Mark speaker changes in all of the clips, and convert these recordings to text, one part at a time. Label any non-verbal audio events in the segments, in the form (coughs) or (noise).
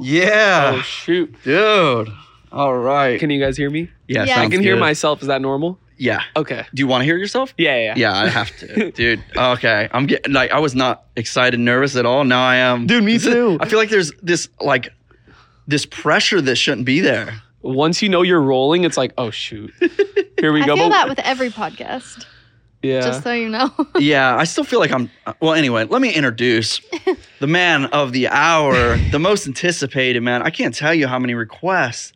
Speaker 1: Yeah, Ah.
Speaker 2: Oh shoot!
Speaker 1: dude. All right.
Speaker 2: Can you guys hear me?
Speaker 1: yeah,
Speaker 3: Yeah.
Speaker 2: I
Speaker 1: sounds
Speaker 2: can hear
Speaker 1: good.
Speaker 2: myself. Is that normal?
Speaker 1: Yeah.
Speaker 2: Okay.
Speaker 1: Do you want to hear yourself?
Speaker 2: Yeah. Yeah.
Speaker 1: Yeah, I have (laughs) to, dude. Okay, I'm getting like I was not excited, nervous at all. Now I am,
Speaker 2: Dude, me
Speaker 1: This is-
Speaker 2: too.
Speaker 1: I feel like there's this like this pressure that shouldn't be there.
Speaker 2: Once you know you're rolling, it's like,
Speaker 1: (laughs)
Speaker 2: oh shoot, here we
Speaker 3: I
Speaker 2: go.
Speaker 3: feel
Speaker 2: but-
Speaker 3: that with every podcast,
Speaker 2: yeah.
Speaker 3: just so you know. (laughs)
Speaker 1: Yeah, I still feel like I'm. uh, Well, anyway, let me (laughs) introduce the man of the hour, the most anticipated man. I can't tell you how many requests.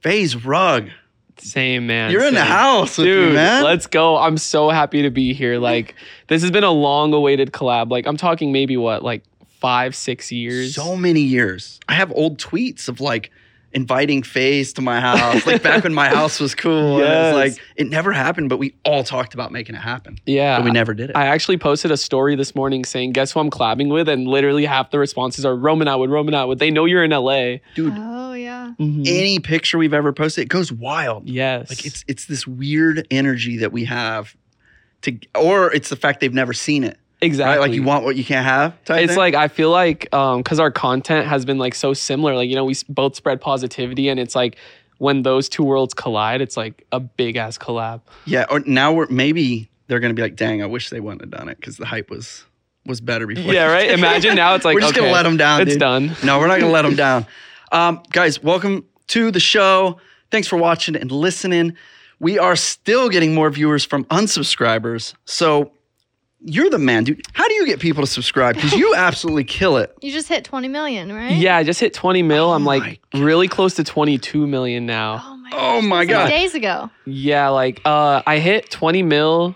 Speaker 1: Phase Rug,
Speaker 2: same man.
Speaker 1: you're in the
Speaker 2: same.
Speaker 1: house, with me,
Speaker 2: Dude,
Speaker 1: man.
Speaker 2: let's go. I'm so happy to be here. Like, this has been a long awaited collab. Like, I'm talking maybe what, like five, six years?
Speaker 1: So many years. I have old tweets of like inviting FaZe to my house, like back
Speaker 2: (laughs)
Speaker 1: when my house was cool. And it
Speaker 2: Yes.
Speaker 1: was like, it never happened, but we all talked about making it happen.
Speaker 2: yeah.
Speaker 1: But we never did it.
Speaker 2: I actually posted a story this morning saying, guess who I'm collabing with? And literally half the responses are Roman Atwood, Roman Atwood. They know you're in LA.
Speaker 1: Dude,
Speaker 3: oh yeah.
Speaker 1: any picture we've ever posted, it goes wild.
Speaker 2: Yes.
Speaker 1: Like it's it's this weird energy that we have to or it's the fact they've never seen it.
Speaker 2: exactly
Speaker 1: Right? Like you want what you can't have. Type
Speaker 2: it's
Speaker 1: thing.
Speaker 2: like I feel like um because our content has been like so similar. Like you know we s- both spread positivity, and it's like when those two worlds collide, it's like a big ass collab.
Speaker 1: (laughs) Yeah, or now we're maybe they're gonna be like, dang, I wish they wouldn't have done it because the hype was was better before.
Speaker 2: Yeah,
Speaker 1: (laughs)
Speaker 2: right. Imagine now it's like
Speaker 1: we're just
Speaker 2: okay,
Speaker 1: gonna let them down.
Speaker 2: It's
Speaker 1: dude.
Speaker 2: done.
Speaker 1: No, we're not going to let them down. Um, guys, welcome to the show. Thanks for watching and listening. We are still getting more viewers from unsubscribers. So you're the man, dude. How do you get people to subscribe? Because
Speaker 2: (laughs)
Speaker 1: you absolutely kill it.
Speaker 3: You just hit 20 million, right?
Speaker 2: Yeah, I just hit 20 mil. I'm
Speaker 1: Oh
Speaker 2: like really close to 22 million now.
Speaker 3: Oh my.
Speaker 1: Oh
Speaker 3: gosh,
Speaker 1: my
Speaker 3: some
Speaker 1: God.
Speaker 3: Days ago. Oh.
Speaker 2: Yeah, like uh, I hit 20 mil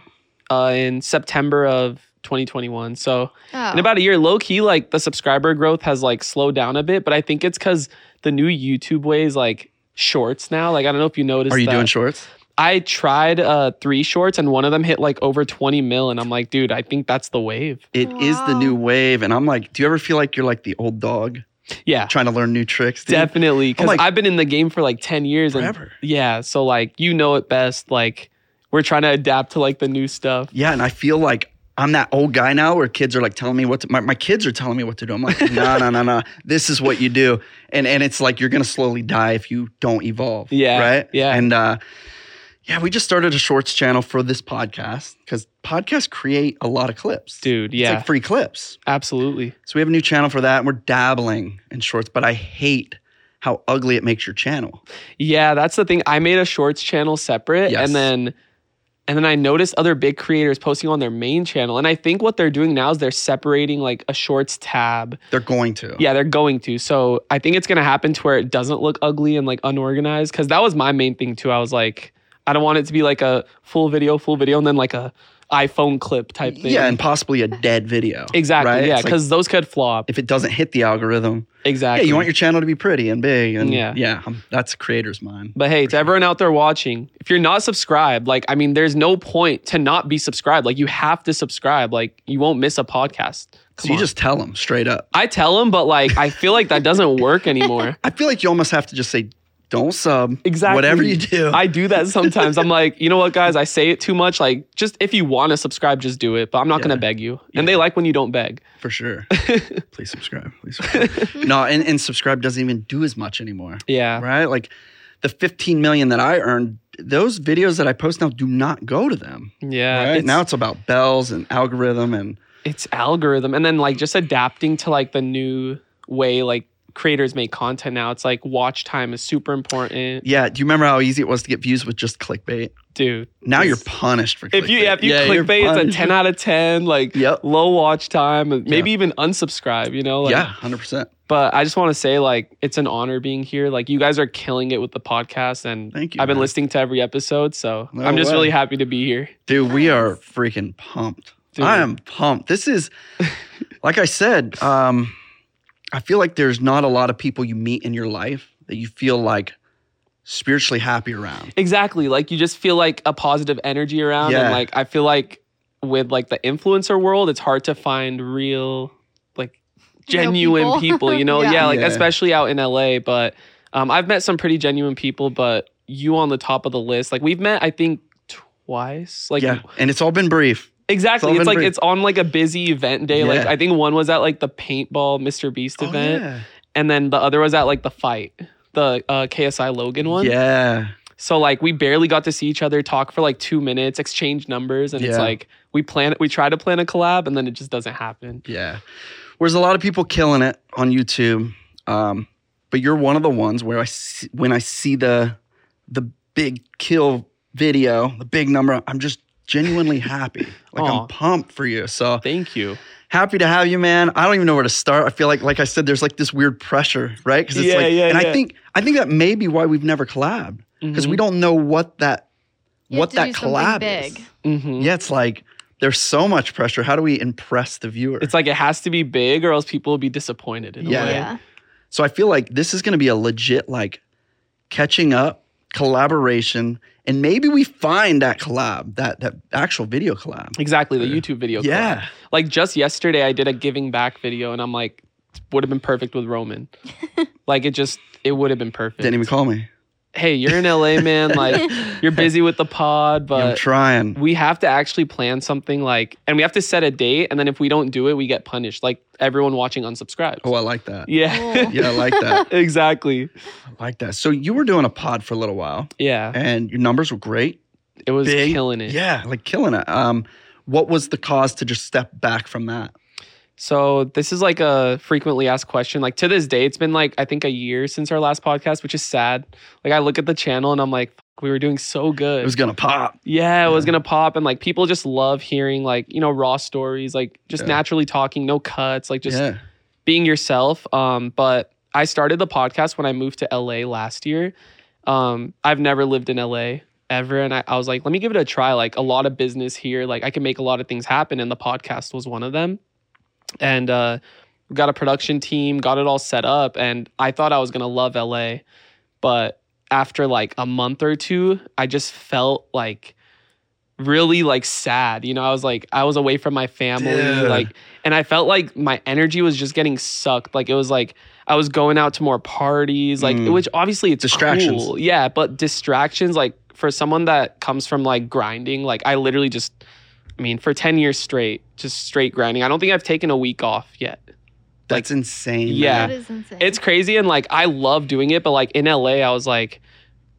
Speaker 2: uh, in September of 2021. So
Speaker 3: Oh.
Speaker 2: in about a year low key like the subscriber growth has like slowed down a bit but i think it's because the new youtube way is like shorts now like i don't know if you noticed
Speaker 1: Are you
Speaker 2: that.
Speaker 1: doing shorts?
Speaker 2: i tried uh three shorts and one of them hit like over 20 mil and i'm like dude i think that's the wave
Speaker 1: It is the
Speaker 3: Wow.
Speaker 1: new wave. And I'm like, do you ever feel like you're like the old dog
Speaker 2: yeah
Speaker 1: trying to learn new tricks? dude?
Speaker 2: definitely because
Speaker 1: like-
Speaker 2: i've been in the game for like 10 years and
Speaker 1: Forever.
Speaker 2: yeah so like you know it best like we're trying to adapt to like the new stuff
Speaker 1: Yeah. And I feel like I'm that old guy now where kids are like telling me what to, my, my kids are telling me what to do. I'm like, no, no, no, no. This is what you do. And and it's like you're gonna slowly die if you don't evolve.
Speaker 2: Yeah,
Speaker 1: Right?
Speaker 2: yeah.
Speaker 1: And uh yeah, we just started a shorts channel for this podcast because podcasts create a lot of clips.
Speaker 2: dude
Speaker 1: It's
Speaker 2: yeah
Speaker 1: like free clips.
Speaker 2: absolutely
Speaker 1: So we have a new channel for that and we're dabbling in shorts, but I hate how ugly it makes your channel.
Speaker 2: Yeah, that's the thing. I made a shorts channel separate
Speaker 1: Yes.
Speaker 2: and then and then I noticed other big creators posting on their main channel. And I think what they're doing now is they're separating like a shorts tab.
Speaker 1: They're going to.
Speaker 2: Yeah, they're going to. So I think it's gonna happen to where it doesn't look ugly and like unorganized. Cause that was my main thing too. I was like, I don't want it to be like a full video, full video, and then like a iPhone clip type thing.
Speaker 1: Yeah, and possibly a dead video.
Speaker 2: exactly.
Speaker 1: right?
Speaker 2: Yeah,
Speaker 1: It's like,
Speaker 2: because those could flop.
Speaker 1: if it doesn't hit the algorithm,
Speaker 2: Exactly.
Speaker 1: Yeah, you want your channel to be pretty and big, and
Speaker 2: Yeah.
Speaker 1: yeah, yeah, um, that's a creator's mind.
Speaker 2: But hey, to everyone out there watching, if you're not subscribed, like, I mean, there's no point to not be subscribed. Like, you have to subscribe. Like, you won't miss a podcast.
Speaker 1: So
Speaker 2: Come
Speaker 1: you
Speaker 2: on.
Speaker 1: just tell them straight up.
Speaker 2: I tell them, but like, I feel like
Speaker 1: (laughs)
Speaker 2: that doesn't work anymore.
Speaker 1: I feel like you almost have to just say, "Don't sub."
Speaker 2: Exactly.
Speaker 1: Whatever you do,
Speaker 2: I do that sometimes. I'm like, you know what, guys? I say it too much. Like, just if you want to subscribe, just do it. But I'm not going
Speaker 1: Yeah.
Speaker 2: to beg you. And they like when you don't beg.
Speaker 1: for
Speaker 2: (laughs)
Speaker 1: sure. please subscribe. Please. Subscribe. no, and, and subscribe doesn't even do as much anymore,
Speaker 2: Yeah.
Speaker 1: right? Like the 15 million that I earned, those videos that I post now do not go to them.
Speaker 2: Yeah.
Speaker 1: right
Speaker 2: It's,
Speaker 1: now, it's about bells and algorithm and
Speaker 2: it's algorithm. And then, like, just adapting to like the new way, like, creators make content now. It's like watch time is super important.
Speaker 1: yeah. Do you remember how easy it was to get views with just clickbait?
Speaker 2: Dude.
Speaker 1: Now
Speaker 2: Yes.
Speaker 1: you're punished for clickbait.
Speaker 2: if you yeah, if you
Speaker 1: Yeah, you're
Speaker 2: clickbait, it's a
Speaker 1: punished.
Speaker 2: ten out of ten, like
Speaker 1: Yep.
Speaker 2: low watch time, and maybe even unsubscribe. You know, like,
Speaker 1: yeah, hundred percent.
Speaker 2: But I just want to say, like, it's an honor being here. Like, you guys are killing it with the podcast, and
Speaker 1: Thank you,
Speaker 2: I've been
Speaker 1: man.
Speaker 2: listening to every episode, so
Speaker 1: No
Speaker 2: I'm just
Speaker 1: way.
Speaker 2: really happy to be here.
Speaker 1: Dude, we are freaking pumped.
Speaker 2: Dude.
Speaker 1: I am pumped. This
Speaker 2: (laughs)
Speaker 1: is, like I said, um, I feel like there's not a lot of people you meet in your life that you feel like spiritually happy around.
Speaker 2: Exactly. Like, you just feel like a positive energy around,
Speaker 1: Yeah.
Speaker 2: and like I feel like with like the influencer world, it's hard to find real, like,
Speaker 3: Real
Speaker 2: genuine
Speaker 3: people.
Speaker 2: people. You know, yeah,
Speaker 3: (laughs) Yeah.
Speaker 2: like
Speaker 1: Yeah.
Speaker 2: especially out in LA. But um, I've met some pretty genuine people, but you on the top of the list. Like we've met, I think twice. Like
Speaker 1: yeah, and it's all been brief.
Speaker 2: exactly.
Speaker 1: It's all
Speaker 2: It's,
Speaker 1: been
Speaker 2: like
Speaker 1: brief.
Speaker 2: it's on like a busy event day. Like
Speaker 1: Yeah. Oh,
Speaker 2: Oh, I think one was at like the paintball Mr. Beast event,
Speaker 1: yeah.
Speaker 2: and then the other was at like the fight, the uh, KSI Logan one.
Speaker 1: Yeah.
Speaker 2: So like we barely got to see each other, talk for like two minutes, exchange numbers, and it's
Speaker 1: Yeah.
Speaker 2: like we plan we try to plan a collab, and then it just doesn't happen.
Speaker 1: Yeah. Whereas a lot of people killing it on YouTube, um, but you're one of the ones where I see, when I see the the big kill video, the big number, I'm just genuinely happy. Like
Speaker 2: Aw.
Speaker 1: I'm pumped for you. So
Speaker 2: Thank you.
Speaker 1: happy to have you, man. I don't even know where to start. I feel like, like I said, there's like this weird pressure, right? Because it's
Speaker 2: Yeah,
Speaker 1: like,
Speaker 2: yeah,
Speaker 1: and
Speaker 2: yeah.
Speaker 1: I think I think that may be why we've never collabed
Speaker 2: Mm-hmm.
Speaker 1: because we don't know what that
Speaker 3: You have
Speaker 1: what
Speaker 3: to
Speaker 1: that
Speaker 3: do something
Speaker 1: collab
Speaker 3: big.
Speaker 1: is.
Speaker 2: hmm
Speaker 1: Yeah, it's like there's so much pressure. How do we impress the viewer?
Speaker 2: It's like it has to be big, or else people will be disappointed. In
Speaker 1: Yeah.
Speaker 2: a way.
Speaker 3: yeah.
Speaker 1: So I feel like this is going to be a legit like catching up collaboration, and maybe we find that collab, that that actual video collab.
Speaker 2: Exactly, the
Speaker 1: Yeah.
Speaker 2: YouTube video. collab.
Speaker 1: yeah,
Speaker 2: Like just yesterday, I did a giving back video, and I'm like, would have been perfect with Roman. like it just, it would have been perfect.
Speaker 1: didn't even call me.
Speaker 2: hey, you're in LA, man. Like you're busy with the pod,
Speaker 1: I'm
Speaker 2: but
Speaker 1: trying.
Speaker 2: we have to actually plan something. Like, and we have to set a date, and then if we don't do it, we get punished. Like everyone watching unsubscribes.
Speaker 1: Oh, I like that.
Speaker 2: yeah,
Speaker 1: Yeah, I like that.
Speaker 2: (laughs) exactly.
Speaker 1: I like that. So you were doing a pod for a little while,
Speaker 2: Yeah,
Speaker 1: and your numbers were great.
Speaker 2: it was
Speaker 1: Big.
Speaker 2: killing it.
Speaker 1: Yeah, like killing it. Um, what was the cause to just step back from that?
Speaker 2: So this is like a frequently asked question. Like to this day, it's been like I think a year since our last podcast, which is sad. Like I look at the channel and I'm like, Fuck, we were doing so good.
Speaker 1: It was gonna pop.
Speaker 2: yeah, it was
Speaker 1: Yeah.
Speaker 2: gonna pop, and like people just love hearing like you know raw stories, like just
Speaker 1: Yeah.
Speaker 2: naturally talking, no cuts, like just
Speaker 1: yeah,
Speaker 2: being yourself. Um, but I started the podcast when I moved to LA last year. Um, I've never lived in LA ever. And I, I was like, let me give it a try. Like a lot of business here. Like I can make a lot of things happen. And the podcast was one of them. And uh we got a production team, got it all set up, and I thought I was gonna love LA. But after like a month or two, I just felt like really like sad. You know, I was like, I was away from my family,
Speaker 1: Dude.
Speaker 2: like and I felt like my energy was just getting sucked. Like it was like I was going out to more parties, like
Speaker 1: Mm.
Speaker 2: which obviously it's
Speaker 1: Distractions.
Speaker 2: cool. Yeah, but distractions, like for someone that comes from like grinding, like I literally just, I mean, for ten years straight, just straight grinding. I don't think I've taken a week off yet.
Speaker 1: that's insane. man.
Speaker 2: Yeah.
Speaker 3: That is insane.
Speaker 2: It's crazy and like I love doing it, but like in LA, I was like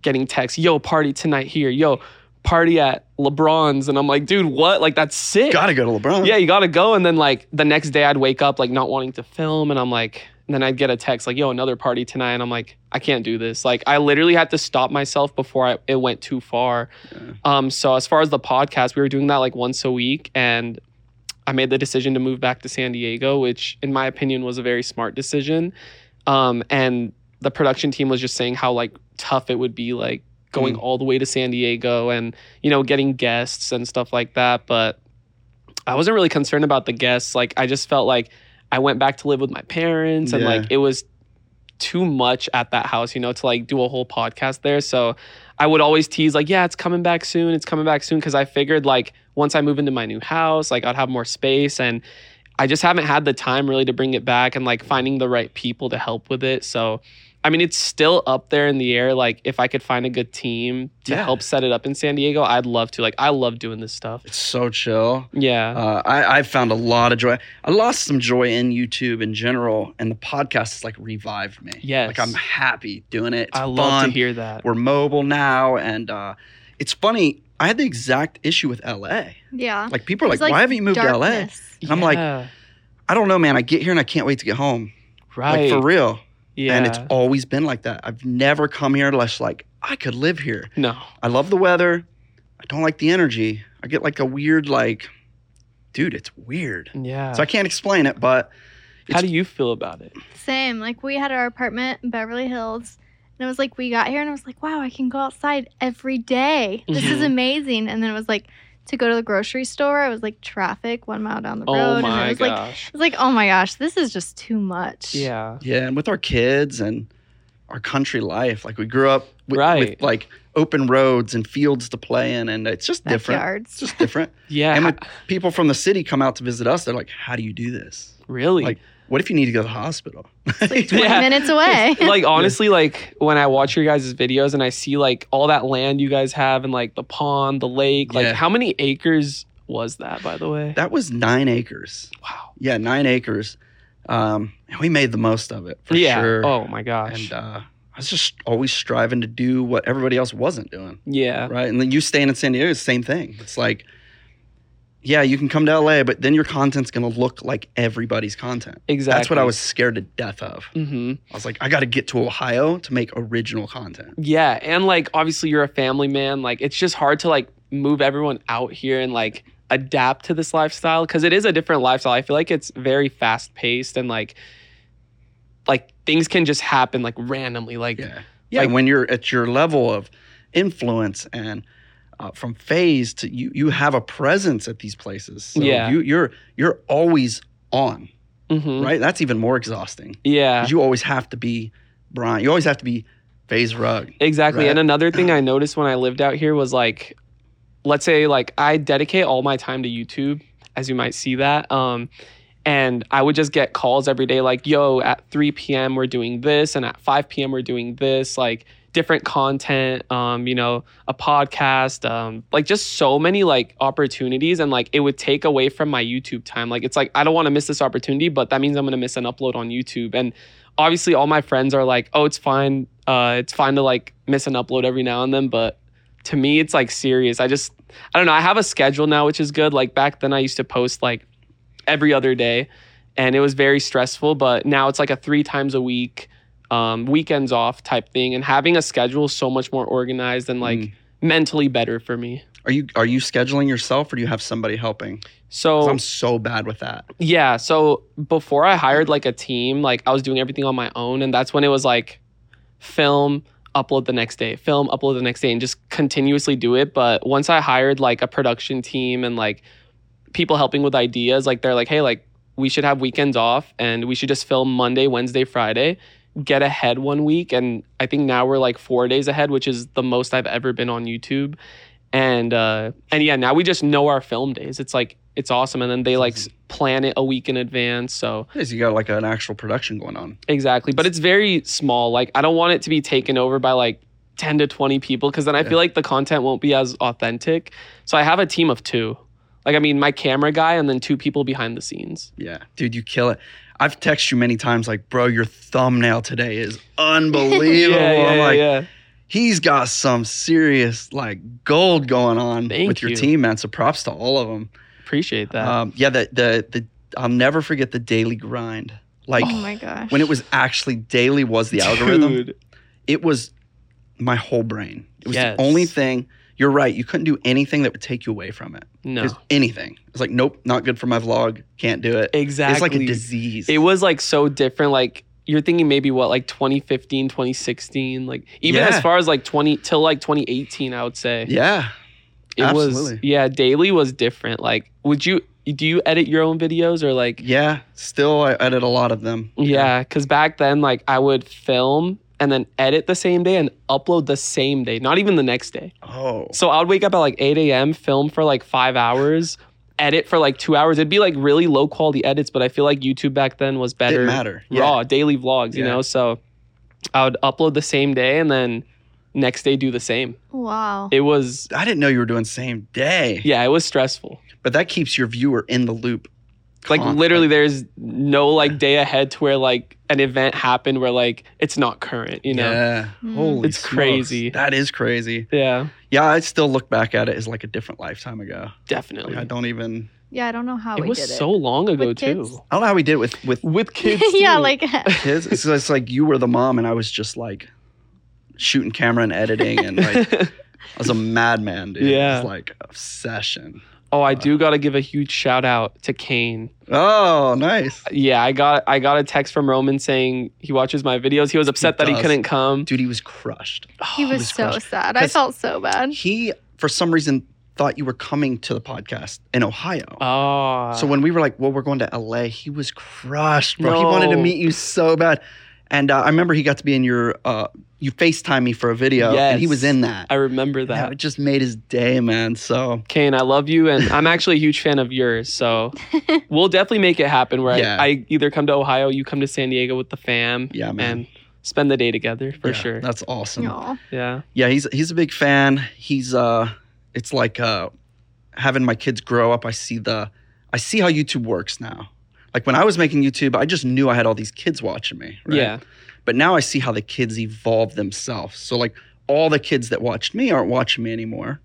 Speaker 2: getting texts, "Yo, party tonight here, yo." Party at LeBron's, and I'm like, dude, what? Like, that's sick
Speaker 1: gotta go to (laughs) LeBron.
Speaker 2: yeah, you gotta go. And then like the next day, I'd wake up like not wanting to film, and I'm like, and then I'd get a text like, "Yo, another party tonight," and I'm like, I can't do this. Like I literally had to stop myself before I, it went too far.
Speaker 1: Yeah.
Speaker 2: Um, so as far as the podcast, we were doing that like once a week, and I made the decision to move back to San Diego, which in my opinion was a very smart decision. Um, and the production team was just saying how like tough it would be like going
Speaker 1: Mm.
Speaker 2: all the way to San Diego and you know getting guests and stuff like that, but I wasn't really concerned about the guests. Like I just felt like I went back to live with my parents and
Speaker 1: Yeah.
Speaker 2: like it was too much at that house, you know, to like do a whole podcast there. So I would always tease like, yeah, it's coming back soon. It's coming back soon cuz I figured like once I move into my new house, like I'd have more space and I just haven't had the time really to bring it back and like finding the right people to help with it. So I mean, it's still up there in the air like if I could find a good team to
Speaker 1: Yeah.
Speaker 2: help set it up in San Diego, I'd love to. Like I love doing this stuff.
Speaker 1: it's so chill.
Speaker 2: Yeah.
Speaker 1: Uh, I, I found a lot of joy. I lost some joy in YouTube in general, and the podcast has like revived me.
Speaker 2: Yes.
Speaker 1: like I'm happy doing it. It's
Speaker 2: I
Speaker 1: fun.
Speaker 2: love to hear that.
Speaker 1: We're mobile now, and uh, it's funny. I had the exact issue with LA.
Speaker 3: yeah.
Speaker 1: Like people are like,
Speaker 3: It's
Speaker 1: "Why haven't you moved
Speaker 3: darkness.
Speaker 1: And I'm like,
Speaker 2: Yeah,
Speaker 1: to LA?" I don't know, man. I get here and I can't wait to get home. Like
Speaker 2: right.
Speaker 1: for real.
Speaker 2: yeah.
Speaker 1: And it's always been like that. I've never come here unless like I could live here.
Speaker 2: no.
Speaker 1: I love the weather. I don't like the energy. I get like a weird like, dude, it's weird.
Speaker 2: Yeah.
Speaker 1: So I can't explain it, but
Speaker 2: How do you feel about it?
Speaker 3: Same. Like we had our apartment in Beverly Hills, and it was like we got here, and I was like, wow, I can go outside every day. This is
Speaker 2: Mhm.
Speaker 3: amazing. And then it was like to go to the grocery store. It was like traffic one mile down the road,
Speaker 2: oh
Speaker 3: and it
Speaker 2: my
Speaker 3: was like
Speaker 2: gosh.
Speaker 3: it was like, oh my gosh, this is just too much.
Speaker 2: yeah.
Speaker 1: Yeah, and with our kids and our country life, like we grew up with,
Speaker 2: Right.
Speaker 1: with like open roads and fields to play in, and it's just different. It's
Speaker 3: Backyards.
Speaker 1: just
Speaker 2: (laughs)
Speaker 1: different.
Speaker 2: Yeah.
Speaker 1: and when
Speaker 2: ha-
Speaker 1: people from the city come out to visit us, they're like, "How do you do this?
Speaker 2: really?
Speaker 1: like, What if you need to go to the hospital?" (laughs)
Speaker 3: Like 20
Speaker 2: Yeah.
Speaker 3: minutes away.
Speaker 2: (laughs) like honestly, like when I watch your guys' videos and I see like all that land you guys have and like the pond, the lake, like
Speaker 1: Yeah.
Speaker 2: how many acres was that by the way?
Speaker 1: that was nine acres.
Speaker 2: wow.
Speaker 1: Yeah, nine acres. Um, and we made the most of it for
Speaker 2: yeah.
Speaker 1: sure.
Speaker 2: Oh my gosh.
Speaker 1: and uh, I was just always striving to do what everybody else wasn't doing.
Speaker 2: yeah.
Speaker 1: Right. And then you staying in San Diego is the same thing. It's like, yeah, you can come to LA, but then your content's going to look like everybody's content.
Speaker 2: Exactly.
Speaker 1: That's what I was scared to death of.
Speaker 2: hmm
Speaker 1: I was like, I got to get to Ohio to make original content.
Speaker 2: Yeah, and like obviously you're a family man. Like it's just hard to like move everyone out here and like adapt to this lifestyle because it is a different lifestyle. I feel like it's very fast paced and like like things can just happen like randomly. Like
Speaker 1: Yeah. Yeah.
Speaker 2: Like-
Speaker 1: when you're at your level of influence and uh, from phase to you, you have a presence at these places. So
Speaker 2: Yeah.
Speaker 1: You, you're you're always on,
Speaker 2: mhm.
Speaker 1: right? That's even more exhausting.
Speaker 2: yeah.
Speaker 1: 'Cause you always have to be Brian. You always have to be Phase Rug.
Speaker 2: Exactly.
Speaker 1: Right.
Speaker 2: And another thing I noticed when I lived out here was like, let's say like I dedicate all my time to YouTube, as you might see that. Um, and I would just get calls every day like, yo, at 3 p.m. we're doing this, and at 5 p.m. we're doing this, like different content, um, you know, a podcast, um, like just so many like opportunities. And like it would take away from my YouTube time. Like it's like, I don't want to miss this opportunity, but that means I'm going to miss an upload on YouTube. And obviously all my friends are like, oh, it's fine. Uh, it's fine to like miss an upload every now and then, but to me, it's like serious. I just, I don't know. I have a schedule now, which is good. Like back then, I used to post like every other day, and it was very stressful. But now it's like a three times a week, um, weekends off type thing, and having a schedule is so much more organized and like
Speaker 1: Mm.
Speaker 2: mentally better for me.
Speaker 1: Are you are you scheduling yourself or do you have somebody helping? 'Cause
Speaker 2: So
Speaker 1: I'm so bad with that.
Speaker 2: Yeah. So before I hired like a team, like I was doing everything on my own. And that's when it was like film, upload the next day, film, upload the next day, and just continuously do it. But once I hired like a production team and like people helping with ideas, like they're like, hey, like we should have weekends off and we should just film Monday, Wednesday, Friday, get ahead one week. And I think now we're like four days ahead, which is the most I've ever been on YouTube. And uh and yeah, now we just know our film days. It's like it's awesome. And then they like s- plan it a week in advance. So
Speaker 1: Because you got like an actual production going on.
Speaker 2: exactly. But it's very small. Like I don't want it to be taken over by like 10 to 20 people because then I
Speaker 1: Yeah.
Speaker 2: feel like the content won't be as authentic. So I have a team of two. Like I mean my camera guy and then two people behind the scenes.
Speaker 1: Yeah. Dude, you kill it. I've texted you many times like, bro, your thumbnail today (laughs) is unbelievable. I'm like,
Speaker 2: yeah.
Speaker 1: he's got some serious like gold going on
Speaker 2: Thank
Speaker 1: with your
Speaker 2: you.
Speaker 1: team, man. So props to all of them.
Speaker 2: Appreciate that.
Speaker 1: Um, yeah, the, the the I'll never forget the daily grind. Like
Speaker 3: (laughs) oh my gosh.
Speaker 1: when it was actually daily was the algorithm.
Speaker 2: Dude.
Speaker 1: it was my whole brain. It was
Speaker 2: Yes.
Speaker 1: the only thing. You're right. You couldn't do anything that would take you away from it.
Speaker 2: No.
Speaker 1: Just anything. It's like, nope, not good for my vlog. Can't do it.
Speaker 2: Exactly.
Speaker 1: It's like a disease.
Speaker 2: It was like so different. Like you're thinking maybe what like 2015, 2016, like even
Speaker 1: Yeah.
Speaker 2: as far as like 20 till like 2018, I would say.
Speaker 1: Yeah.
Speaker 2: it was
Speaker 1: absolutely.
Speaker 2: yeah, daily was different. Like would you do you edit your own videos or like
Speaker 1: Yeah. Still, I edit a lot of them.
Speaker 2: yeah, cuz back then like I would film and then edit the same day and upload the same day, not even the next day.
Speaker 1: Oh.
Speaker 2: So I would wake up at like 8 a.m., film for like five hours, edit for like two hours. It'd be like really low quality edits, but I feel like YouTube back then was better.
Speaker 1: Didn't matter. Yeah.
Speaker 2: Raw, daily vlogs, you
Speaker 1: Yeah.
Speaker 2: know? So I would upload the same day and then next day do the same.
Speaker 3: wow.
Speaker 2: It was,
Speaker 1: I didn't know you were doing same day.
Speaker 2: yeah, it was stressful.
Speaker 1: But that keeps your viewer in the loop.
Speaker 2: Like
Speaker 1: Con-
Speaker 2: literally, there's no like day ahead to where like an event happened where like it's not current, you know?
Speaker 1: Yeah.
Speaker 3: Mm.
Speaker 1: Holy
Speaker 2: It's
Speaker 1: smokes.
Speaker 2: crazy.
Speaker 1: That is crazy.
Speaker 2: Yeah,
Speaker 1: Yeah, I still look back at it as like a different lifetime ago.
Speaker 2: definitely.
Speaker 1: Like I don't even
Speaker 3: Yeah, I don't know how
Speaker 2: it
Speaker 3: we
Speaker 2: was
Speaker 3: did (laughs)
Speaker 2: so (laughs) long ago
Speaker 3: With
Speaker 2: too.
Speaker 3: kids?
Speaker 1: I don't know how we did it with with
Speaker 3: (laughs)
Speaker 2: With kids.
Speaker 3: it. yeah,
Speaker 2: too.
Speaker 3: like
Speaker 1: kids. It's, it's like you were the mom, and I was just like shooting camera and editing, and like I was a madman, dude. it
Speaker 2: Yeah.
Speaker 1: was like obsession.
Speaker 2: (laughs) Oh, I
Speaker 1: Wow.
Speaker 2: do gotta give a huge shout out to Kane.
Speaker 1: Oh, nice,
Speaker 2: Yeah, I got I got a text from Roman saying he watches my videos. He was upset that he
Speaker 1: does.
Speaker 2: couldn't come.
Speaker 1: dude. He was crushed.
Speaker 3: he
Speaker 1: it
Speaker 3: was
Speaker 1: was
Speaker 3: so
Speaker 1: crushed.
Speaker 3: sad. I
Speaker 1: 'Cause-
Speaker 3: felt
Speaker 1: (laughs)
Speaker 3: so bad.
Speaker 1: He, for some reason, thought you were coming to the podcast in Ohio.
Speaker 2: Oh,
Speaker 1: so when we were like, "Well, we're going to LA," he was crushed, bro. He wanted to
Speaker 2: No.
Speaker 1: meet you so bad, and uh, I remember he got to be in your. Uh, you Facetime me for a video, and he
Speaker 2: Yes.
Speaker 1: was in that.
Speaker 2: I remember
Speaker 1: And
Speaker 2: that.
Speaker 1: it just made his day, man. So
Speaker 2: Kane, I love you, and I'm actually a huge fan of yours.
Speaker 3: (laughs)
Speaker 2: So we'll definitely make it happen. Where
Speaker 1: Yeah.
Speaker 2: I, I either come to Ohio, you come to San Diego with the fam,
Speaker 1: yeah, man.
Speaker 2: and spend the day together for
Speaker 1: Yeah,
Speaker 2: sure.
Speaker 1: That's awesome.
Speaker 3: Aw.
Speaker 2: Yeah,
Speaker 1: yeah he's he's a big fan he's uh it's like uh having my kids grow up i see the i see how youtube works now Like when I was making YouTube, I just knew I had all these kids watching me. Right?
Speaker 2: Yeah.
Speaker 1: But now I see how the kids evolve themselves. So like all the kids that watched me aren't watching me anymore.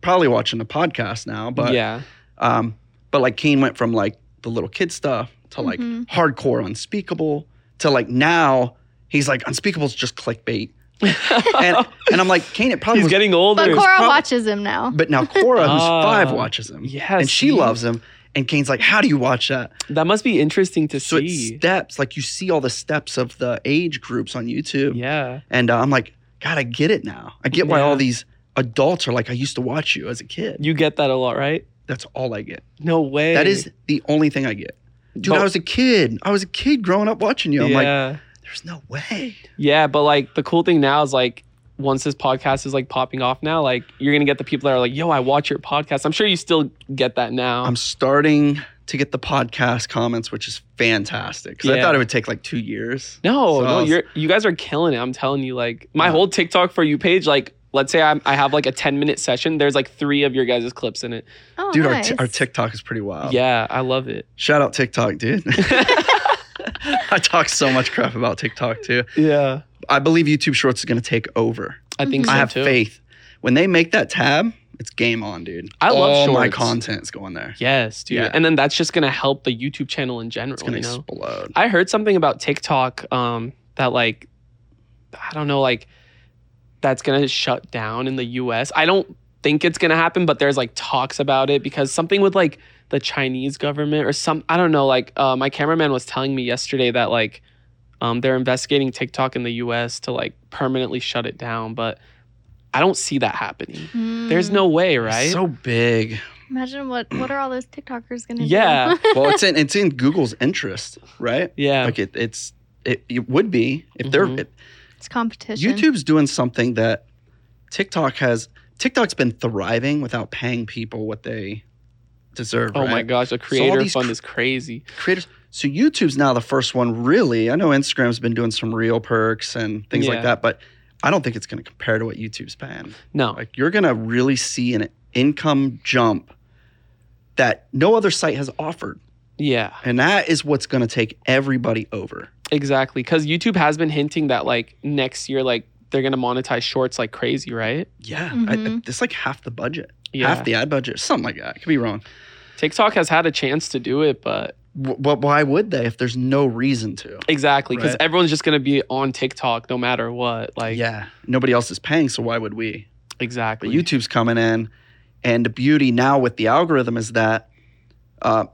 Speaker 1: Probably watching the podcast now, but
Speaker 2: yeah.
Speaker 1: um, but like Kane went from like the little kid stuff to like
Speaker 3: Mhm.
Speaker 1: hardcore unspeakable to like now he's like unspeakable's just clickbait. (laughs)
Speaker 2: (laughs)
Speaker 1: And and I'm like, Kane, it probably
Speaker 2: He's
Speaker 1: was
Speaker 2: getting older.
Speaker 3: But Cora
Speaker 1: prob-
Speaker 3: watches him now.
Speaker 1: but now Cora,
Speaker 2: (laughs)
Speaker 1: who's
Speaker 2: Ah,
Speaker 1: five, watches him.
Speaker 2: yeah,
Speaker 1: And she
Speaker 2: see?
Speaker 1: loves him. And Kane's like, How do you watch that?
Speaker 2: that must be interesting to
Speaker 1: So it's
Speaker 2: see.
Speaker 1: steps. Like you see all the steps of the age groups on YouTube.
Speaker 2: Yeah.
Speaker 1: And uh, I'm like, God, I get it now. I get why
Speaker 2: Yeah.
Speaker 1: all these adults are like, I used to watch you as a kid.
Speaker 2: You get that a lot, right?
Speaker 1: That's all I get.
Speaker 2: No way.
Speaker 1: That is the only thing I get. Dude,
Speaker 2: But-
Speaker 1: I was a kid. I was a kid growing up watching you. I'm like,
Speaker 2: yeah.
Speaker 1: there's no way.
Speaker 2: yeah, but like the cool thing now is like once this podcast is like popping off now, like you're gonna get the people that are like, yo, I watch your podcast. I'm sure you still get that now.
Speaker 1: I'm starting to get the podcast comments, which is fantastic. Because I
Speaker 2: Yeah.
Speaker 1: thought it would take like two years.
Speaker 2: no,
Speaker 1: So I
Speaker 2: no,
Speaker 1: was-
Speaker 2: you're you guys are killing it. I'm telling you, like my
Speaker 1: Yeah.
Speaker 2: whole TikTok for you page, like let's say I'm, I have like a 10 minute session. There's like three of your guys' clips in it.
Speaker 3: Oh,
Speaker 1: Dude,
Speaker 3: nice.
Speaker 1: our, t- our TikTok is pretty wild.
Speaker 2: Yeah, I love it.
Speaker 1: Shout out TikTok,
Speaker 2: (laughs)
Speaker 1: dude. (laughs) I talk so much crap about TikTok too.
Speaker 2: Yeah,
Speaker 1: I believe YouTube Shorts is going to take over.
Speaker 2: I think
Speaker 3: Mhm.
Speaker 2: so
Speaker 1: I have
Speaker 2: too.
Speaker 1: faith. When they make that tab, it's game on, dude.
Speaker 2: I love
Speaker 1: All my
Speaker 2: Shorts.
Speaker 1: content's going there.
Speaker 2: Yes, dude.
Speaker 1: Yeah.
Speaker 2: And then that's just gonna help the YouTube channel in general.
Speaker 1: It's going to
Speaker 2: you know?
Speaker 1: explode.
Speaker 2: I heard something about TikTok um, that like I don't know like that's gonna shut down in the U.S. I don't think it's gonna happen, but there's like talks about it because something with like the Chinese government or some I don't know. Like uh, my cameraman was telling me yesterday that like um, they're investigating TikTok in the U.S. to like permanently shut it down, but I don't see that happening. There's
Speaker 3: Mm.
Speaker 2: no way,
Speaker 1: It's
Speaker 2: right?
Speaker 1: So big.
Speaker 3: Imagine what what are all those TikTokers gonna
Speaker 2: Yeah.
Speaker 3: do?
Speaker 1: well, it's in it's in Google's interest, right?
Speaker 2: yeah,
Speaker 1: Like it, it's it, it would be if they're
Speaker 2: Mhm.
Speaker 1: if-
Speaker 3: (laughs) it's competition.
Speaker 1: YouTube's doing something that TikTok has. TikTok's been thriving without paying people what they deserve.
Speaker 2: Oh my
Speaker 1: right?
Speaker 2: gosh, the creator
Speaker 1: these
Speaker 2: fund
Speaker 1: cr-
Speaker 2: is crazy.
Speaker 1: creators. So YouTube's now the first one, really. I know Instagram's been doing some real perks and things
Speaker 2: Yeah.
Speaker 1: like that, but I don't think it's going to compare to what YouTube's paying.
Speaker 2: No.
Speaker 1: Like you're going to really see an income jump that no other site has offered,
Speaker 2: Yeah,
Speaker 1: and that is what's going to take everybody over.
Speaker 2: exactly. Because YouTube has been hinting that like next year, like they're gonna monetize shorts like crazy, right?
Speaker 1: Yeah, I,
Speaker 3: Mhm.
Speaker 1: it's like half the budget,
Speaker 2: Yeah.
Speaker 1: half the ad budget, something like that. I could be wrong.
Speaker 2: TikTok has had a chance to do it, but
Speaker 1: W- but why would they if there's no reason to?
Speaker 2: exactly because
Speaker 1: Right.
Speaker 2: everyone's just gonna be on TikTok no matter what. Like,
Speaker 1: yeah, nobody else is paying, so why would we? But
Speaker 2: exactly.
Speaker 1: YouTube's coming in, and the beauty now with the algorithm is that uh,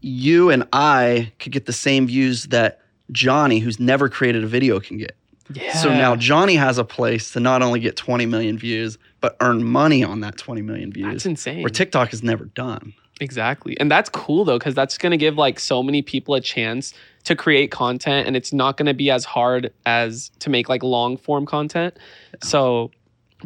Speaker 1: you and I could get the same views that Johnny, who's never created a video, can get.
Speaker 2: yeah.
Speaker 1: So now Johnny has a place to not only get 20 million views, but earn money on that 20 million
Speaker 2: that's
Speaker 1: views.
Speaker 2: insane.
Speaker 1: Where TikTok has never done.
Speaker 2: exactly, and that's cool though because that's gonna give like so many people a chance to create content, and it's not gonna be as hard as to make like long form content. So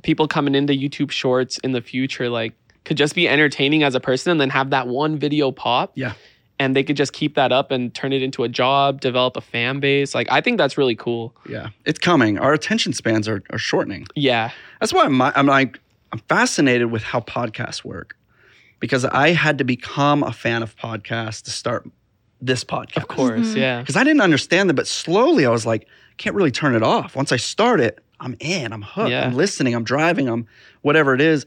Speaker 2: people coming into YouTube Shorts in the future, like, could just be entertaining as a person and then have that one video pop.
Speaker 1: Yeah.
Speaker 2: And they could just keep that up and turn it into a job, develop a fan base. Like, I think that's really cool.
Speaker 1: Yeah, it's coming. Our attention spans are, are shortening.
Speaker 2: Yeah.
Speaker 1: That's why I'm, I'm like I'm fascinated with how podcasts work because I had to become a fan of podcasts to start this podcast.
Speaker 2: Of course.
Speaker 3: Mhm.
Speaker 2: Yeah.
Speaker 1: Because I didn't understand them, but slowly I was like, I can't really turn it off. Once I start it, I'm in, I'm hooked,
Speaker 2: Yeah.
Speaker 1: I'm listening, I'm driving, I'm whatever it is.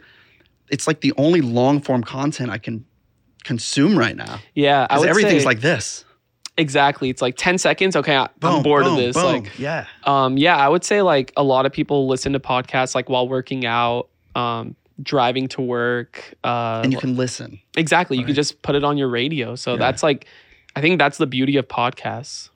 Speaker 1: It's like the only long form content I can consume right now.
Speaker 2: Yeah. I
Speaker 1: Because
Speaker 2: would
Speaker 1: everything's
Speaker 2: say-
Speaker 1: like this.
Speaker 2: exactly. It's like 10 seconds. Okay. I, I'm bored
Speaker 1: boom,
Speaker 2: of this.
Speaker 1: boom.
Speaker 2: Like,
Speaker 1: yeah.
Speaker 2: Um, yeah, I would say like a lot of people listen to podcasts like while working out, um, driving to work. Uh,
Speaker 1: And you can listen.
Speaker 2: exactly, you
Speaker 1: Right.
Speaker 2: can just put it on your radio. So
Speaker 1: Yeah.
Speaker 2: that's like, I think that's the beauty of podcasts.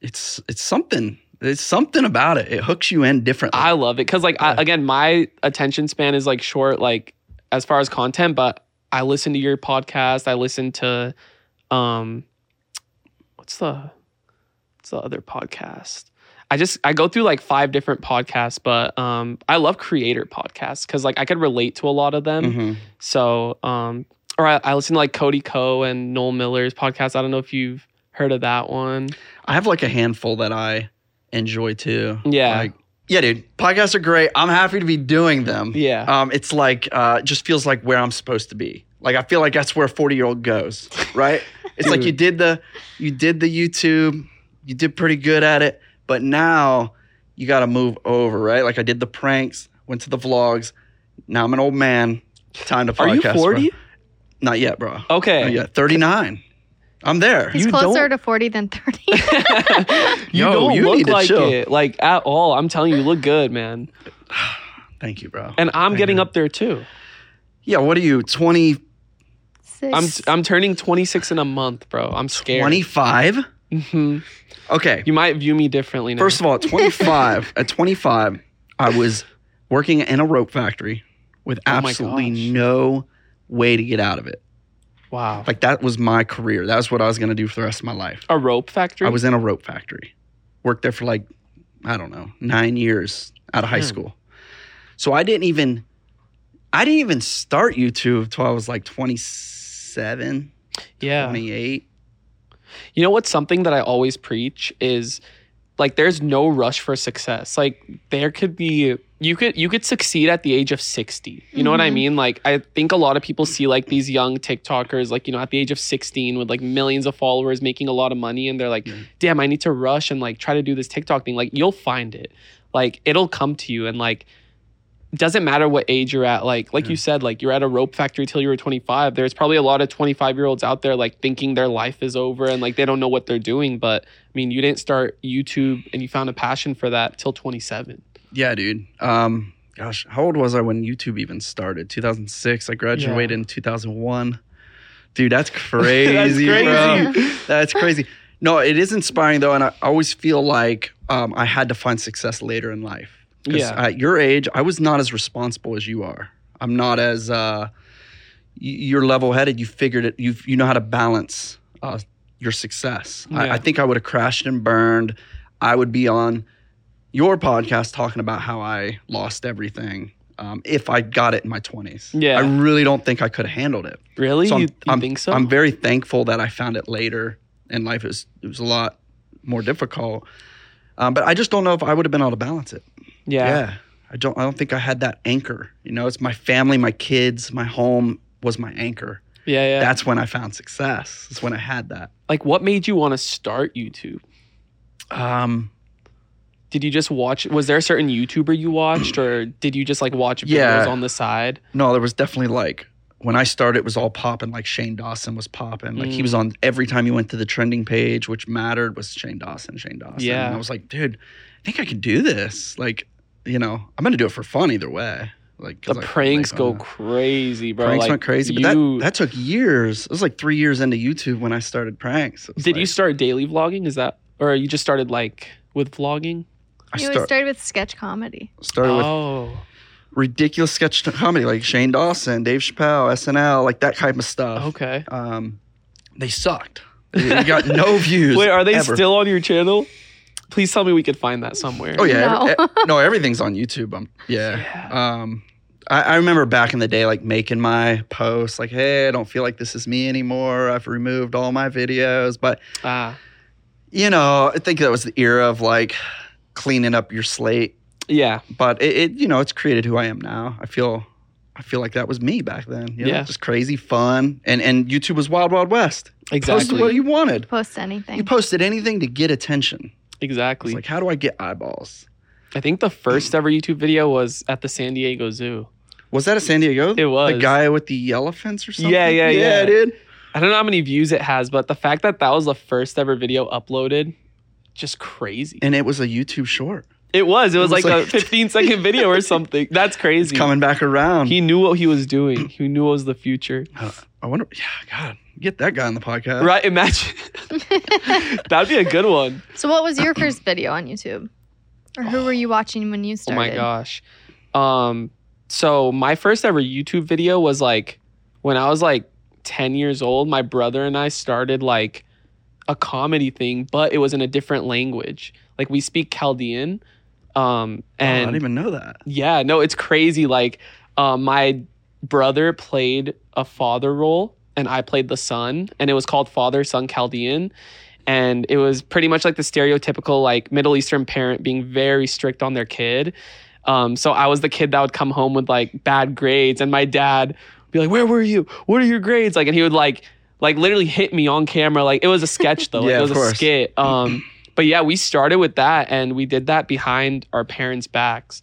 Speaker 1: It's it's something. It's something about it. It hooks you in differently.
Speaker 2: I love it because like I,
Speaker 1: Yeah.
Speaker 2: again, my attention span is like short, like as far as content, but I listen to your podcast. I listen to, um, what's the, what's the other podcast? I just I go through like five different podcasts, but um, I love creator podcasts because like I could relate to a lot of them.
Speaker 1: Mhm.
Speaker 2: So um, or I, I listen to like Cody Coe and Noel Miller's podcast. I don't know if you've heard of that one.
Speaker 1: I have like a handful that I enjoy too.
Speaker 2: Yeah.
Speaker 1: Like, yeah, dude. Podcasts are great. I'm happy to be doing them.
Speaker 2: Yeah.
Speaker 1: (laughs) Um, it's
Speaker 2: (laughs)
Speaker 1: like uh, it just feels like where I'm supposed to be. Like I feel like that's where a 40 year old goes, right? It's like you did the you did the YouTube, you did pretty good at it, but now you got to move over, right? Like I did the pranks, went to the vlogs. Now I'm an old man. Time to podcast. Oh,
Speaker 2: Are you
Speaker 1: bro.
Speaker 2: 40?
Speaker 1: Not yet, bro.
Speaker 2: Okay.
Speaker 1: Not yet. 39. I'm there.
Speaker 3: He's
Speaker 2: You
Speaker 3: closer
Speaker 2: don't-
Speaker 3: to 40 than 30.
Speaker 2: you
Speaker 1: Yo,
Speaker 2: don't
Speaker 1: you
Speaker 2: look
Speaker 1: need to
Speaker 2: like
Speaker 1: chill.
Speaker 2: it, like at all. I'm telling you, you look good, man.
Speaker 1: Thank you, bro.
Speaker 2: And I'm
Speaker 1: Thank
Speaker 2: getting
Speaker 1: you.
Speaker 2: up there too.
Speaker 1: Yeah, what are you? 20
Speaker 3: Six.
Speaker 2: (laughs) I'm
Speaker 3: (laughs)
Speaker 2: I'm turning 26 in a month, bro. I'm scared.
Speaker 1: 25?
Speaker 2: Mhm.
Speaker 1: Okay.
Speaker 2: You might view me differently now.
Speaker 1: First of all, at 25, at 25, I was working in a rope factory with
Speaker 2: Oh my
Speaker 1: absolutely
Speaker 2: gosh.
Speaker 1: no way to get out of it.
Speaker 2: wow,
Speaker 1: Like that was my career. That was what I was going to do for the rest of my life.
Speaker 2: a rope factory.
Speaker 1: I was in a rope factory. Worked there for like, I don't know, nine years out of high
Speaker 2: Damn.
Speaker 1: school. So I didn't even, I didn't even start YouTube until I was like 27,
Speaker 2: yeah.
Speaker 1: 28.
Speaker 2: You know what's something that I always preach is like there's no rush for success. Like there could be you could you could succeed at the age of 60. You know what I
Speaker 3: Mhm.
Speaker 2: mean? Like I think a lot of people see like these young TikTokers like you know at the age of 16 with like millions of followers making a lot of money and they're like,
Speaker 1: Yeah.
Speaker 2: "Damn, I need to rush and like try to do this TikTok thing." Like you'll find it. Like it'll come to you and like it doesn't matter what age you're at like like you
Speaker 1: Hmm.
Speaker 2: said like you're at a rope factory till you were 25 there's probably a lot of 25 year olds out there like thinking their life is over and like they don't know what they're doing but i mean you didn't start youtube and you found a passion for that till 27
Speaker 1: Yeah, dude. Um, gosh, how old was I when YouTube even started? 2006. I graduated in 2001. Dude, (laughs) (laughs) that's crazy, bro. That's crazy. No, it is inspiring though, and I always feel like um, I had to find success later in life. 'Cause
Speaker 2: yeah
Speaker 1: At your age, I was not as responsible as you are. I'm not as uh, y- you're level headed. You figured it. You you know how to balance uh, your success. I,
Speaker 2: Yeah.
Speaker 1: I think I would have crashed and burned. I would be on your podcast talking about how I lost everything. Um, if I got it in my 20s,
Speaker 2: Yeah.
Speaker 1: I really don't think I could have handled it.
Speaker 2: really
Speaker 1: So I'm-
Speaker 2: you, you
Speaker 1: I'm-
Speaker 2: think so
Speaker 1: I'm very thankful that I found it later in life. It was, it was a lot more difficult. Um, but I just don't know if I would have been able to balance it.
Speaker 2: yeah.
Speaker 1: I don't I don't think I had that anchor. You know, it's my family, my kids, my home was my anchor.
Speaker 2: yeah yeah
Speaker 1: That's when I found success. That's when I had that.
Speaker 2: like what made you want to start youtube
Speaker 1: Um
Speaker 2: did you just watch was there a certain youtuber you watched or did you just like watch videos
Speaker 1: Yeah.
Speaker 2: on the side
Speaker 1: no, there was definitely like when I started it was all popping like Shane Dawson was popping. Like he
Speaker 2: Mm.
Speaker 1: was on every time you went to the trending page, which mattered was Shane Dawson, Shane Dawson.
Speaker 2: Yeah.
Speaker 1: And I was like, dude, I think I can do this. Like, you know, I'm gonna do it for fun either way. Like 'cause
Speaker 2: the
Speaker 1: I-
Speaker 2: pranks
Speaker 1: like,
Speaker 2: go
Speaker 1: I'm not-
Speaker 2: crazy bro
Speaker 1: Pranks
Speaker 2: like,
Speaker 1: went crazy, but
Speaker 2: you-
Speaker 1: that, that took years. It was like three years into YouTube when I started pranks. It was
Speaker 2: Did you
Speaker 1: like-
Speaker 2: start daily vlogging? Is that or you just started like with vlogging?
Speaker 1: I
Speaker 3: you
Speaker 1: start-
Speaker 3: always started with sketch comedy.
Speaker 1: started with
Speaker 2: oh,
Speaker 1: ridiculous sketch comedy like Shane Dawson, Dave Chappelle, SNL, like that kind of stuff.
Speaker 2: okay.
Speaker 1: Um, they sucked. They got
Speaker 2: (laughs)
Speaker 1: no views.
Speaker 2: Wait, are they
Speaker 1: ever.
Speaker 2: still on your channel? Please tell me we could find that somewhere.
Speaker 1: Oh yeah,
Speaker 3: No.
Speaker 1: every- e- no, everything's on YouTube. Um, yeah.
Speaker 2: Yeah.
Speaker 1: Um, I, I remember back in the day, like making my posts, like, "Hey, I don't feel like this is me anymore. I've removed all my videos." But
Speaker 2: Ah,
Speaker 1: you know, I think that was the era of like cleaning up your slate.
Speaker 2: yeah.
Speaker 1: but it, it you know it's created who I am now. I feel I feel like that was me back then. You know?
Speaker 2: Yeah.
Speaker 1: just crazy fun, and and YouTube was Wild Wild West. Posted what
Speaker 2: Exactly.
Speaker 1: you wanted.
Speaker 3: Post anything.
Speaker 1: You posted anything to get attention.
Speaker 2: Exactly.
Speaker 1: It's like how do I get eyeballs?
Speaker 2: I think the first ever YouTube video was at the San Diego Zoo.
Speaker 1: Was that a San Diego?
Speaker 2: It was.
Speaker 1: the guy with the elephants or something.
Speaker 2: Yeah, yeah,
Speaker 1: yeah,
Speaker 2: yeah.
Speaker 1: dude.
Speaker 2: I don't know how many views it has, but the fact that that was the first ever video uploaded, just crazy.
Speaker 1: And it was a YouTube short.
Speaker 2: It was. It was,
Speaker 1: was
Speaker 2: like,
Speaker 1: like- (laughs)
Speaker 2: a 15 second video or something. That's
Speaker 1: It's
Speaker 2: crazy.
Speaker 1: coming back around.
Speaker 2: He knew what he was doing. He knew it was the future.
Speaker 1: Uh, I wonder. Yeah, God, get that guy on the podcast.
Speaker 2: Right, imagine. (laughs) That'd be a good one.
Speaker 3: (laughs) so, what was your first video on YouTube? Or who were you watching when you
Speaker 2: Oh
Speaker 3: started?
Speaker 2: my gosh. Um so my first ever YouTube video was like when I was like 10 years old, my brother and I started like a comedy thing, but it was in a different language. Like we speak Chaldean. Um
Speaker 1: Oh, I
Speaker 2: and
Speaker 1: didn't even know that.
Speaker 2: Yeah, no, it's crazy. Like, uh, my brother played a father role, and I played the son, and it was called Father Son Chaldean. And it was pretty much like the stereotypical like Middle Eastern parent being very strict on their kid. Um, so I was the kid that would come home with like bad grades, and my dad would be like, "Where were you? What are your grades?" Like, and he would like like literally hit me on camera. Like it was
Speaker 1: (laughs)
Speaker 2: a sketch though. Like,
Speaker 1: Yeah,
Speaker 2: it
Speaker 1: of
Speaker 2: was a
Speaker 1: course.
Speaker 2: skit. Um, but yeah, we started with that and we did that behind our
Speaker 1: (laughs)
Speaker 2: parents' backs.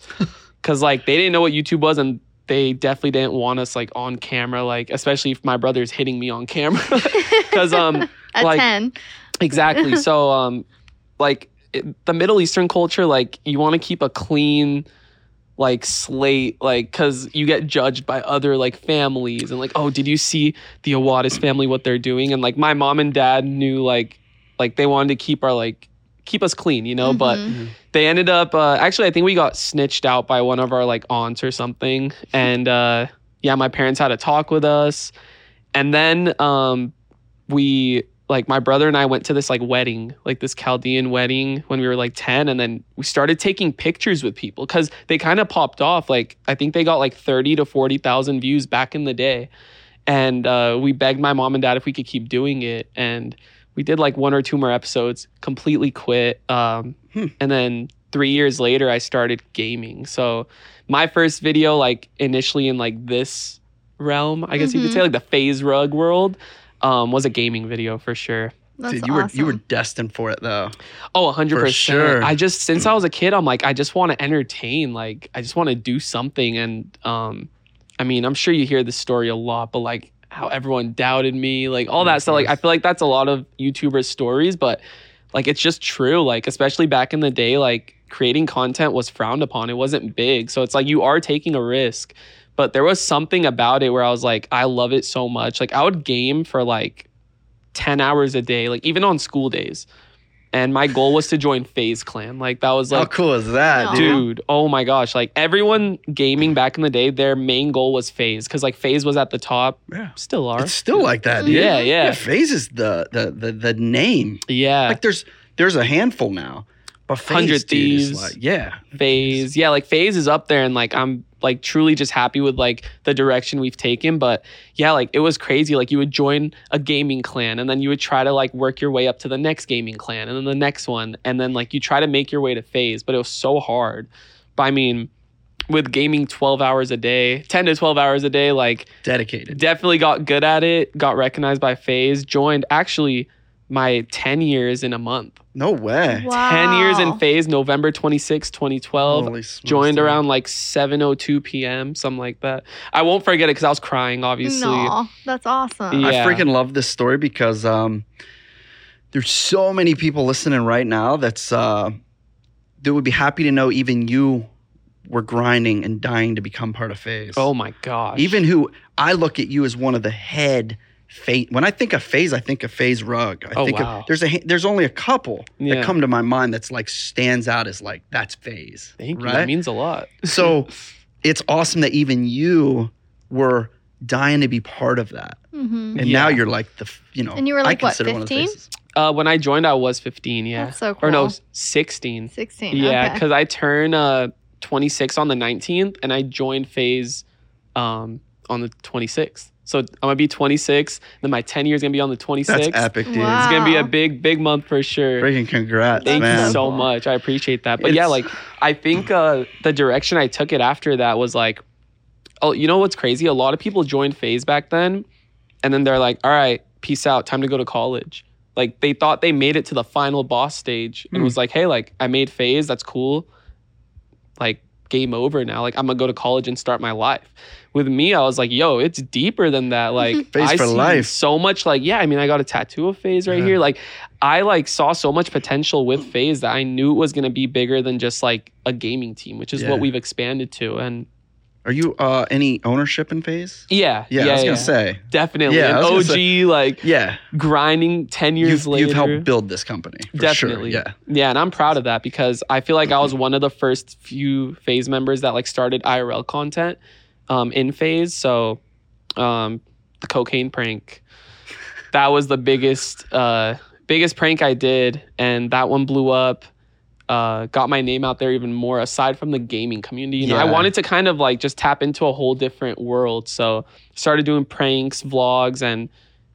Speaker 2: Cause like they didn't know what YouTube was and they definitely didn't want us like on camera, like especially if my brother's hitting me on camera. (laughs) Cause um
Speaker 3: (laughs) At
Speaker 2: like-
Speaker 3: 10.
Speaker 2: Exactly. so, um, like it, the Middle Eastern culture, like you want to keep a clean, like slate, like because you get judged by other like families and like, oh, did you see the Awadis family what they're doing? And like my mom and dad knew like, like they wanted to keep our like keep us clean, you know. But
Speaker 3: Mhm.
Speaker 2: they ended up uh, actually, I think we got snitched out by one of our like aunts or something, and uh, yeah, my parents had a talk with us, and then um, we like my brother and I went to this like wedding, like this Chaldean wedding when we were like 10 and then we started taking pictures with people cuz they kind of popped off like I think they got like 30 to 40,000 views back in the day. And uh, we begged my mom and dad if we could keep doing it and we did like one or two more episodes, completely quit. Um,
Speaker 1: Hmm.
Speaker 2: and then 3 years later I started gaming. So my first video like initially in like this realm, I guess you
Speaker 3: Mhm.
Speaker 2: could say like the phase rug world um, was a gaming video for sure.
Speaker 3: That's
Speaker 1: Dude, you were you were
Speaker 3: awesome.
Speaker 1: destined for it though.
Speaker 2: Oh, 100%.
Speaker 1: For sure. Mm.
Speaker 2: I just, since I was a kid, I'm like, I just want to entertain. Like, I just want to do something. And um, I mean, I'm sure you hear this story a lot, but like how everyone doubted me, like all
Speaker 1: Yeah,
Speaker 2: that
Speaker 1: of
Speaker 2: stuff. Like, I
Speaker 1: course.
Speaker 2: feel like that's a lot of YouTubers' stories, but like it's just true. Like, especially back in the day, like creating content was frowned upon, it wasn't big. So it's like you are taking a risk. But there was something about it where I was like, I love it so much. Like, I would game for like 10 hours a day, like even on school days. And my goal was to join Phase Clan. Like that was
Speaker 1: How
Speaker 2: like
Speaker 1: cool is that,
Speaker 3: Aw.
Speaker 1: dude?
Speaker 2: dude, oh my gosh. Like everyone gaming back in the day, their main goal was Phase cuz like Phase was at the top,
Speaker 1: Yeah.
Speaker 2: still are.
Speaker 1: It's still like
Speaker 3: Mm-hmm.
Speaker 1: that, dude.
Speaker 2: yeah,
Speaker 1: Yeah,
Speaker 2: yeah.
Speaker 1: Phase is the the the, the name.
Speaker 2: Yeah.
Speaker 1: Like there's there's a handful now. But Phase,
Speaker 2: 100
Speaker 1: dude, is
Speaker 2: Thieves.
Speaker 1: like- yeah.
Speaker 2: Phase. Yeah, like Phase is up there and like I'm like truly just happy with like the direction we've taken, but yeah, like it was crazy. Like you would join a gaming clan and then you would try to like work your way up to the next gaming clan and then the next one and then like you try to make your way to Phase, but it was so hard. But I mean, with gaming 12 hours a day, 10 to 12 hours a day, like
Speaker 1: Dedicated.
Speaker 2: definitely got good at it, got recognized by Phase, joined actually my 10 years in a month.
Speaker 1: No way.
Speaker 3: wow.
Speaker 2: 10 years in Phase, November 26, 2012
Speaker 1: Holy smokes,
Speaker 2: joined
Speaker 1: dude.
Speaker 2: around like 7:02 p.m. something like that. I won't forget it cuz I was crying obviously.
Speaker 3: Aw, that's awesome.
Speaker 2: Yeah.
Speaker 1: I freaking love this story because um, there's so many people listening right now that's uh, that would be happy to know even you were grinding and dying to become part of Phase.
Speaker 2: Oh my gosh.
Speaker 1: even who I look at you as one of the head phase. When I think of phase, I think of phase rug. I
Speaker 2: Oh,
Speaker 1: think
Speaker 2: wow.
Speaker 1: of, there's a ha- there's only a couple
Speaker 2: Yeah.
Speaker 1: that come to my mind that's like stands out as like that's phase.
Speaker 2: Thank you. That
Speaker 1: right?
Speaker 2: means a lot. (laughs)
Speaker 1: so it's awesome that even you were dying to be part of that,
Speaker 3: hmm
Speaker 1: and now
Speaker 2: Yeah.
Speaker 1: you're like the f- you know
Speaker 3: And you were, like,
Speaker 1: I
Speaker 3: what,
Speaker 1: consider one of the
Speaker 3: 15?
Speaker 1: phases.
Speaker 2: Uh, when I joined I was 15, yeah.
Speaker 3: That's so cool.
Speaker 2: Or no, 16.
Speaker 3: 16.
Speaker 2: Yeah,
Speaker 3: okay.
Speaker 2: cuz I turn uh 26 on the 19th and I joined phase um on the 26th. So I'm going to be 26, then my 10 years going to be on the 26th.
Speaker 1: That's epic, dude.
Speaker 3: Wow.
Speaker 2: It's going to be a big big month for sure.
Speaker 1: Freaking congrats,
Speaker 2: Thank
Speaker 1: man.
Speaker 2: you so
Speaker 3: Cool.
Speaker 2: much. I appreciate that. But yeah,
Speaker 1: It's-
Speaker 2: like I
Speaker 1: (clears throat)
Speaker 2: think uh, the direction I took it after that was like, oh, you know what's crazy? A lot of people joined Phase back then, and then they're like, all right, peace out, time to go to college. Like they thought they made it to the final boss stage and
Speaker 1: Hmm.
Speaker 2: was like, hey, like I made Phase, that's cool. Like game over now. Like I'm gonna go to college and start my life. With me, I was like, yo, it's deeper than that.
Speaker 1: (laughs)
Speaker 2: Like
Speaker 1: Phase
Speaker 2: I
Speaker 1: for
Speaker 2: see
Speaker 1: life.
Speaker 2: So much like, yeah, I mean, I got a tattoo of Phase right
Speaker 1: Yeah.
Speaker 2: here. Like I like saw so much potential with Phase that I knew it was gonna be bigger than just like a gaming team, which is
Speaker 1: Yeah.
Speaker 2: what we've expanded to. And
Speaker 1: Are you uh, any ownership in phase?
Speaker 2: yeah,
Speaker 1: Yeah, I was gonna say.
Speaker 2: definitely.
Speaker 1: Yeah, I
Speaker 2: and
Speaker 1: was
Speaker 2: OG
Speaker 1: gonna
Speaker 2: like
Speaker 1: Yeah,
Speaker 2: grinding ten years
Speaker 1: you've,
Speaker 2: later.
Speaker 1: you've helped build this company. For
Speaker 2: Definitely.
Speaker 1: Sure. Yeah.
Speaker 2: Yeah, and I'm proud of that because I feel like I
Speaker 1: (clears throat)
Speaker 2: was one of the first few phase members that like started IRL content um, in phase. So um, the cocaine prank, that was the biggest uh, biggest prank I did, and that one blew up. Uh, got my name out there even more aside from the gaming community. You know, I
Speaker 1: Yeah.
Speaker 2: wanted to kind of like just tap into a whole different world. So started doing pranks, vlogs, and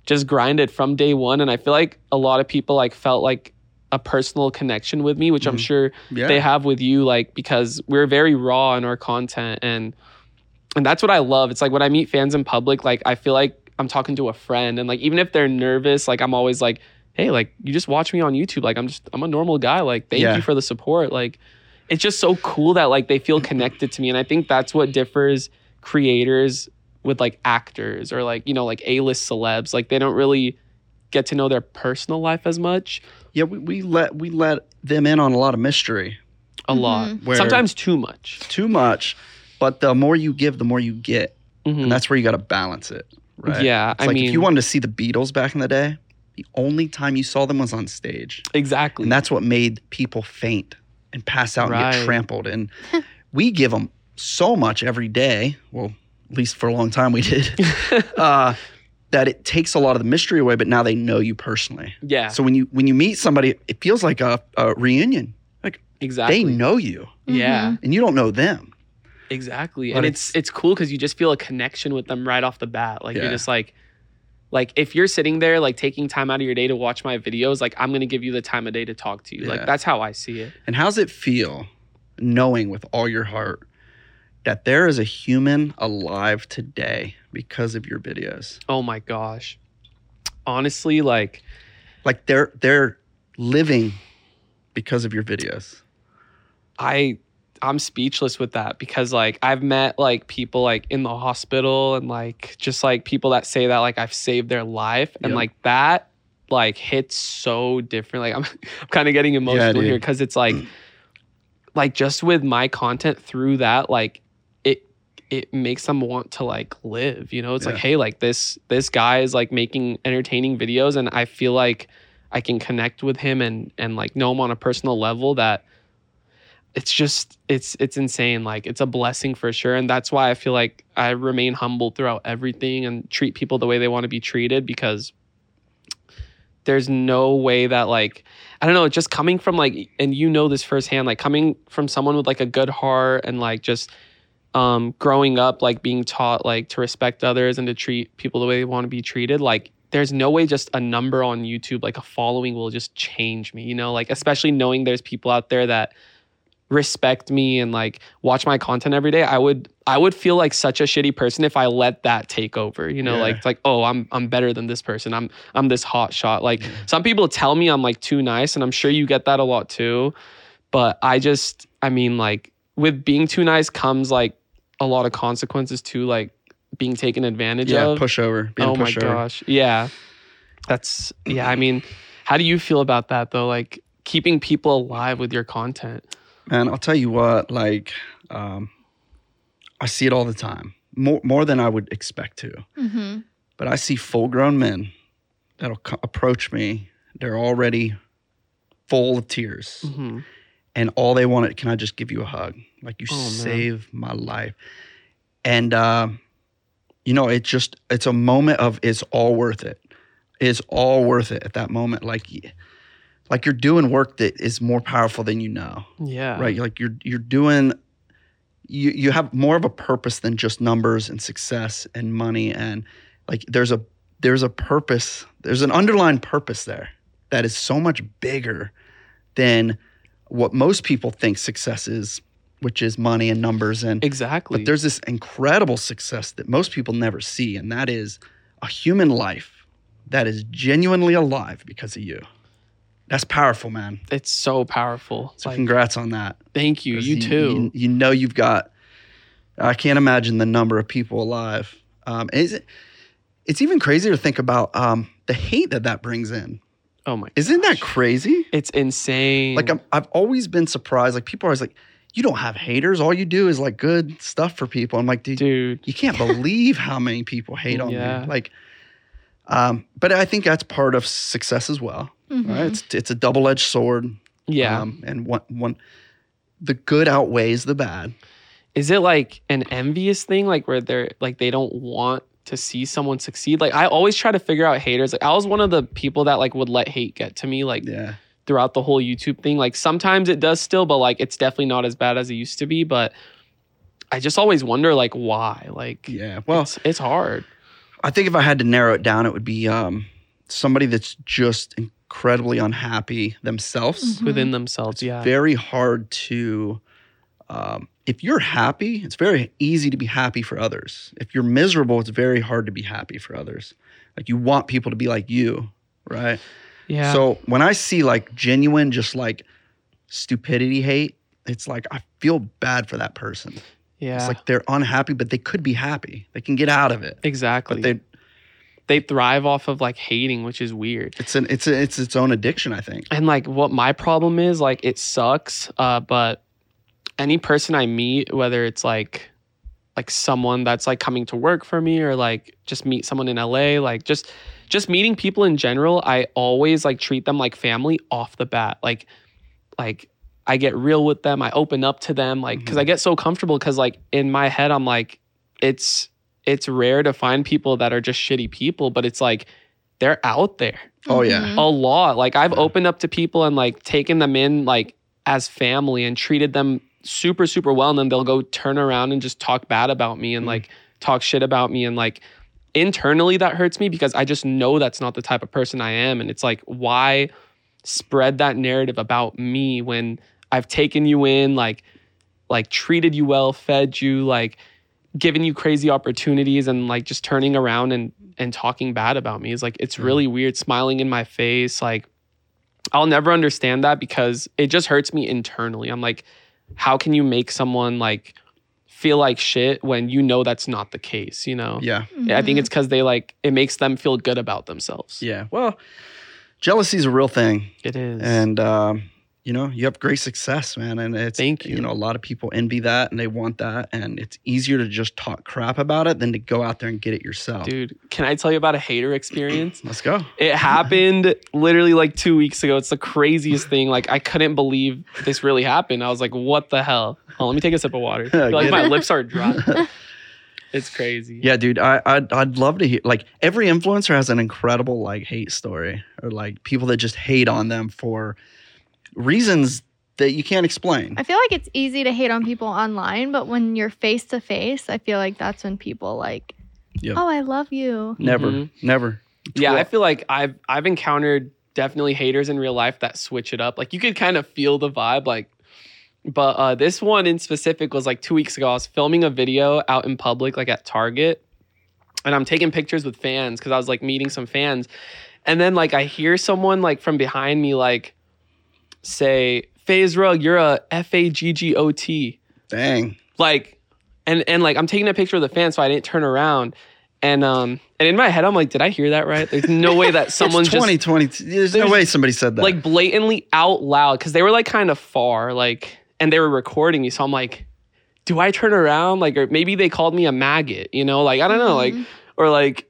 Speaker 2: just grinded from day one. And I feel like a lot of people like felt like a personal connection with me, which I'm
Speaker 1: Mhm.
Speaker 2: sure
Speaker 1: Yeah.
Speaker 2: they have with you, like because we're very raw in our content and and that's what I love. It's like when I meet fans in public, like I feel like I'm talking to a friend and like even if they're nervous, like I'm always like, hey, like you just watch me on YouTube. Like I'm just I'm a normal guy. Like thank
Speaker 1: Yeah.
Speaker 2: you for the support. Like it's just so cool that like they feel connected to me and I think that's what differs creators with like actors or like you know like A-list celebs. Like they don't really get to know their personal life as much.
Speaker 1: Yeah, we, we let we let them in on a lot of mystery.
Speaker 2: A
Speaker 3: Mm-hmm.
Speaker 2: lot.
Speaker 1: Where
Speaker 2: Sometimes too much.
Speaker 1: too much, but the more you give, the more you get,
Speaker 2: Mhm.
Speaker 1: and that's where you got to balance it. Right?
Speaker 2: Yeah,
Speaker 1: It's
Speaker 2: I
Speaker 1: like
Speaker 2: mean,
Speaker 1: if you wanted to see the Beatles back in the day, the only time you saw them was on stage.
Speaker 2: exactly.
Speaker 1: And that's what made people faint and pass out and
Speaker 2: Right.
Speaker 1: get trampled. And we give them so much every day. Well, at least for a long time we
Speaker 2: (laughs)
Speaker 1: did. uh, that it takes a lot of the mystery away, but now they know you personally.
Speaker 2: yeah,
Speaker 1: So when you when you meet somebody, it feels like a, a reunion.
Speaker 2: exactly.
Speaker 1: They know you,
Speaker 2: Yeah,
Speaker 3: Mhm.
Speaker 1: and you don't know them.
Speaker 2: exactly.
Speaker 1: But
Speaker 2: And it's it's cool because you just feel a connection with them right off the bat. Like
Speaker 1: Yeah.
Speaker 2: you're just like, like if you're sitting there like taking time out of your day to watch my videos, like I'm gonna give you the time of day to talk to you.
Speaker 1: Yeah.
Speaker 2: Like that's how I see it.
Speaker 1: And how's it feel knowing with all your heart that there is a human alive today because of your videos?
Speaker 2: Oh my gosh, honestly, like
Speaker 1: Like they're they're living because of your videos.
Speaker 2: I I'm speechless with that because like I've met like people like in the hospital and like just like people that say that like I've saved their life and
Speaker 1: Yep.
Speaker 2: like that like hits so different. Like (laughs) I'm I'm kind of getting emotional
Speaker 1: dude.
Speaker 2: here because
Speaker 1: (clears throat)
Speaker 2: it's like like just with my content through that like it it makes them want to like live, you know? It's like
Speaker 1: Yeah.
Speaker 2: hey, like this this guy is like making entertaining videos and I feel like I can connect with him and and like know him on a personal level that it's just it's it's insane like it's a blessing for sure and that's why I feel like I remain humble throughout everything and treat people the way they want to be treated because there's no way that like I don't know just coming from like and you know this firsthand like coming from someone with like a good heart and like just um growing up like being taught like to respect others and to treat people the way they want to be treated like there's no way just a number on youtube like a following will just change me you know like especially knowing there's people out there that respect me and like watch my content every day i would i would feel like such a shitty person if i let that take over you know
Speaker 1: Yeah.
Speaker 2: like it's like oh i'm i'm better than this person i'm i'm this hot shot like some people tell me i'm like too nice and i'm sure you get that a lot too but i just i mean like with being too nice comes like a lot of consequences too like being taken advantage
Speaker 1: Yeah,
Speaker 2: of
Speaker 1: pushover. Being
Speaker 2: oh
Speaker 1: a
Speaker 2: my
Speaker 1: pushover.
Speaker 2: gosh yeah that's yeah i mean how do you feel about that though like keeping people alive with your content
Speaker 1: Man, I'll tell you what, like, um, I see it all the time, more, more than I would expect to.
Speaker 3: Mhm.
Speaker 1: But I see full grown men that'll co- approach me. They're already full of tears.
Speaker 2: Mhm.
Speaker 1: And all they wanted, can I just give you a hug? Like, you
Speaker 2: Oh, man.
Speaker 1: saved my life. And, uh, you know, it just, it's a moment of it's all worth it. It's all worth it at that moment. Like, y- like you're doing work that is more powerful than you know
Speaker 2: yeah
Speaker 1: right like you're you're doing you you have more of a purpose than just numbers and success and money and like there's a there's a purpose there's an underlying purpose there that is so much bigger than what most people think success is which is money and numbers and
Speaker 2: exactly
Speaker 1: but there's this incredible success that most people never see and that is a human life that is genuinely alive because of you that's powerful man
Speaker 2: it's so powerful
Speaker 1: so
Speaker 2: like
Speaker 1: congrats on that
Speaker 2: thank you
Speaker 1: 'Cause
Speaker 2: you too
Speaker 1: You, you know you've got. I can't imagine the number of people alive. Um, is it? It's even crazier to think about um, the hate that that brings in.
Speaker 2: oh my
Speaker 1: Isn't that
Speaker 2: gosh.
Speaker 1: crazy?
Speaker 2: it's insane
Speaker 1: Like I'm, I've always been surprised. Like people are always like, "You don't have haters. All you do is like good stuff for people." I'm like, dude,
Speaker 2: dude
Speaker 1: you
Speaker 2: (laughs)
Speaker 1: can't believe how many people hate on
Speaker 2: Yeah.
Speaker 1: me. Like, um, but I think that's part of success as well.
Speaker 3: Mhm.
Speaker 1: Right? It's it's a double edged sword.
Speaker 2: Mm-hmm. yeah
Speaker 1: Um, and one one, the good outweighs the bad.
Speaker 2: is it like an envious thing like where they're like they don't want to see someone succeed like i always try to figure out haters like i was one of the people that like would let hate get to me like
Speaker 1: Yeah.
Speaker 2: throughout the whole youtube thing like sometimes it does still but like it's definitely not as bad as it used to be but i just always wonder like why like
Speaker 1: Yeah. Well,
Speaker 2: it's, it's hard
Speaker 1: I think if I had to narrow it down, it would be um, somebody that's just
Speaker 2: Mm-hmm.
Speaker 1: incredibly unhappy themselves.
Speaker 3: Mhm.
Speaker 2: within themselves yeah
Speaker 1: Very hard to um, if you're happy, it's very easy to be happy for others. If you're miserable, it's very hard to be happy for others. Like you want people to be like you, right?
Speaker 2: Yeah.
Speaker 1: So when I see like genuine, just like stupidity hate, it's like I feel bad for that person.
Speaker 2: yeah.
Speaker 1: It's like they're unhappy, but they could be happy. They can get out of it.
Speaker 2: exactly.
Speaker 1: But they,
Speaker 2: they thrive off of like hating, which is weird.
Speaker 1: it's an, it's a, it's its own addiction. I think.
Speaker 2: And like what my problem is, like it sucks, uh, but any person I meet, whether it's like like someone that's like coming to work for me or like just meet someone in LA, like just just meeting people in general, I always like treat them like family off the bat. Like like I get real with them, I open up to them, like because I get so comfortable because like in my head I'm like it's it's rare to find people that are just shitty people, but it's like they're out there
Speaker 1: Oh, yeah.
Speaker 3: Mhm.
Speaker 2: a lot. Like I've
Speaker 1: Yeah.
Speaker 2: opened up to people and like taken them in like as family and treated them super super well and then they'll go turn around and just talk bad about me and
Speaker 1: Mhm.
Speaker 2: like talk shit about me and like internally that hurts me because I just know that's not the type of person I am and it's like why spread that narrative about me when I've taken you in like like treated you well, fed you like given you crazy opportunities and like just turning around and and talking bad about me is like it's
Speaker 1: Yeah.
Speaker 2: really weird smiling in my face like i'll never understand that because it just hurts me internally i'm like how can you make someone like feel like shit when you know that's not the case you know
Speaker 1: Yeah.
Speaker 2: i think
Speaker 3: Mhm.
Speaker 2: it's because they like it makes them feel good about themselves
Speaker 1: Yeah. Well, jealousy is a real thing.
Speaker 2: it is
Speaker 1: and um, you know you have great success man and it's
Speaker 2: Thank you.
Speaker 1: you know a lot of people envy that and they want that and it's easier to just talk crap about it than to go out there and get it yourself
Speaker 2: dude can i tell you about a hater experience
Speaker 1: let's go
Speaker 2: It happened literally like two weeks ago. It's the craziest thing. Like I couldn't believe this really happened. I was like, what the hell? Oh, let me take a sip of
Speaker 1: (laughs)
Speaker 2: water. I feel like
Speaker 1: Get
Speaker 2: my
Speaker 3: it.
Speaker 2: lips are dry.
Speaker 1: (laughs)
Speaker 2: It's crazy.
Speaker 1: yeah dude I, I'd, I'd love to hear like every influencer has an incredible like hate story or like people that just hate on them for reasons that you can't explain
Speaker 3: I feel like it's easy to hate on people online, but when you're face to face, I feel like that's when people like,
Speaker 1: Yeah.
Speaker 3: oh, I love you.
Speaker 1: never
Speaker 2: Mhm.
Speaker 1: never
Speaker 2: Yeah, I
Speaker 1: Well-
Speaker 2: feel like I've I've encountered definitely haters in real life that switch it up. Like you could kind of feel the vibe, like but uh this one in specific was like two weeks ago. I was filming a video out in public, like at Target, and I'm taking pictures with fans because I was like meeting some fans. And then like I hear someone like from behind me like say, Phase Rug, you're a F A G G O T
Speaker 1: dang
Speaker 2: like and and like I'm taking a picture of the fan so I didn't turn around and um and in my head I'm like did I hear that right there's no way that someone
Speaker 1: it's
Speaker 2: just
Speaker 1: 2020 there's, no
Speaker 2: There's-
Speaker 1: way somebody said that
Speaker 2: like blatantly out loud cuz they were like kind of far like and they were recording me so I'm like do I turn around like or maybe they called me a maggot you know like I don't know like
Speaker 3: Mhm.
Speaker 2: or like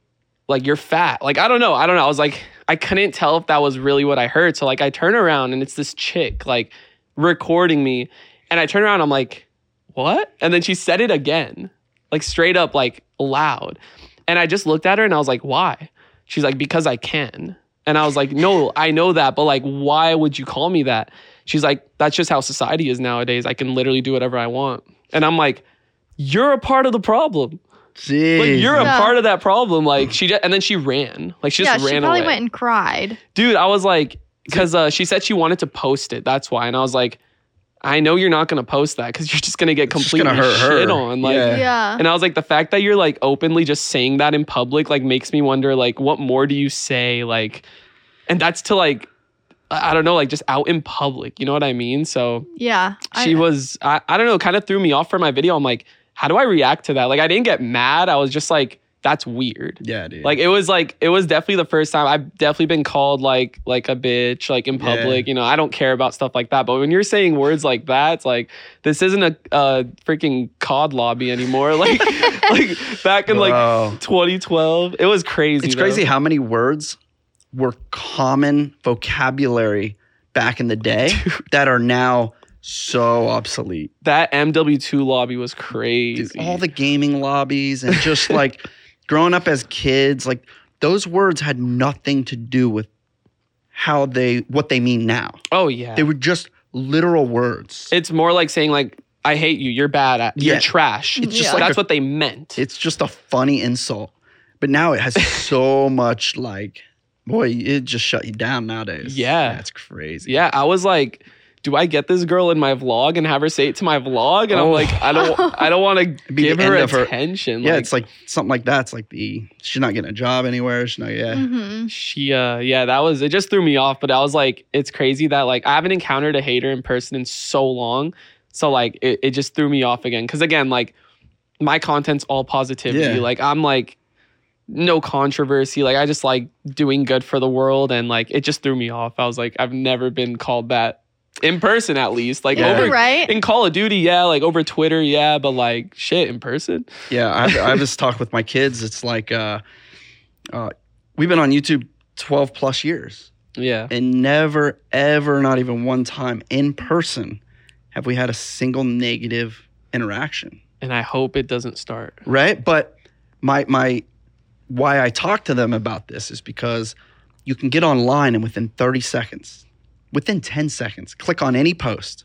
Speaker 2: like you're fat like I don't know I don't know I was like I couldn't tell if that was really what I heard so like I turn around and it's this chick like recording me and I turn around I'm like what? And then she said it again, like straight up, like loud. And I just looked at her and I was like, why? She's like, because I can. And I was like, no, I know that, but like, why would you call me that? She's like, that's just how society is nowadays. I can literally do whatever I want. And I'm like, you're a part of the problem.
Speaker 1: Jeez.
Speaker 2: Like, you're a
Speaker 3: Yeah.
Speaker 2: part of that problem. Like, she just, and then she ran. Like, she
Speaker 3: yeah,
Speaker 2: just
Speaker 3: she
Speaker 2: ran
Speaker 3: probably
Speaker 2: away.
Speaker 3: went and cried.
Speaker 2: Dude, I was like, because uh, she said she wanted to post it. That's why. And I was like, I know you're not going to post that because you're just going to get
Speaker 1: It's just gonna
Speaker 2: completely
Speaker 1: hurt her.
Speaker 2: shit on. Like,
Speaker 1: Yeah.
Speaker 3: Yeah.
Speaker 2: and I was like, the fact that you're like openly just saying that in public, like makes me wonder, like, what more do you say? Like, and that's to like, I I don't know, like just out in public. You know what I mean? So
Speaker 3: yeah.
Speaker 2: she
Speaker 3: I,
Speaker 2: was, I, I don't know, kind of threw me off for my video. I'm like, how do I react to that? Like, I didn't get mad. I was just like, that's weird.
Speaker 1: yeah dude
Speaker 2: Like it was like it was definitely the first time I've definitely been called like like a bitch like in
Speaker 1: Yeah.
Speaker 2: public. You know I don't care about stuff like that, but when you're saying words like that, it's like this isn't a, a freaking cod lobby anymore. (laughs) Like like back in like
Speaker 1: Wow.
Speaker 2: 2012, it was crazy.
Speaker 1: It's
Speaker 2: though.
Speaker 1: crazy how many words were common vocabulary back in the
Speaker 2: (laughs)
Speaker 1: day that are now so obsolete.
Speaker 2: that MW2 lobby was crazy.
Speaker 1: Dude, all the gaming lobbies and
Speaker 2: (laughs)
Speaker 1: just like growing up as kids, like those words had nothing to do with how they what they mean now.
Speaker 2: oh yeah,
Speaker 1: They were just literal words.
Speaker 2: it's more like saying like I hate you. You're bad at. You're
Speaker 1: Yeah.
Speaker 2: trash.
Speaker 1: It's just
Speaker 3: Yeah.
Speaker 1: like
Speaker 2: that's
Speaker 1: a-
Speaker 2: what they meant.
Speaker 1: it's just a funny insult. But now
Speaker 2: (laughs)
Speaker 1: it has so much like boy, it just shut you down nowadays.
Speaker 2: Yeah.
Speaker 1: That's crazy.
Speaker 2: Yeah, I was like, do I get this girl in my vlog and have her say it to my vlog? And I'm
Speaker 1: Oh.
Speaker 2: like, I don't, I don't want
Speaker 1: (laughs)
Speaker 2: to
Speaker 1: be the
Speaker 2: give her
Speaker 1: end of her-
Speaker 2: attention.
Speaker 1: yeah,
Speaker 2: like,
Speaker 1: it's like something like that. It's like the she's not getting a job anywhere. She's not.
Speaker 2: Mm.
Speaker 1: Yeah,
Speaker 3: hmm
Speaker 2: she, uh, yeah, that was it. Just threw me off, but I was like, it's crazy that like I haven't encountered a hater in person in so long. So like, it, it just threw me off again. Because again, like my content's all positivity.
Speaker 1: Yeah.
Speaker 2: Like I'm like no controversy. Like I just like doing good for the world, and like it just threw me off. I was like, I've never been called that in person, at least. Like
Speaker 1: Yeah.
Speaker 2: over
Speaker 3: Right?
Speaker 2: in Call of Duty, yeah, like over Twitter, yeah, but like shit in person.
Speaker 1: yeah. I have, I have this talk with my kids. It's like uh, uh, we've been on YouTube twelve plus years,
Speaker 2: Yeah.
Speaker 1: and never, ever, not even one time in person, have we had a single negative interaction.
Speaker 2: And I hope it doesn't start.
Speaker 1: right but my my why i talk to them about this is because you can get online and within 30 seconds within 10 seconds click on any post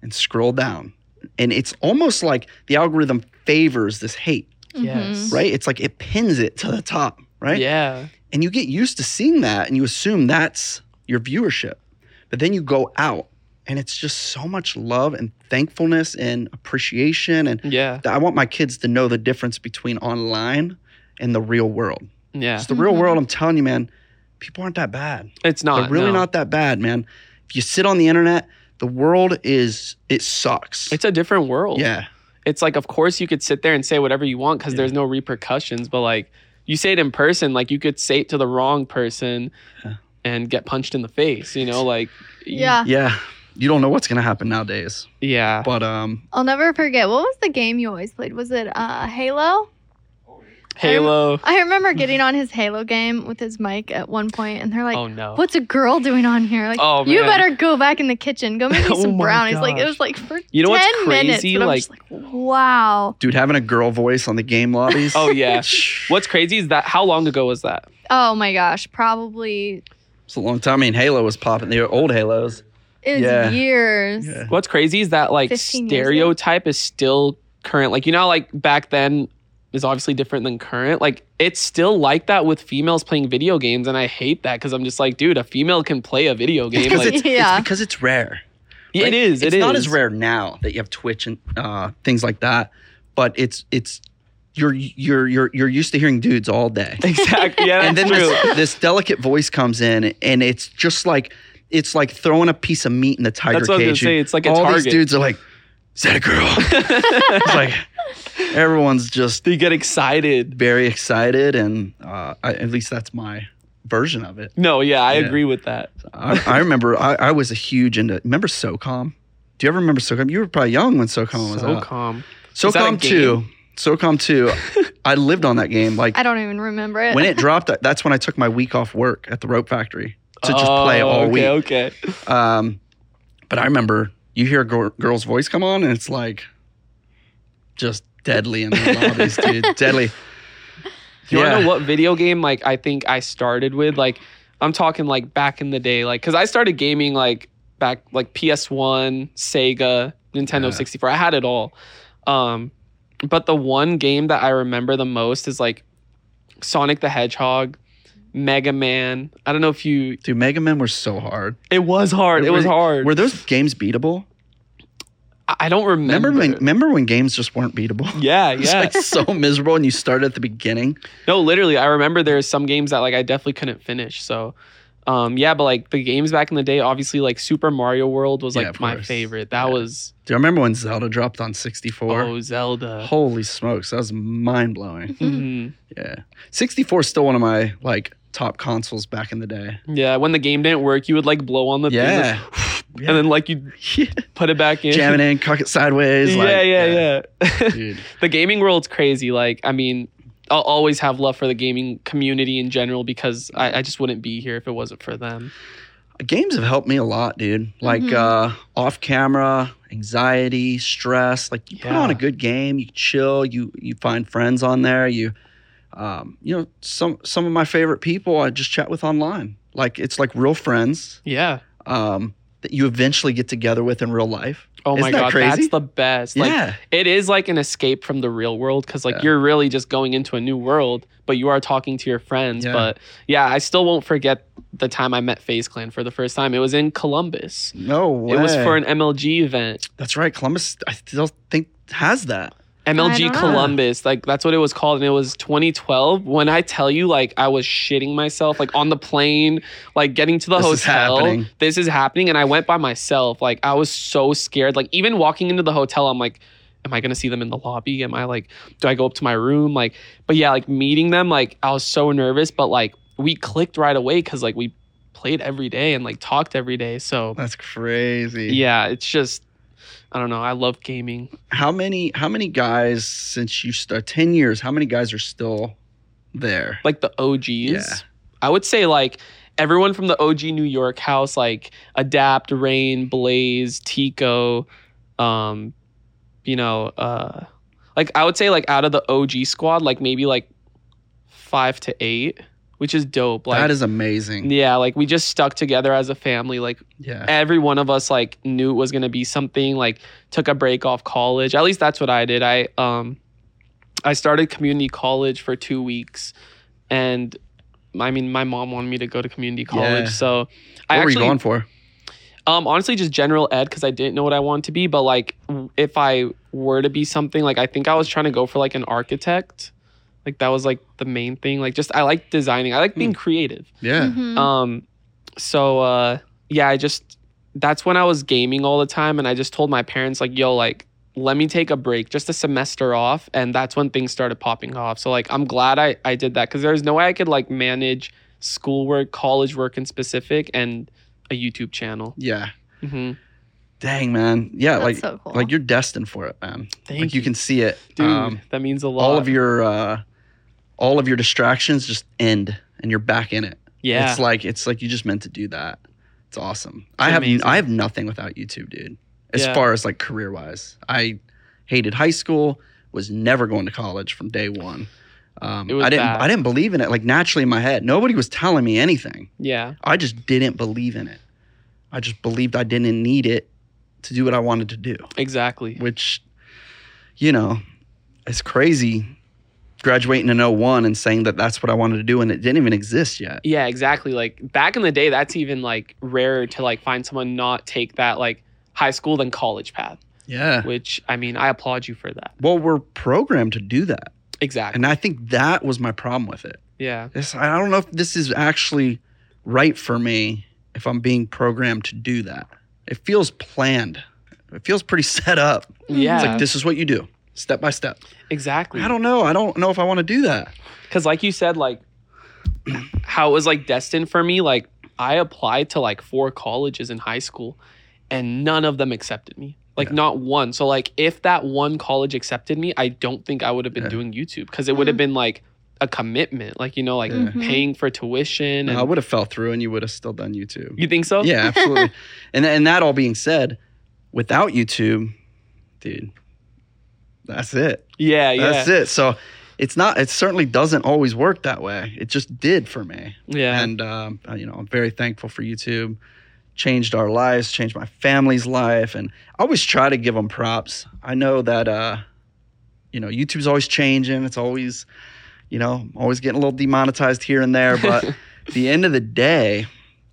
Speaker 1: and scroll down and it's almost like the algorithm favors this hate
Speaker 3: Mm-hmm.
Speaker 2: Yes.
Speaker 1: right it's like it pins it to the top right
Speaker 2: Yeah.
Speaker 1: and you get used to seeing that and you assume that's your viewership. But then you go out and it's just so much love and thankfulness and appreciation. And
Speaker 2: Yeah.
Speaker 1: I want my kids to know the difference between online and the real world.
Speaker 2: Yeah.
Speaker 1: It's the real
Speaker 3: Mhm.
Speaker 1: world, I'm telling you, man, people aren't that bad.
Speaker 2: It's not.
Speaker 1: They're really
Speaker 2: no.
Speaker 1: not that bad, man. If you sit on the internet, the world is, it sucks.
Speaker 2: It's a different world.
Speaker 1: yeah.
Speaker 2: It's like, of course, you could sit there and say whatever you want because
Speaker 1: Yeah.
Speaker 2: there's no repercussions, but like you say it in person, like you could say it to the wrong person
Speaker 1: Yeah.
Speaker 2: and get punched in the face, you know? Like, you-
Speaker 3: Yeah.
Speaker 1: Yeah. You don't know what's going to happen nowadays.
Speaker 2: Yeah.
Speaker 1: But um,
Speaker 3: I'll never forget. What was the game you always played? Was it uh, Halo?
Speaker 2: Halo.
Speaker 3: I remember getting on his Halo game with his mic at one point, and they're like,
Speaker 2: oh, no.
Speaker 3: "What's a girl doing on here? Like,
Speaker 2: Oh,
Speaker 3: you
Speaker 2: man.
Speaker 3: better go back in the kitchen, go make
Speaker 2: (laughs)
Speaker 3: me
Speaker 2: Oh
Speaker 3: some
Speaker 2: my
Speaker 3: brownies." Like it
Speaker 2: gosh.
Speaker 3: was like for
Speaker 2: You know
Speaker 3: ten
Speaker 2: what's
Speaker 3: minutes,
Speaker 2: crazy?
Speaker 3: but I'm
Speaker 2: Like-
Speaker 3: just like, wow.
Speaker 1: dude, having a girl voice on the game lobbies.
Speaker 2: Oh,
Speaker 3: (laughs)
Speaker 2: yeah. What's crazy is that how long ago was that?
Speaker 3: Oh my gosh, probably
Speaker 1: It's a long time. I mean, Halo was popping. The old Halos.
Speaker 3: is
Speaker 1: Yeah.
Speaker 3: years.
Speaker 1: Yeah.
Speaker 2: What's crazy is that like
Speaker 3: 15 years ago.
Speaker 2: stereotype is still current. Like you know, how, like back then is obviously different than current. Like it's still like that with females playing video games, and I hate that because I'm just like, dude, a female can play
Speaker 1: (laughs)
Speaker 2: a video game.
Speaker 1: Because
Speaker 2: Like,
Speaker 1: it's,
Speaker 3: Yeah.
Speaker 1: it's because it's rare.
Speaker 2: yeah,
Speaker 1: right?
Speaker 2: (laughs) it is.
Speaker 1: It's
Speaker 2: it
Speaker 1: not
Speaker 2: is.
Speaker 1: as rare now that you have Twitch and uh, things like that, but it's it's you're you're you're you're used to hearing dudes all
Speaker 2: (laughs)
Speaker 1: day,
Speaker 2: (laughs) Exactly. Yeah,
Speaker 1: (laughs) and then
Speaker 2: true.
Speaker 1: this, this delicate voice comes in, and it's just like it's like throwing a piece of meat in the tiger
Speaker 2: That's what I was gonna
Speaker 1: cage.
Speaker 2: say. It's like a
Speaker 1: all
Speaker 2: target.
Speaker 1: these dudes are like, "Is that a girl?"
Speaker 2: (laughs)
Speaker 1: it's like everyone's just
Speaker 2: they get excited.
Speaker 1: very excited, and uh, I, at least that's my version of it.
Speaker 2: No, yeah, I
Speaker 1: Yeah.
Speaker 2: agree with that.
Speaker 1: I, I remember I, I was a huge into. Remember SOCOM? Do you ever remember SOCOM? You were probably young when SOCOM was
Speaker 2: so
Speaker 1: out.
Speaker 2: calm. Is that a
Speaker 1: SOCOM two, SOCOM
Speaker 2: (laughs)
Speaker 1: two. I lived on that game. Like
Speaker 3: I don't even remember it.
Speaker 1: when
Speaker 3: (laughs)
Speaker 1: it dropped, that's when I took my week off work at the rope factory to just
Speaker 2: Oh,
Speaker 1: play all
Speaker 2: okay,
Speaker 1: week.
Speaker 2: Okay.
Speaker 1: Um, but I remember you hear a gir- girl's voice come on, and it's like just deadly in the lobbies,
Speaker 2: (laughs)
Speaker 1: dude. Deadly.
Speaker 2: Do you
Speaker 1: yeah.
Speaker 2: want to know what video game like I think I started with? Like I'm talking like back in the day, like because I started gaming like back like PS1, Sega, Nintendo
Speaker 1: Yeah.
Speaker 2: 64. I had it all. Um, but the one game that I remember the most is like Sonic the Hedgehog, Mega Man. I don't know if you.
Speaker 1: Dude, Mega Men were so hard.
Speaker 2: It was hard. It, was
Speaker 1: Were-
Speaker 2: hard.
Speaker 1: Were those games beatable?
Speaker 2: I I don't remember.
Speaker 1: Remember when, remember when games just weren't beatable? (laughs)
Speaker 2: yeah,
Speaker 1: It's
Speaker 2: yeah.
Speaker 1: like so miserable, and you start at the beginning.
Speaker 2: No, literally, I remember there's some games that like I definitely couldn't finish. So, um, yeah, but like the games back in the day, obviously like Super Mario World was
Speaker 1: Yeah,
Speaker 2: like
Speaker 1: of
Speaker 2: my
Speaker 1: course.
Speaker 2: favorite. That
Speaker 1: Yeah.
Speaker 2: was
Speaker 1: Do you remember when Zelda dropped on 64?
Speaker 2: oh Zelda.
Speaker 1: Holy smokes, that was mind (laughs) blowing.
Speaker 3: Mm-hmm.
Speaker 2: Mhm.
Speaker 1: Yeah. 64 is still one of my like top consoles back in the day.
Speaker 2: Yeah, when the game didn't work, you would like blow on the thing, like,
Speaker 1: Yeah.
Speaker 2: and then like you put it back in. (laughs)
Speaker 1: Jam it in, cock it sideways.
Speaker 2: yeah,
Speaker 1: like,
Speaker 2: yeah, yeah,
Speaker 1: Dude.
Speaker 2: the gaming world's crazy. Like, I mean, I'll always have love for the gaming community in general because I, I just wouldn't be here if it wasn't for them.
Speaker 1: Games have helped me a lot, dude. Like
Speaker 3: Mhm.
Speaker 1: uh, off camera, anxiety, stress. Like you put
Speaker 2: Yeah.
Speaker 1: on a good game, you chill, you you find friends on there. You, um, you know, some some of my favorite people I just chat with online. Like it's like real friends.
Speaker 2: Yeah,
Speaker 1: um, that you eventually get together with in real life.
Speaker 2: Oh my
Speaker 1: Isn't that
Speaker 2: god,
Speaker 1: crazy?
Speaker 2: that's the best. Like
Speaker 1: yeah.
Speaker 2: it is like an escape from the real world because like
Speaker 1: Yeah.
Speaker 2: you're really just going into a new world, but you are talking to your friends.
Speaker 1: Yeah.
Speaker 2: But yeah, I still won't forget the time I met FaZe Clan for the first time. It was in Columbus.
Speaker 1: No way.
Speaker 2: It was for an MLG event.
Speaker 1: That's right. Columbus, I still think has that.
Speaker 2: MLG
Speaker 3: don't know.
Speaker 2: Columbus, like that's what it was called, and it was 2012. When I tell you, like I was shitting myself, like on the plane, like getting to the
Speaker 1: This is
Speaker 2: hotel.
Speaker 1: happening.
Speaker 2: this is happening, and I went by myself. Like I was so scared. Like even walking into the hotel, I'm like, am I gonna see them in the lobby? Am I like, do I go up to my room? Like, but yeah, like meeting them, like I was so nervous, but like we clicked right away because like we played every day and like talked every day. So
Speaker 1: That's crazy.
Speaker 2: yeah, it's just, I don't know. I love gaming.
Speaker 1: How many how many guys since you start 10 years, how many guys are still there?
Speaker 2: like the OGs.
Speaker 1: Yeah.
Speaker 2: I would say like everyone from the OG New York house, like Adapt, Rain, Blaze, Tico, um, you know, uh like I would say like out of the OG squad, like maybe like five to eight, which is dope. Like
Speaker 1: that is amazing.
Speaker 2: yeah, like we just stuck together as a family. Like
Speaker 1: Yeah.
Speaker 2: every one of us like knew it was going to be something like took a break off college at least that's what i did i um i started community college for two weeks and i mean my mom wanted me to go to community college
Speaker 1: Yeah.
Speaker 2: so i
Speaker 1: what were
Speaker 2: actually
Speaker 1: you going for?
Speaker 2: um honestly just general ed because i didn't know what i wanted to be but like w- if i were to be something like i think i was trying to go for like an architect like that was like the main thing like just i like designing i like
Speaker 1: Hmm.
Speaker 2: being creative
Speaker 1: Yeah. Uh,
Speaker 3: Mhm.
Speaker 2: um, so uh, yeah, I just that's when I was gaming all the time, and I just told my parents like, "Yo, like, let me take a break, just a semester off," and that's when things started popping off. So like, I'm glad I I did that because there's no way I could like manage schoolwork, college work in specific, and a YouTube channel.
Speaker 1: Yeah.
Speaker 2: Mm-hmm.
Speaker 1: Dang, man. Yeah,
Speaker 3: That's
Speaker 1: like
Speaker 3: so cool.
Speaker 1: like you're destined for it, man.
Speaker 2: Thank
Speaker 1: like you. can see it.
Speaker 2: dude.
Speaker 1: Um,
Speaker 2: that means a lot.
Speaker 1: all of your uh all of your distractions just end and you're back in it.
Speaker 2: yeah.
Speaker 1: It's like it's like you just meant to do that. It's awesome. I have
Speaker 2: amazing.
Speaker 1: I have nothing without YouTube, dude. As
Speaker 2: Yeah.
Speaker 1: far as like career wise, I hated high school. Was never going to college from day one. Um,
Speaker 2: It was
Speaker 1: I didn't.
Speaker 2: bad.
Speaker 1: I didn't believe in it. Like naturally in my head, nobody was telling me anything.
Speaker 2: yeah.
Speaker 1: I just didn't believe in it. I just believed I didn't need it to do what I wanted to do,
Speaker 2: Exactly.
Speaker 1: which, you know, it's crazy. Graduating in 01 and saying that that's what I wanted to do, and it didn't even exist yet.
Speaker 2: Yeah, exactly. Like back in the day, that's even like rarer to like find someone not take that like high school than college path.
Speaker 1: Yeah.
Speaker 2: which I mean, I applaud you for that.
Speaker 1: Well, we're programmed to do that.
Speaker 2: Exactly.
Speaker 1: And I think that was my problem with it.
Speaker 2: Yeah.
Speaker 1: This, I don't know if this is actually right for me if I'm being programmed to do that. It feels planned. It feels pretty (laughs) set up.
Speaker 3: Mm-hmm.
Speaker 2: Yeah.
Speaker 1: It's like this is what you do, step by step.
Speaker 2: exactly.
Speaker 1: I don't know. I don't know if I want to do that.
Speaker 2: Because, like you said, like (clears throat) how it was like destined for me, like I applied to like four colleges in high school and none of them accepted me. Like,
Speaker 1: Yeah.
Speaker 2: not one. So, like, if that one college accepted me, I don't think I would have been
Speaker 1: Yeah.
Speaker 2: doing YouTube because it would have been like a commitment, like, you know, like
Speaker 1: Yeah.
Speaker 3: Mhm.
Speaker 2: paying for
Speaker 1: Mm-hmm.
Speaker 2: tuition.
Speaker 1: No, I
Speaker 2: And,
Speaker 1: would have fell through, and you would have still done YouTube.
Speaker 2: you think so?
Speaker 1: Yeah,
Speaker 2: (laughs)
Speaker 1: absolutely. and and that all being said, without YouTube, dude, that's it.
Speaker 2: Yeah. Yeah.
Speaker 1: That's it. So it's not. It certainly doesn't always work that way. It just did for me.
Speaker 2: Yeah.
Speaker 1: And um, uh, you know, I'm very thankful for YouTube. Changed our lives, changed my family's life, and I always try to give them props. I know that uh, you know YouTube's always changing. It's always, you know, always getting a little demonetized here and there.
Speaker 2: (laughs)
Speaker 1: But at the end of the day,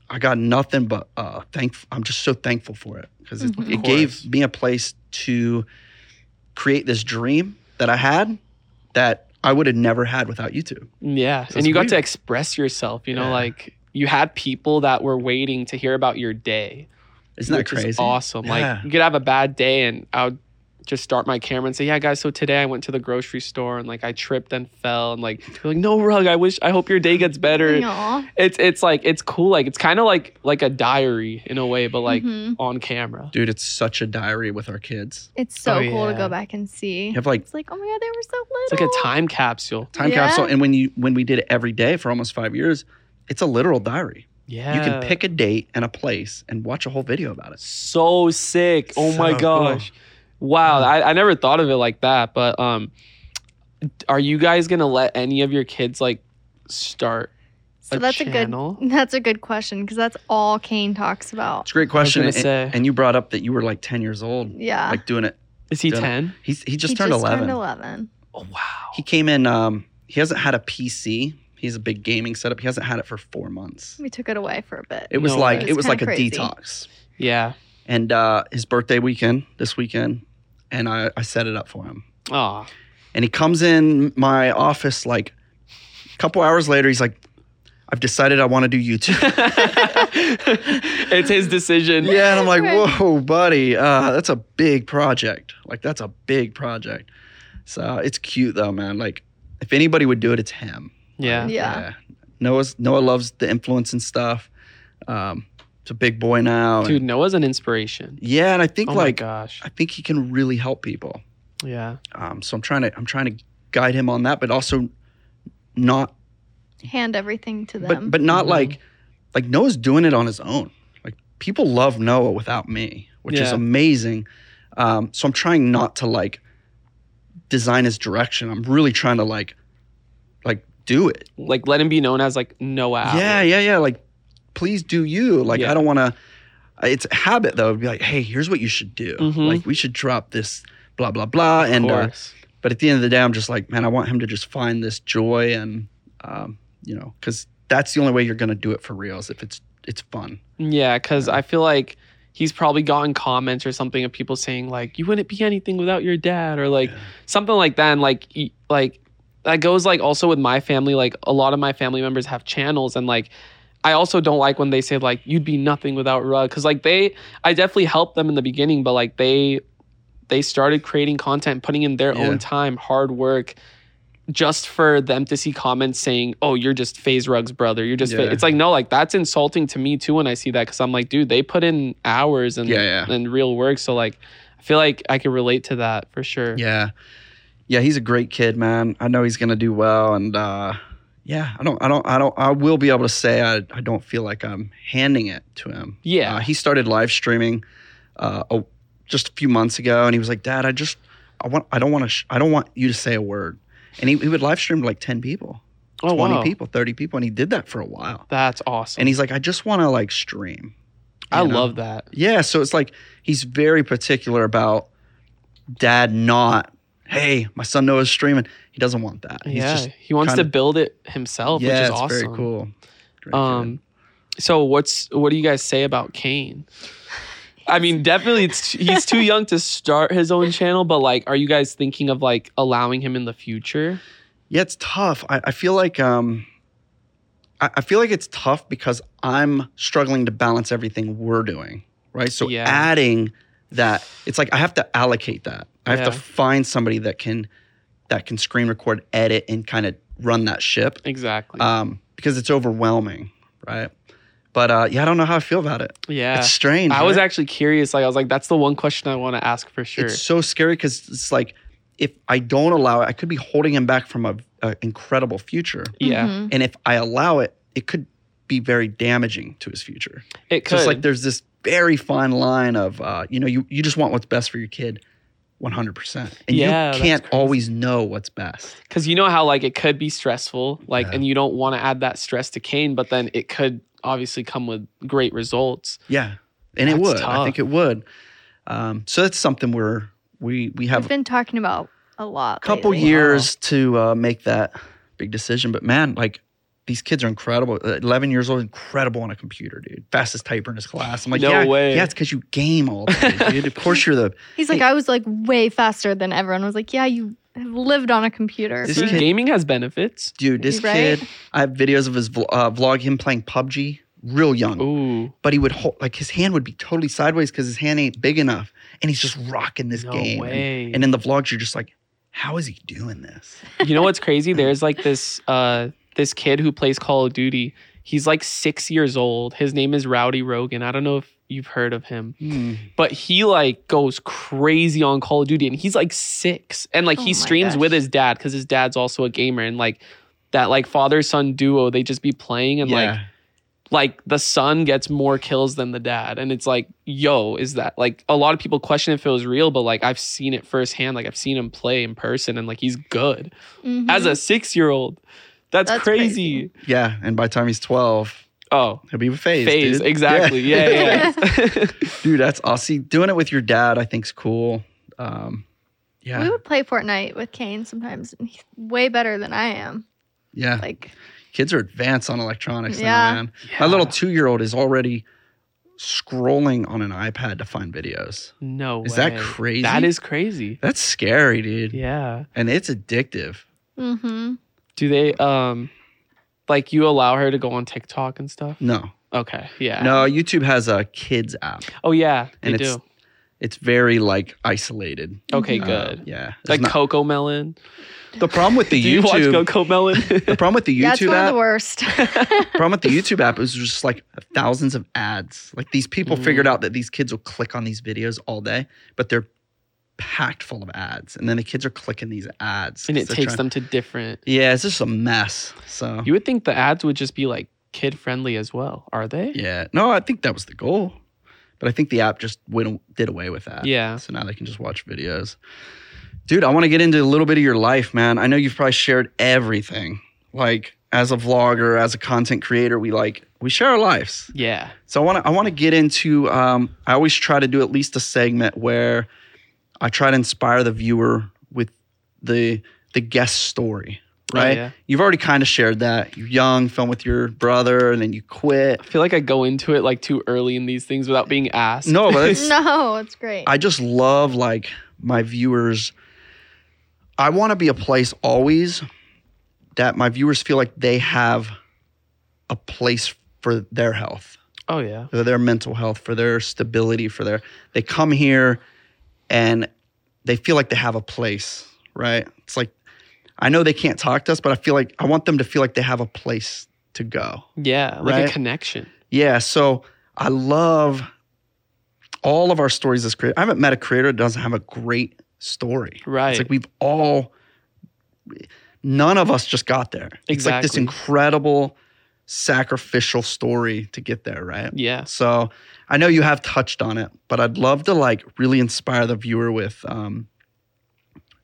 Speaker 1: I got nothing but uh, thankful. I'm just so thankful for it because it,
Speaker 3: Mhm.
Speaker 1: it
Speaker 2: Mm-hmm. Of course.
Speaker 1: gave me a place to create this dream that I had that I would have never had without YouTube.
Speaker 2: Yeah.
Speaker 1: So
Speaker 2: and
Speaker 1: it's
Speaker 2: you got to
Speaker 1: weird.
Speaker 2: express yourself, you know,
Speaker 1: Yeah.
Speaker 2: like you had people that were waiting to hear about your day.
Speaker 1: Isn't that
Speaker 2: which is
Speaker 1: crazy?
Speaker 2: awesome.
Speaker 1: Yeah.
Speaker 2: Like you could have a bad day and I would just start my camera and say, Yeah, guys, so today I went to the grocery store and like I tripped and fell and like you're like, No rug, I wish I hope your day gets better.
Speaker 3: Aw. Mm-hmm.
Speaker 2: It's it's like it's cool. Like it's kinda like like a diary in a way, but like
Speaker 3: Mhm.
Speaker 2: on camera.
Speaker 1: Dude, it's such a diary with our kids.
Speaker 3: it's so
Speaker 2: Oh,
Speaker 3: cool to
Speaker 2: yeah.
Speaker 3: go back and see.
Speaker 1: You have like
Speaker 3: It's like, oh my god, they were so little.
Speaker 2: It's like a time capsule.
Speaker 1: time
Speaker 3: Yeah.
Speaker 1: capsule, and when you when we did it every day for almost five years, it's a literal diary.
Speaker 2: Yeah.
Speaker 1: You can pick a date and a place and watch a whole video about it.
Speaker 2: so sick. Oh my
Speaker 1: So
Speaker 2: gosh. Wow.
Speaker 1: Yeah.
Speaker 2: I, I never thought of it like that. But um are you guys gonna let any of your kids like start
Speaker 3: So that's
Speaker 2: channel?
Speaker 3: a good that's a good question because that's all Kane talks about.
Speaker 1: It's a great question.
Speaker 2: gonna
Speaker 1: and,
Speaker 2: say.
Speaker 1: and you brought up that you were like 10 years old,
Speaker 3: Yeah.
Speaker 1: like doing it.
Speaker 2: Is he
Speaker 1: Don't know.
Speaker 2: ten?
Speaker 1: He's, he just
Speaker 3: He
Speaker 1: turned 11.
Speaker 3: Turned 11.
Speaker 2: Oh wow.
Speaker 1: He came in, um, he hasn't had a PC. He's a big gaming setup. He hasn't had it for four months.
Speaker 3: We took it away for a bit.
Speaker 1: It was
Speaker 2: No
Speaker 1: like
Speaker 2: way.
Speaker 1: it was
Speaker 3: It's
Speaker 1: like a
Speaker 3: kinda crazy.
Speaker 1: detox.
Speaker 2: Yeah.
Speaker 1: And uh, his birthday weekend, this weekend, and I, I set it up for him.
Speaker 2: Oh.
Speaker 1: And he comes in my office like a couple hours later. He's like, I've decided I want to do
Speaker 2: (laughs)
Speaker 1: YouTube.
Speaker 2: (laughs) it's his decision.
Speaker 1: yeah. And I'm like,
Speaker 3: Right.
Speaker 1: whoa, buddy, uh, that's a big project. Like, that's a big project. So it's cute though, man. Like, if anybody would do it, it's him.
Speaker 2: Yeah.
Speaker 3: Yeah.
Speaker 1: Noah's, Noah loves the influence and stuff. Um, it's a big boy now. and-
Speaker 2: Dude, Noah's an inspiration.
Speaker 1: yeah. And I think,
Speaker 2: Oh my
Speaker 1: like,
Speaker 2: gosh.
Speaker 1: I think he can really help people.
Speaker 2: Yeah.
Speaker 1: Um, so I'm trying to I'm trying to guide him on that, but also not
Speaker 3: Hand everything to them.
Speaker 1: but but not
Speaker 2: Mhm.
Speaker 1: like like Noah's doing it on his own. Like people love Noah without me, which is
Speaker 2: Yeah.
Speaker 1: amazing. Um, so I'm trying not to like design his direction. I'm really trying to like like do it.
Speaker 2: Like let him be known as like Noah.
Speaker 1: Yeah, yeah, yeah. Like please do you. Like
Speaker 2: Yeah.
Speaker 1: I don't want to. It's a habit though. It'd be like, hey, here's what you should do.
Speaker 2: Mhm.
Speaker 1: Like we should drop this blah blah blah
Speaker 2: Of
Speaker 1: and. Uh,
Speaker 2: course.
Speaker 1: but at the end of the day, I'm just like, man, I want him to just find this joy, and um, you know, because that's the only way you're gonna do it for real is if it's it's fun.
Speaker 2: Yeah, because I feel like he's probably gotten comments or something of people saying like, "You wouldn't be anything without your dad," or like
Speaker 1: Yeah.
Speaker 2: something like that. And like, y- like that goes like also with my family. Like a lot of my family members have channels, and like I also don't like when they say like, "You'd be nothing without Rug," because like they, I definitely helped them in the beginning, but like they, they started creating content, putting in their
Speaker 1: Yeah.
Speaker 2: own time, hard work. Just for them to see comments saying, "Oh, you're just Phase Rug's brother. You're just." Fa-"
Speaker 1: Yeah.
Speaker 2: It's like no, like that's insulting to me too when I see that because I'm like, dude, they put in hours and
Speaker 1: Yeah, yeah.
Speaker 2: and real work. So like, I feel like I could relate to that for sure.
Speaker 1: Yeah, yeah, he's a great kid, man. I know he's gonna do well, and uh, yeah, I don't, I don't, I don't, I will be able to say I, I don't feel like I'm handing it to him.
Speaker 2: Yeah.
Speaker 1: Uh, he started live streaming uh, a, just a few months ago, and he was like, Dad, I just, I want, I don't want to, sh- I don't want you to say a word, and he, he would live stream to like ten people.
Speaker 2: oh,
Speaker 1: 20
Speaker 2: wow.
Speaker 1: people, 30 people. And he did that for a while.
Speaker 2: That's awesome.
Speaker 1: And he's like, I just want to like stream.
Speaker 2: I
Speaker 1: you know?
Speaker 2: love that.
Speaker 1: Yeah. So it's like he's very particular about dad not, hey, my son Noah's streaming. He doesn't want that. He's
Speaker 2: yeah,
Speaker 1: just,
Speaker 2: he wants to
Speaker 1: kinda-
Speaker 2: build it himself,
Speaker 1: yeah,
Speaker 2: which is
Speaker 1: it's
Speaker 2: awesome.
Speaker 1: very cool. Great kid.
Speaker 2: Um, so what's what do you guys say about Kane? I mean, definitely, it's, he's too young to start his own channel. But like, are you guys thinking of like allowing him in the future?
Speaker 1: Uh, Yeah, it's tough. I, I feel like um I, I feel like it's tough because I'm struggling to balance everything we're doing. Right. So
Speaker 2: Yeah.
Speaker 1: adding that, it's like I have to allocate that. I have to
Speaker 2: Yeah.
Speaker 1: find somebody that can that can screen record, edit, and kind of run that ship.
Speaker 2: Exactly.
Speaker 1: Um, because it's overwhelming, right? But uh yeah, I don't know how I feel about it.
Speaker 2: yeah,
Speaker 1: It's strange.
Speaker 2: I was
Speaker 1: right?
Speaker 2: actually curious. Like, I was like, that's the one question I want to ask for sure.
Speaker 1: It's so scary because it's like if I don't allow it, I could be holding him back from a, a incredible future.
Speaker 2: yeah,
Speaker 3: Mhm.
Speaker 1: And if I allow it, it could be very damaging to his future.
Speaker 2: it could.
Speaker 1: Because like there's this very fine line of, uh, you know, you, you just want what's best for your kid 100%. And
Speaker 2: Yeah,
Speaker 1: you
Speaker 2: that's
Speaker 1: can't
Speaker 2: crazy.
Speaker 1: always know what's best.
Speaker 2: because you know how like it could be stressful like
Speaker 1: Yeah.
Speaker 2: and you don't want to add that stress to kane but then it could obviously come with great results
Speaker 1: Yeah. And it
Speaker 2: That's
Speaker 1: would. I
Speaker 2: tough.
Speaker 1: think it would. Um, so that's something we're, we, we
Speaker 3: We've
Speaker 1: have a
Speaker 3: been talking about a lot.
Speaker 1: couple
Speaker 3: lately.
Speaker 1: years to uh, make that big decision. But man, like, these kids are incredible. Uh, 11 years old, incredible on a computer, dude. Fastest typer in his class. I'm like,
Speaker 2: No
Speaker 1: yeah,
Speaker 2: way.
Speaker 1: yeah, it's because you game all day, dude. Of course you're the
Speaker 3: He's like, I was like way faster than everyone. I was like, yeah, you have lived on a computer.
Speaker 1: This
Speaker 2: See,
Speaker 1: kid-
Speaker 2: gaming has benefits
Speaker 1: dude. This
Speaker 3: Right?
Speaker 1: kid, I have videos of his vl- uh, vlog, him playing PUBG, real young.
Speaker 2: ooh
Speaker 1: But he would hold like his hand would be totally sideways because his hand ain't big enough, and he's just rocking this
Speaker 2: no
Speaker 1: game. And-
Speaker 2: way
Speaker 1: And, (laughs) in the vlogs, you're just like, how is he doing this?
Speaker 2: you know what's crazy there's like this uh this kid who plays call of duty he's like six years old his name is rowdy rogan i don't know if you've heard of him but he like goes crazy on Call of Duty and he's like six and like
Speaker 3: Oh
Speaker 2: he
Speaker 3: my
Speaker 2: streams
Speaker 3: gosh.
Speaker 2: with his dad because his dad's also a gamer and like that like father son duo they just be playing and like
Speaker 1: yeah,
Speaker 2: like the son gets more kills than the dad and it's like yo is that like a lot of people question if it was real but like I've seen it firsthand like I've seen him play in person and like he's good
Speaker 3: Mhm.
Speaker 2: as a six year old That's,
Speaker 3: That's
Speaker 2: crazy.
Speaker 1: Yeah, and by the time he's 12,
Speaker 2: Oh,
Speaker 1: he'll be phased.
Speaker 2: phase.
Speaker 1: dude.
Speaker 2: Exactly. Yeah. yeah, yeah.
Speaker 1: (laughs) dude, that's awesome. See, doing it with your dad, I think's cool. Um,
Speaker 3: We
Speaker 1: yeah,
Speaker 3: would play Fortnite with Kane sometimes, and he's way better than I am.
Speaker 1: yeah.
Speaker 3: Like,
Speaker 1: Kids are advanced on electronics now,
Speaker 3: Yeah.
Speaker 1: man. My
Speaker 2: (laughs)
Speaker 1: little two-year-old is already scrolling on an iPad to find videos.
Speaker 2: No
Speaker 1: Is that
Speaker 2: way.
Speaker 1: crazy?
Speaker 2: That is crazy.
Speaker 1: That's scary, dude.
Speaker 2: Yeah.
Speaker 1: And it's addictive.
Speaker 3: mm-hmm.
Speaker 2: Do they um like you allow her to go on TikTok and stuff?
Speaker 1: No,
Speaker 2: Okay. Yeah.
Speaker 1: no. YouTube has a kids app.
Speaker 2: Oh yeah, they
Speaker 1: And it's-
Speaker 2: do.
Speaker 1: It's very like isolated.
Speaker 2: Okay,
Speaker 3: Mhm.
Speaker 1: Uh,
Speaker 2: good.
Speaker 1: yeah. It's
Speaker 2: like (laughs)
Speaker 1: not-
Speaker 2: Coco Melon.
Speaker 1: the problem with (laughs) the
Speaker 2: Do you watch
Speaker 1: YouTube.
Speaker 2: Coco Melon?
Speaker 1: The (laughs) problem with the
Speaker 3: yeah, it's
Speaker 1: YouTube
Speaker 3: one
Speaker 1: app.
Speaker 3: of
Speaker 1: (laughs)
Speaker 3: the worst. (laughs)
Speaker 1: problem with the YouTube app is there's just like thousands of ads. Like these people
Speaker 2: Mm.
Speaker 1: figured out that these kids will click on these videos all day, but they're packed full of ads, and then the kids are clicking these ads,
Speaker 2: (laughs) and
Speaker 1: 'cause
Speaker 2: it
Speaker 1: they're
Speaker 2: takes
Speaker 1: trying-
Speaker 2: them to different.
Speaker 1: Yeah, it's just a mess. So
Speaker 2: You would think the ads would just be like kid friendly as well. Are they?
Speaker 1: yeah, no, I think that was the goal, but I think the app just went did away with that.
Speaker 2: Yeah.
Speaker 1: So now they can just watch videos. Dude, I want to get into a little bit of your life, man. I know you've probably shared everything. Like as a vlogger, as a content creator, we like we share our lives.
Speaker 2: Yeah.
Speaker 1: So I want to I want to get into. Um, I always try to do at least a segment where I try to inspire the viewer with the the guest story.
Speaker 2: Oh,
Speaker 1: Right.
Speaker 2: yeah.
Speaker 1: You've already kind of shared that. You're young, film with your brother, and then you quit.
Speaker 2: I feel like I go into it like too early in these things without being asked.
Speaker 1: No, but it's,
Speaker 3: (laughs) no, it's great.
Speaker 1: I just love like my viewers. I want to be a place always that my viewers feel like they have a place for their health.
Speaker 2: (laughs) Oh yeah.
Speaker 1: for their mental health, for their stability, for their they come here and they feel like they have a place, right? It's like I know they can't talk to us, but I feel like I want them to feel like they have a place to go.
Speaker 2: Yeah. Like
Speaker 1: Right?
Speaker 2: a connection.
Speaker 1: Yeah, so I love all of our stories as creators. I haven't met a creator that doesn't have a great story.
Speaker 2: Right.
Speaker 1: It's like we've all, none of us just got there. It's like this
Speaker 2: Exactly.
Speaker 1: incredible sacrificial story to get there, right?
Speaker 2: yeah.
Speaker 1: So I know you have touched on it, but I'd love to like really inspire the viewer with um,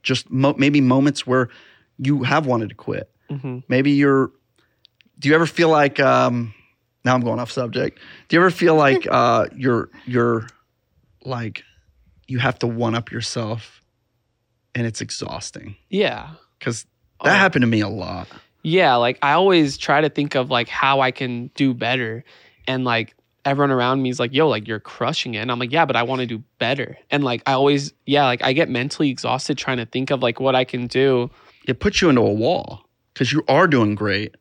Speaker 1: just mo- maybe moments where you have wanted to quit.
Speaker 2: hmm
Speaker 1: Maybe you're. Do you ever feel like? Um, now I'm going off subject. Do you ever feel
Speaker 2: (laughs)
Speaker 1: like uh, you're you're like you have to one up yourself, and it's exhausting
Speaker 2: Yeah.
Speaker 1: because
Speaker 2: Oh.
Speaker 1: that happened to me a lot.
Speaker 2: yeah like i always try to think of like how i can do better and like everyone around me is like yo like you're crushing it and i'm like yeah but i want to do better and like i always yeah like i get mentally exhausted trying to think of like what i can do
Speaker 1: It puts you into a wall because you are doing great,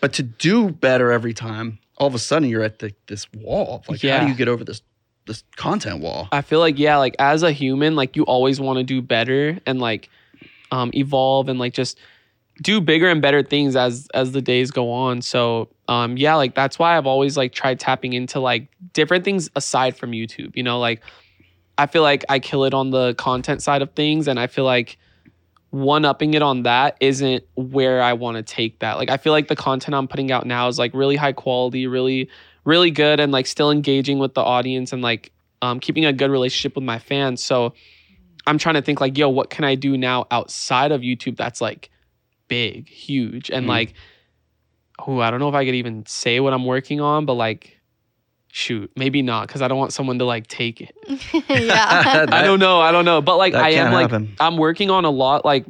Speaker 1: but to do better every time, all of a sudden you're at the, this wall. Like, how
Speaker 2: Yeah.
Speaker 1: do you get over this this content wall?
Speaker 2: i feel like yeah like as a human like you always want to do better and like um evolve and like just do bigger and better things as as the days go on so um yeah like that's why i've always like tried tapping into like different things aside from youtube you know like i feel like i kill it on the content side of things and i feel like one upping it on that isn't where i want to take that like i feel like the content i'm putting out now is like really high quality really really good and like still engaging with the audience and like um, keeping a good relationship with my fans so i'm trying to think like yo what can i do now outside of youtube that's like big huge and
Speaker 1: Mm.
Speaker 2: like oh i don't know if i could even say what i'm working on but like shoot maybe not because i don't want someone to like take it
Speaker 3: (laughs)
Speaker 1: (laughs)
Speaker 3: yeah.
Speaker 1: That-
Speaker 2: i don't know i don't know but like
Speaker 1: that
Speaker 2: i am
Speaker 1: can
Speaker 2: like
Speaker 1: happen.
Speaker 2: I'm working on a lot like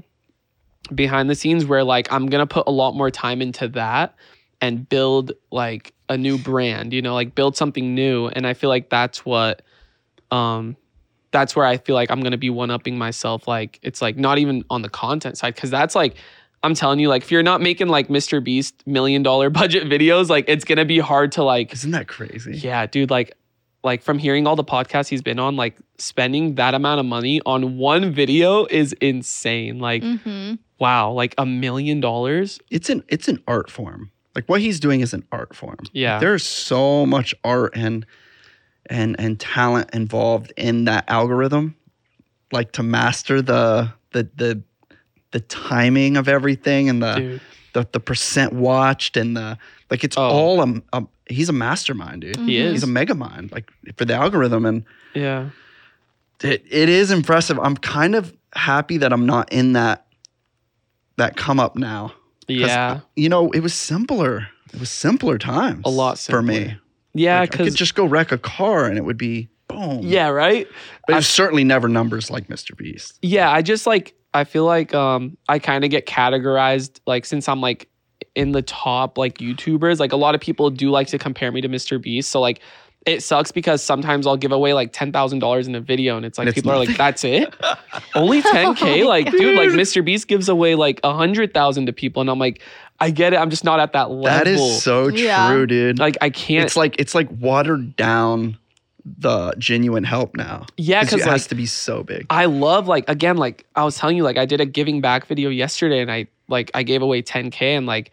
Speaker 2: behind the scenes where like I'm gonna put a lot more time into that and build like a new brand, you know, like build something new. And I feel like that's what um that's where I feel like I'm gonna be one upping myself. Like it's like not even on the content side, because that's like I'm telling you, like if you're not making like Mr. Beast million dollar (laughs) budget videos, like it's gonna be hard to like
Speaker 1: Isn't that crazy?
Speaker 2: yeah, dude, like like from hearing all the podcasts he's been on, like spending that amount of money on one video is insane.
Speaker 1: (laughs)
Speaker 2: Like
Speaker 3: mm-hmm.
Speaker 2: wow, like a million dollars.
Speaker 1: It's an it's an art form. Like what he's doing is an art form.
Speaker 2: Yeah.
Speaker 1: There's so much art and and and talent involved in that algorithm. Like to master the the the the timing of everything and the
Speaker 2: Dude.
Speaker 1: the, the percent watched and the like it's
Speaker 2: Oh. Mm-hmm.
Speaker 1: all a, a he's a mastermind, dude.
Speaker 2: He
Speaker 3: Mhm.
Speaker 2: is.
Speaker 1: He's a mega mind, like for the algorithm and
Speaker 2: Yeah.
Speaker 1: it, it is impressive. I'm kind of happy that I'm not in that that come up now.
Speaker 2: Yeah.
Speaker 1: You know, it was simpler. It was simpler times.
Speaker 2: A lot
Speaker 1: for me.
Speaker 2: simpler. Yeah.
Speaker 1: Like, I could
Speaker 2: Because,
Speaker 1: just go wreck a car and it would be boom.
Speaker 2: yeah, right?
Speaker 1: But it
Speaker 2: I-
Speaker 1: was certainly never numbers like Mr. Beast.
Speaker 2: yeah i just like i feel like um i kind of get categorized like since i'm like in the top like youtubers like a lot of people do like to compare me to mr beast so like it sucks because sometimes i'll give away like $10000 in a video and it's like
Speaker 1: And it's
Speaker 2: people are like
Speaker 1: nothing.
Speaker 2: that's it
Speaker 1: (laughs)
Speaker 2: only 10k
Speaker 3: Oh my
Speaker 2: like dude like
Speaker 1: God.
Speaker 2: mr beast gives away like 100000 to people and i'm like i get it i'm just not at that level
Speaker 1: That is so true,
Speaker 3: Yeah.
Speaker 1: dude.
Speaker 2: like i can't
Speaker 1: it's like it's like watered down the genuine help now.
Speaker 2: yeah
Speaker 1: Because
Speaker 2: because
Speaker 1: it
Speaker 2: like
Speaker 1: has to be so big.
Speaker 2: I love like again like I was telling you like I did a giving back video yesterday and I like I gave away 10k and like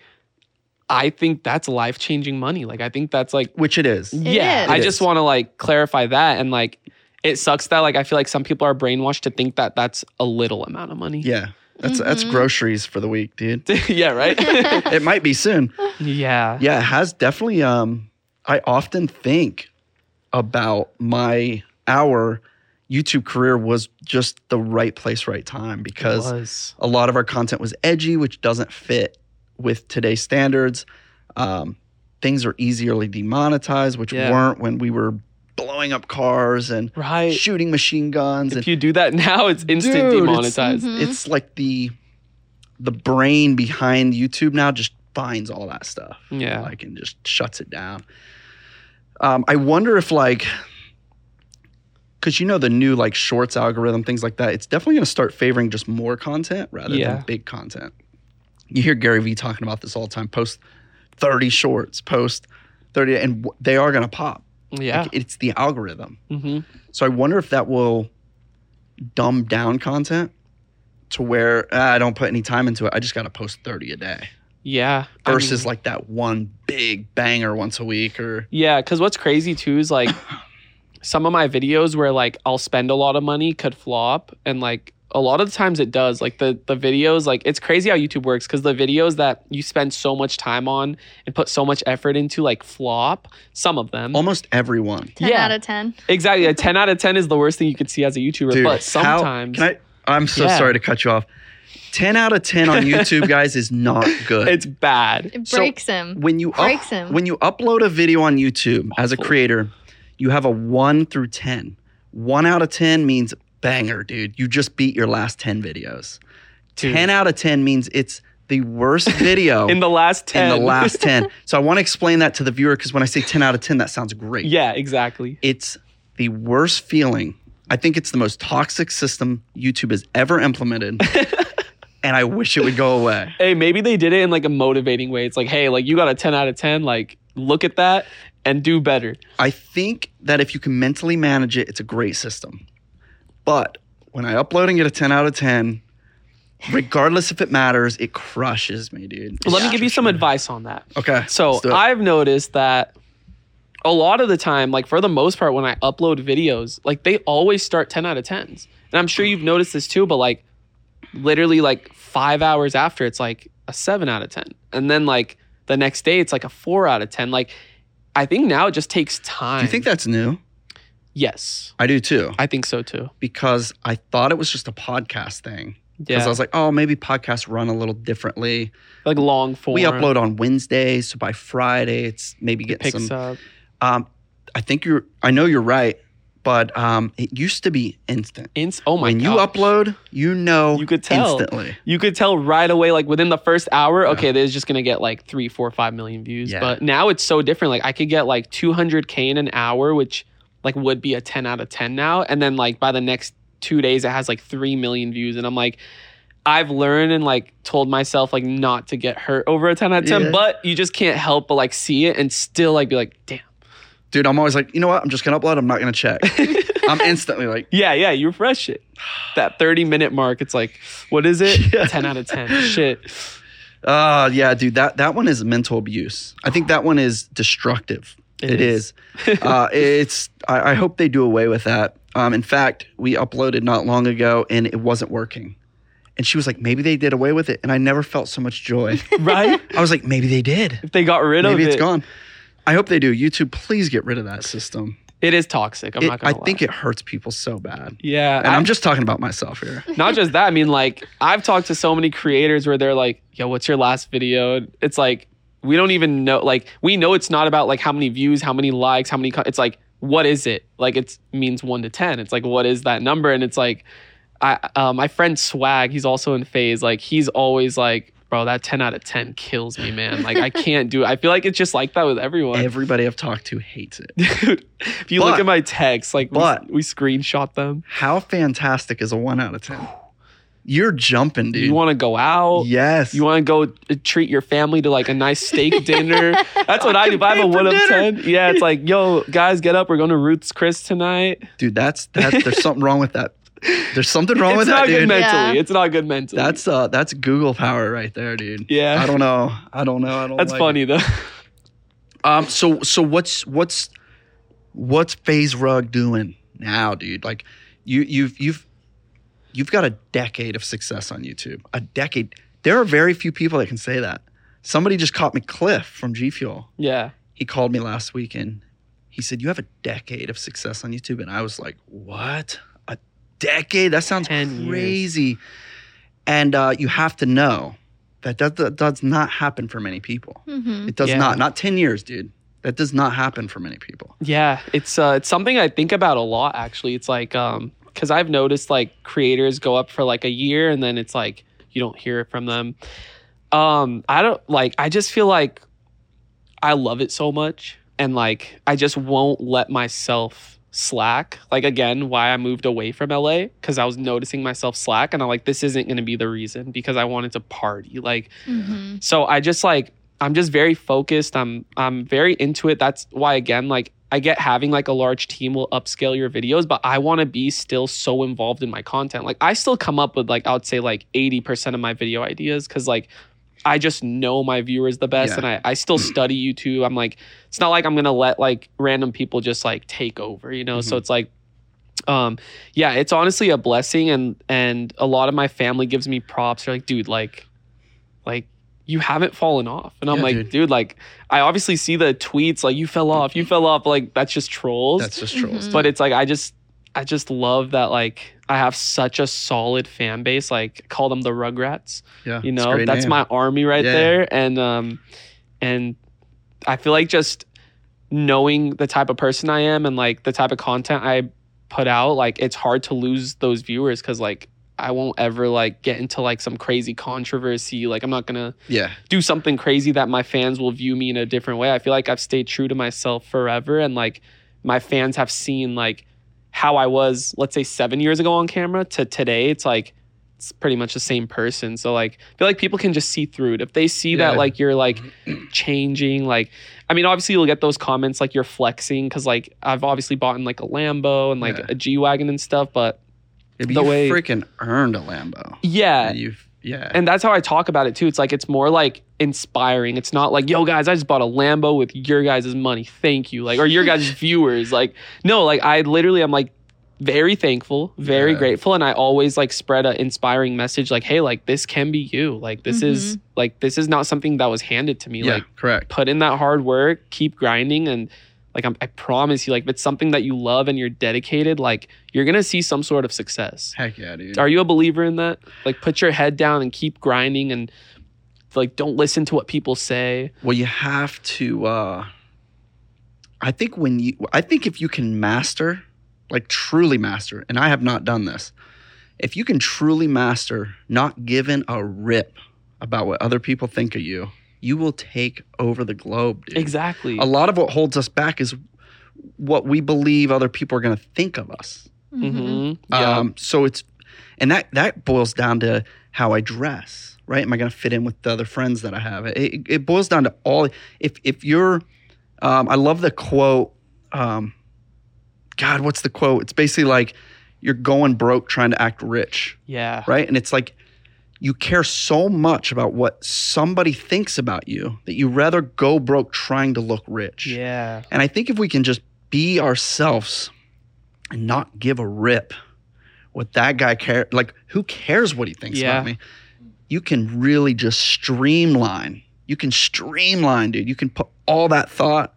Speaker 2: I think that's life changing money like I think that's like
Speaker 1: Which it is.
Speaker 2: yeah
Speaker 3: is.
Speaker 2: I
Speaker 1: It
Speaker 2: just
Speaker 1: is.
Speaker 2: want to like clarify that and like it sucks that like I feel like some people are brainwashed to think that that's a little amount of money
Speaker 1: Yeah. That's that's
Speaker 2: Mm-hmm.
Speaker 3: Mhm.
Speaker 1: groceries for the week, dude.
Speaker 2: (laughs) yeah
Speaker 3: (laughs)
Speaker 2: right (laughs)
Speaker 1: It might be soon.
Speaker 2: yeah
Speaker 1: Yeah, it has definitely um I often think about my our YouTube career was just the right place, right time because
Speaker 2: was.
Speaker 1: a lot of our content was edgy, which doesn't fit with today's standards. Um, things are easily demonetized, which
Speaker 2: Yeah.
Speaker 1: weren't when we were blowing up cars and
Speaker 2: right
Speaker 1: shooting machine guns.
Speaker 2: if
Speaker 1: And
Speaker 2: you do that (laughs) now it's instant
Speaker 1: Dude, it's-
Speaker 2: demonetized
Speaker 1: (laughs)
Speaker 3: Mhm.
Speaker 1: it's like the the brain behind YouTube now just finds all that stuff,
Speaker 2: yeah
Speaker 1: like and just shuts it down. Um, I wonder if like. Because you know the new like shorts algorithm, things like that. It's definitely going to start favoring just more content rather
Speaker 2: Yeah.
Speaker 1: than big content. you hear Gary Vee talking about this all the time. Post 30 shorts, post 30, and w- they are going to pop.
Speaker 2: yeah
Speaker 1: Like, it's the algorithm.
Speaker 2: hmm
Speaker 1: So I wonder if that will dumb down content to where ah, I don't put any time into it. I just got to post 30 a day
Speaker 2: yeah I mean-
Speaker 1: versus like that one big banger once a week or
Speaker 2: Yeah, because what's crazy too
Speaker 1: (coughs)
Speaker 2: is like some of my videos where like I'll spend a lot of money could flop, and like a lot of the times it does. Like the the videos, like it's crazy how YouTube works because the videos that you spend so much time on and put so much effort into like flop. Some of them,
Speaker 1: almost everyone.
Speaker 3: 10
Speaker 2: yeah.
Speaker 3: out of 10.
Speaker 2: exactly. A ten out of ten is the worst thing you could see as a YouTuber,
Speaker 1: Dude, how-
Speaker 2: but sometimes
Speaker 1: can I? I'm so
Speaker 2: Yeah.
Speaker 1: sorry to cut you off. 10 out of 10
Speaker 2: (laughs)
Speaker 1: on YouTube, guys, is not good.
Speaker 2: it's bad.
Speaker 3: It
Speaker 1: So-
Speaker 3: breaks him.
Speaker 1: when you up,
Speaker 3: breaks him.
Speaker 1: when you upload a video on YouTube as a
Speaker 2: Awful.
Speaker 1: creator, you have a one through ten. One out of ten means banger, dude. You just beat your last ten videos.
Speaker 2: Dude.
Speaker 1: Ten out of ten means it's the
Speaker 2: (laughs)
Speaker 1: worst video
Speaker 2: in the last
Speaker 1: Oh. in
Speaker 2: ten.
Speaker 1: the last ten. So I want to explain that to the viewer because when I say ten out of ten, that sounds great.
Speaker 2: (laughs) yeah, exactly.
Speaker 1: It's the worst feeling. I think it's the most toxic system YouTube has ever
Speaker 2: (laughs)
Speaker 1: implemented. and I wish it would go away.
Speaker 2: hey, maybe they did it in like a motivating way. It's like, hey, like you got a 10 out of 10, like look at that and do better.
Speaker 1: I think that if you can mentally manage it, it's a great system. But when I upload and get a 10 out of 10, regardless if it matters, it crushes me, dude.
Speaker 2: But let me
Speaker 1: It's
Speaker 2: give you some
Speaker 1: frustrating.
Speaker 2: advice on that.
Speaker 1: Okay.
Speaker 2: So
Speaker 1: let's do it.
Speaker 2: I've noticed that a lot of the time, like for the most part, when I upload videos, like they always start 10 out of 10s. And I'm sure you've noticed this too, but like literally like five hours after, it's like a seven out of 10. And then like the next day, it's like a four out of 10. Like I think now it just takes time.
Speaker 1: do you think that's new?
Speaker 2: Yes.
Speaker 1: I do too,
Speaker 2: I think so too.
Speaker 1: because I thought it was just a podcast thing. Because I
Speaker 2: Yeah.
Speaker 1: was like, oh, maybe podcasts run a little differently.
Speaker 2: Like long form.
Speaker 1: We upload on Wednesdays, so by Friday, it's maybe
Speaker 2: it
Speaker 1: getting
Speaker 2: picks
Speaker 1: some
Speaker 2: up.
Speaker 1: Um, I think you're. I know you're right, but um, it used to be instant.
Speaker 2: Ins- oh my
Speaker 1: when you
Speaker 2: gosh.
Speaker 1: upload, you know
Speaker 2: You could tell.
Speaker 1: instantly.
Speaker 2: you could tell right away, like within the first hour,
Speaker 1: Yeah.
Speaker 2: okay, this is just gonna get like three, four, five million views.
Speaker 1: Yeah.
Speaker 2: But now it's so different. Like I could get like 200k in an hour, which like would be a 10 out of 10 now. And then like by the next two days, it has like three million views, and I'm like. I've learned and like told myself like not to get hurt over a 10 out of 10,
Speaker 1: Yeah.
Speaker 2: but you just can't help but like see it and still like be like,
Speaker 1: (laughs)
Speaker 2: damn.
Speaker 1: Dude, I'm always like, you know what? I'm just gonna upload. I'm not gonna
Speaker 2: (laughs)
Speaker 1: check. I'm instantly like,
Speaker 2: Yeah, yeah, you refresh it. That 30 minute mark, it's like, what is
Speaker 1: (laughs)
Speaker 2: it?
Speaker 1: Yeah.
Speaker 2: 10 out of 10. Shit.
Speaker 1: ah, yeah, dude. That that one is mental abuse. I think that one is destructive. it is. uh, (laughs) it's. I, I hope they do away with that. Um, in fact, we uploaded not long ago, and it wasn't working. And she was like, maybe they did away with it, and I never felt so much joy.
Speaker 2: right?
Speaker 1: I was like,
Speaker 2: (laughs)
Speaker 1: maybe they did.
Speaker 2: If they got rid of
Speaker 1: Maybe
Speaker 2: it.
Speaker 1: it's gone. I hope they do. YouTube, please get rid of that system.
Speaker 2: It is toxic. I'm
Speaker 1: It-
Speaker 2: not
Speaker 1: I
Speaker 2: gonna. lie.
Speaker 1: think it hurts people so bad.
Speaker 2: Yeah,
Speaker 1: And
Speaker 2: I-
Speaker 1: I'm just talking about myself here.
Speaker 2: (laughs) not just that. I mean, like I've talked to so many creators where they're like, "Yo, what's your last video?" And It's like we don't even know. Like we know it's not about like how many views, how many likes, how many. Co- it's like what is it? Like it means one to ten. It's like what is that number? And it's like, I uh, my friend Swag, he's also in phase. Like he's always like. Bro, that 10 out of 10 kills me, man. Like, I can't do it. I feel like it's just like that with everyone.
Speaker 1: Everybody I've talked to hates it.
Speaker 2: Dude, if you look
Speaker 1: But-
Speaker 2: at my texts, like, we-
Speaker 1: but-
Speaker 2: we, screenshot them.
Speaker 1: How fantastic is a one out of 10? You're jumping, dude.
Speaker 2: You want to go out.
Speaker 1: yes.
Speaker 2: You want to go uh, treat your family to like a nice
Speaker 1: (laughs)
Speaker 2: steak dinner. That's what I do. If I have a
Speaker 1: Pay for
Speaker 2: one of
Speaker 1: dinner.
Speaker 2: ten. Yeah, it's like, yo, guys, get up. We're going to Ruth's Chris tonight.
Speaker 1: dude, that's that. There's something wrong with that. There's something wrong
Speaker 2: it's
Speaker 1: with
Speaker 2: not
Speaker 1: that,
Speaker 2: good
Speaker 1: dude.
Speaker 3: man.
Speaker 2: mentally.
Speaker 3: Yeah.
Speaker 2: It's not good mentally.
Speaker 1: That's uh, that's Google power right there, dude.
Speaker 2: yeah.
Speaker 1: I don't know. I don't know. I don't.
Speaker 2: That's
Speaker 1: like
Speaker 2: funny though. (laughs)
Speaker 1: it. Um. So so what's what's what's Phase Rug doing now, dude? Like, you you've you've you've got a decade of success on YouTube. A decade. There are very few people that can say that. Somebody just caught me, Cliff from G Fuel.
Speaker 2: Yeah.
Speaker 1: He called me last week and he said, "You have a decade of success on YouTube," and I was like, "What? A decade? That sounds
Speaker 2: Ten years.
Speaker 1: crazy." And uh, you have to know that that, that does not happen for many people.
Speaker 3: hmm
Speaker 1: It does
Speaker 2: Yeah.
Speaker 1: not. Not 10 years, dude. That does not happen for many people.
Speaker 2: Yeah, it's uh, it's something I think about a lot. Actually, it's like um, because I've noticed like creators go up for like a year and then it's like you don't hear it from them. Um, I don't like. I just feel like I love it so much, and like I just won't let myself slack. Like again, why I moved away from LA because I was noticing myself slack, and I'm like, this isn't going to be the reason because I wanted to party. Like
Speaker 1: Mm-hmm.
Speaker 3: hmm
Speaker 2: so I just like I'm just very focused. I'm I'm very into it. That's why again like I get having like a large team will upscale your videos, but I want to be still so involved in my content. Like I still come up with like I would say like 80% of my video ideas cuz like I just know my viewers the best
Speaker 1: Yeah.
Speaker 2: and I, I still study YouTube. I'm like it's not like I'm going to let like random people just like take over, you know? So it's like um yeah, it's honestly a blessing and and a lot of my family gives me props. They're like, "Dude, like like you haven't fallen off. And I'm
Speaker 1: Yeah,
Speaker 2: like,
Speaker 1: dude. Mm-hmm.
Speaker 2: dude. like I obviously see the tweets like you fell off, you fell off, like that's just trolls.
Speaker 1: That's just trolls.
Speaker 3: Mhm.
Speaker 2: but it's like I just I just love that like I have such a solid fan base, like call them the Rugrats.
Speaker 1: Yeah.
Speaker 2: Mm-hmm. You
Speaker 1: it's a
Speaker 2: know,
Speaker 1: great
Speaker 2: that's
Speaker 1: name.
Speaker 2: my army right
Speaker 1: Yeah.
Speaker 2: there. And um and I feel like just knowing the type of person I am and like the type of content I put out, like it's hard to lose those viewers because like I won't ever like get into like some crazy controversy. Like I'm not gonna
Speaker 1: Yeah.
Speaker 2: do something crazy that my fans will view me in a different way. I feel like I've stayed true to myself forever and like my fans have seen like how I was, let's say 7 years ago on camera to today. It's like it's pretty much the same person. So like I feel like people can just see through it. If they see
Speaker 1: Yeah.
Speaker 2: that like you're like changing like I mean obviously you'll get those comments like you're flexing cuz like I've obviously bought in like a Lambo and like
Speaker 1: Yeah.
Speaker 2: a G-Wagon and stuff, but
Speaker 1: Yeah, but
Speaker 2: the
Speaker 1: you
Speaker 2: way-
Speaker 1: freaking earned a Lambo.
Speaker 2: yeah,
Speaker 1: You've, yeah.
Speaker 2: and that's how I talk about it too. It's like it's more like inspiring. It's not like, yo guys, I just bought a Lambo with your guys' money. Thank you. Like or your
Speaker 1: (laughs)
Speaker 2: guys' viewers. Like, no, like I literally I'm like very thankful, very
Speaker 1: Yeah.
Speaker 2: grateful. And I always like spread an inspiring message like, hey, like this can be you. Like this is like this is not something that was handed to me.
Speaker 1: Mm-hmm. yeah,
Speaker 2: Like
Speaker 1: correct.
Speaker 2: put in that hard work, keep grinding, and like I'm, I promise you, like if it's something that you love and you're dedicated, like you're gonna see some sort of success.
Speaker 1: Heck yeah, dude.
Speaker 2: Are you a believer in that? Like, put your head down and keep grinding, and like, don't listen to what people say.
Speaker 1: Well, you have to. Uh, I think when you, I think if you can master, like truly master, and I have not done this, if you can truly master not giving a rip about what other people think of you, you will take over the globe, dude.
Speaker 2: Exactly.
Speaker 1: A lot of what holds us back is what we believe other people are going to think of us.
Speaker 3: hmm
Speaker 2: hmm Yeah.
Speaker 1: Um, so it's, and that that boils down to how I dress, right? Am I going to fit in with the other friends that I have? It, it, it boils down to all. If if you're, um, I love the quote. Um, God, what's the quote? It's basically like you're going broke trying to act rich,
Speaker 2: yeah.
Speaker 1: right? And it's like you care so much about what somebody thinks about you that you rather go broke trying to look rich.
Speaker 2: Yeah.
Speaker 1: And I think if we can just be ourselves and not give a rip what that guy care like who cares what he thinks
Speaker 2: Yeah.
Speaker 1: about me? You can really just streamline. You can streamline, dude. You can put all that thought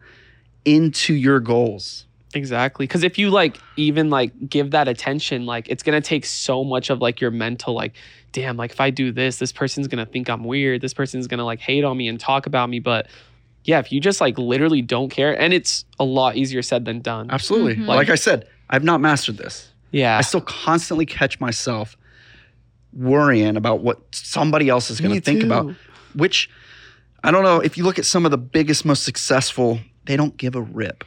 Speaker 1: into your goals
Speaker 2: Exactly. Cause if you like even like give that attention, like it's gonna take so much of like your mental, like, damn, like if I do this, this person's gonna think I'm weird. This person's gonna like hate on me and talk about me. But yeah, if you just like literally don't care, and it's a lot easier said than done.
Speaker 1: Absolutely.
Speaker 3: Mhm.
Speaker 1: Like I said, I've not mastered this.
Speaker 2: Yeah.
Speaker 1: I still constantly catch myself worrying about what somebody else is going to think about, which I don't know. If you look at some of the biggest, most successful, they don't give a rip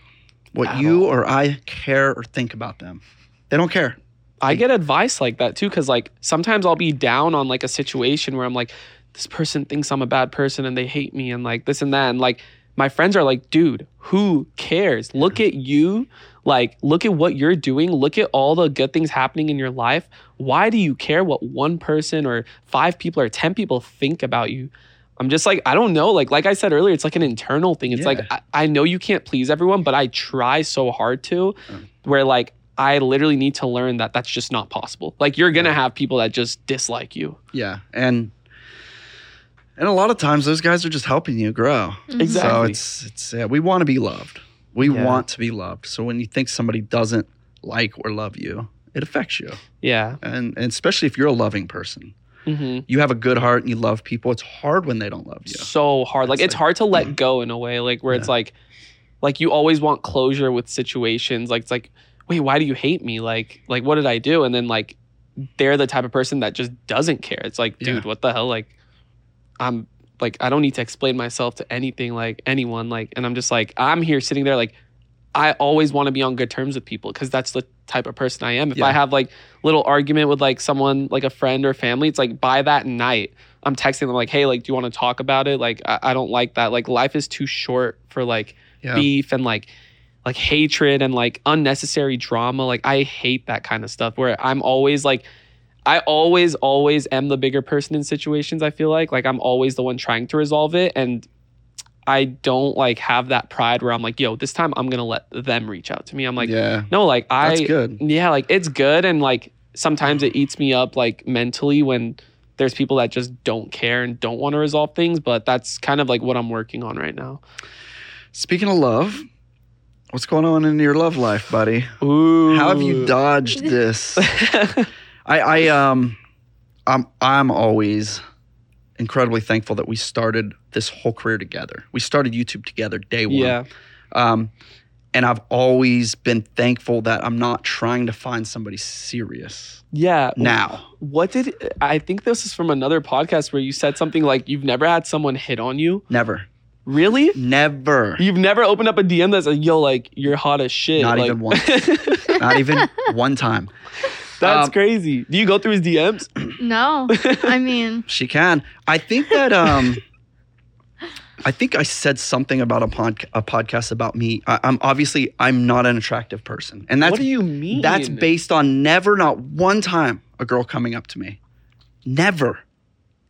Speaker 1: what
Speaker 2: At
Speaker 1: you
Speaker 2: all.
Speaker 1: or I care or think about them. They don't care.
Speaker 2: I get advice like that too, because like sometimes I'll be down on like a situation where I'm like, this person thinks I'm a bad person and they hate me and like this and that. And like my friends are like, dude, who cares? Look at you. Like, look at what you're doing. Look at all the good things happening in your life. Why do you care what one person or five people or 10 people think about you? I'm just like, I don't know. Like, like I said earlier, it's like an internal thing. It's
Speaker 1: Yeah.
Speaker 2: like, I, I know you can't please everyone, but I try so hard to where like I literally need to learn that that's just not possible. Like you're gonna
Speaker 1: Yeah.
Speaker 2: have people that just dislike you.
Speaker 1: Yeah. And and a lot of times those guys are just helping you grow.
Speaker 3: Mhm.
Speaker 2: Exactly.
Speaker 1: So it's it's yeah, we want to be loved. We
Speaker 2: Yeah.
Speaker 1: want to be loved. So when you think somebody doesn't like or love you, it affects you.
Speaker 2: Yeah.
Speaker 1: And, and especially if you're a loving person.
Speaker 2: hmm
Speaker 1: You have a good heart and you love people. It's hard when they don't love you.
Speaker 2: So hard. Like
Speaker 1: It's
Speaker 2: it's,
Speaker 1: like- mm.
Speaker 2: hard to let go in a way. Like where it's
Speaker 1: Yeah.
Speaker 2: like, like you always want closure with situations. Like it's like, wait, why do you hate me? Like like what did I do? And then like they're the type of person that just doesn't care. It's like, dude,
Speaker 1: Yeah.
Speaker 2: what the hell? Like I'm like I don't need to explain myself to anything like anyone. Like and I'm just like I'm here sitting there like. I always want to be on good terms with people because that's the type of person I am. If
Speaker 1: Yeah.
Speaker 2: I have like little argument with like someone, like a friend or family, it's like by that night, I'm texting them like, hey, like, do you want to talk about it? Like, I, I don't like that. Like, life is too short for like
Speaker 1: Yeah.
Speaker 2: beef and like like hatred and like unnecessary drama. Like, I hate that kind of stuff where I'm always like, I always, always am the bigger person in situations. I feel like, like, I'm always the one trying to resolve it. And I don't like have that pride where I'm like, yo, this time I'm going to let them reach out to me. I'm like,
Speaker 1: yeah.
Speaker 2: no, like, I,
Speaker 1: That's good.
Speaker 2: yeah, like it's good and like sometimes it eats me up like mentally when there's people that just don't care and don't want to resolve things, but that's kind of like what I'm working on right now.
Speaker 1: Speaking of love, what's going on in your love life, buddy?
Speaker 2: Ooh.
Speaker 1: How have you dodged (laughs) this?
Speaker 2: done?
Speaker 1: I, I um I'm I'm always incredibly thankful that we started this whole career together. We started YouTube together day one.
Speaker 2: yeah.
Speaker 1: Um and I've always been thankful that I'm not trying to find somebody serious
Speaker 2: Yeah.
Speaker 1: now.
Speaker 2: What did I think this is from another podcast where you said something like you've never had someone hit on you?
Speaker 1: Never.
Speaker 2: Really? (laughs)
Speaker 1: Never.
Speaker 2: You've never opened up a DM that's like, yo, like you're hot as shit.
Speaker 1: Not
Speaker 2: like-
Speaker 1: even once. Not even one time.
Speaker 2: (laughs) that's
Speaker 1: Um,
Speaker 2: crazy. Do you go through his DMs?
Speaker 1: (laughs)
Speaker 3: No, I mean,
Speaker 1: She can. I think
Speaker 2: (laughs)
Speaker 1: that um I think I said something about a, pod, a podcast about me. I, I'm obviously I'm not an attractive person. And that's
Speaker 2: what do you mean?
Speaker 1: That's based on never, not one time, a girl coming up to me. Never,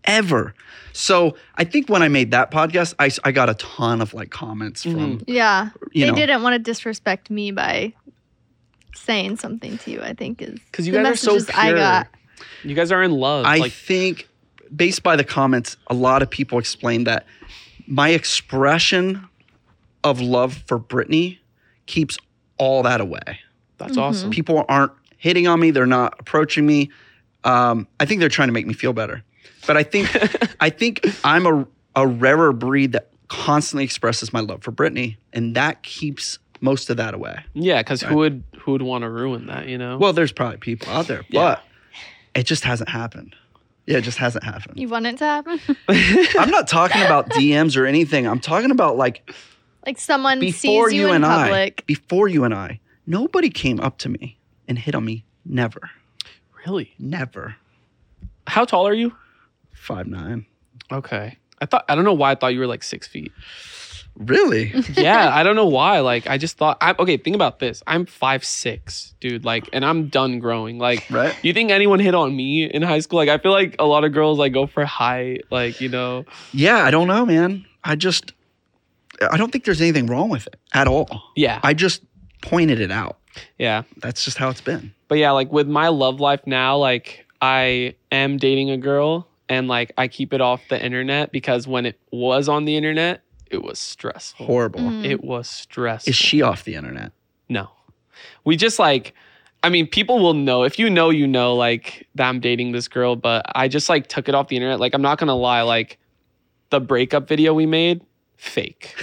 Speaker 1: ever. So I think when I made that podcast, I, s- I got a ton of like comments from,
Speaker 2: Mm.
Speaker 3: yeah,
Speaker 1: you
Speaker 3: they
Speaker 1: know,
Speaker 3: didn't want to disrespect me by saying something to you. I think is
Speaker 2: Because you
Speaker 3: the
Speaker 2: guys are so
Speaker 3: messages
Speaker 2: pure.
Speaker 3: I got.
Speaker 2: You guys are in love.
Speaker 1: I
Speaker 2: like,
Speaker 1: think based by the comments, a lot of people explained that my expression of love for Britney keeps all that away.
Speaker 2: that's
Speaker 3: Mhm.
Speaker 2: awesome.
Speaker 1: People aren't hitting on me, they're not approaching me. Um, I think they're trying to make me feel better. But I
Speaker 2: (laughs)
Speaker 1: think I think I'm a, a rarer breed that constantly expresses my love for Britney, and that keeps most of that away.
Speaker 2: yeah, because
Speaker 1: Right.
Speaker 2: who would who would want to ruin that? You know.
Speaker 1: Well, there's probably people out there,
Speaker 2: Yeah.
Speaker 1: but it just hasn't happened. Yeah, it just hasn't happened.
Speaker 3: You want it to happen? (laughs)
Speaker 1: I'm not talking about DMs or anything. I'm talking about like
Speaker 3: like someone
Speaker 1: before
Speaker 3: sees you,
Speaker 1: you,
Speaker 3: in
Speaker 1: and I,
Speaker 3: public.
Speaker 1: before you and I, nobody came up to me and hit on me. Never,
Speaker 2: really?
Speaker 1: never.
Speaker 2: How tall are you?
Speaker 1: Five nine.
Speaker 2: Okay. I thought I don't know why I thought you were like six feet.
Speaker 3: (laughs)
Speaker 1: Really?
Speaker 2: Yeah, I don't know why. Like I just thought. I, okay, think about this. I'm five six, dude. Like, and I'm done growing. Like,
Speaker 1: Right?
Speaker 2: you think anyone hit on me in high school? Like, I feel like a lot of girls like go for height. Like, you know.
Speaker 1: Yeah, I don't know, man. I just, I don't think there's anything wrong with it at all.
Speaker 2: Yeah.
Speaker 1: I just pointed it out.
Speaker 2: Yeah.
Speaker 1: That's just how it's been.
Speaker 2: but yeah, like with my love life now, like I am dating a girl and like I keep it off the internet because when it was on the internet, it was stressful.
Speaker 1: Horrible.
Speaker 3: Mm.
Speaker 2: It was stressful.
Speaker 1: Is she off the internet?
Speaker 2: No. we just like I mean, people will know. If you know, you know, like that I'm dating this girl, but I just like took it off the internet. Like, I'm not gonna lie, like the breakup video we made, fake.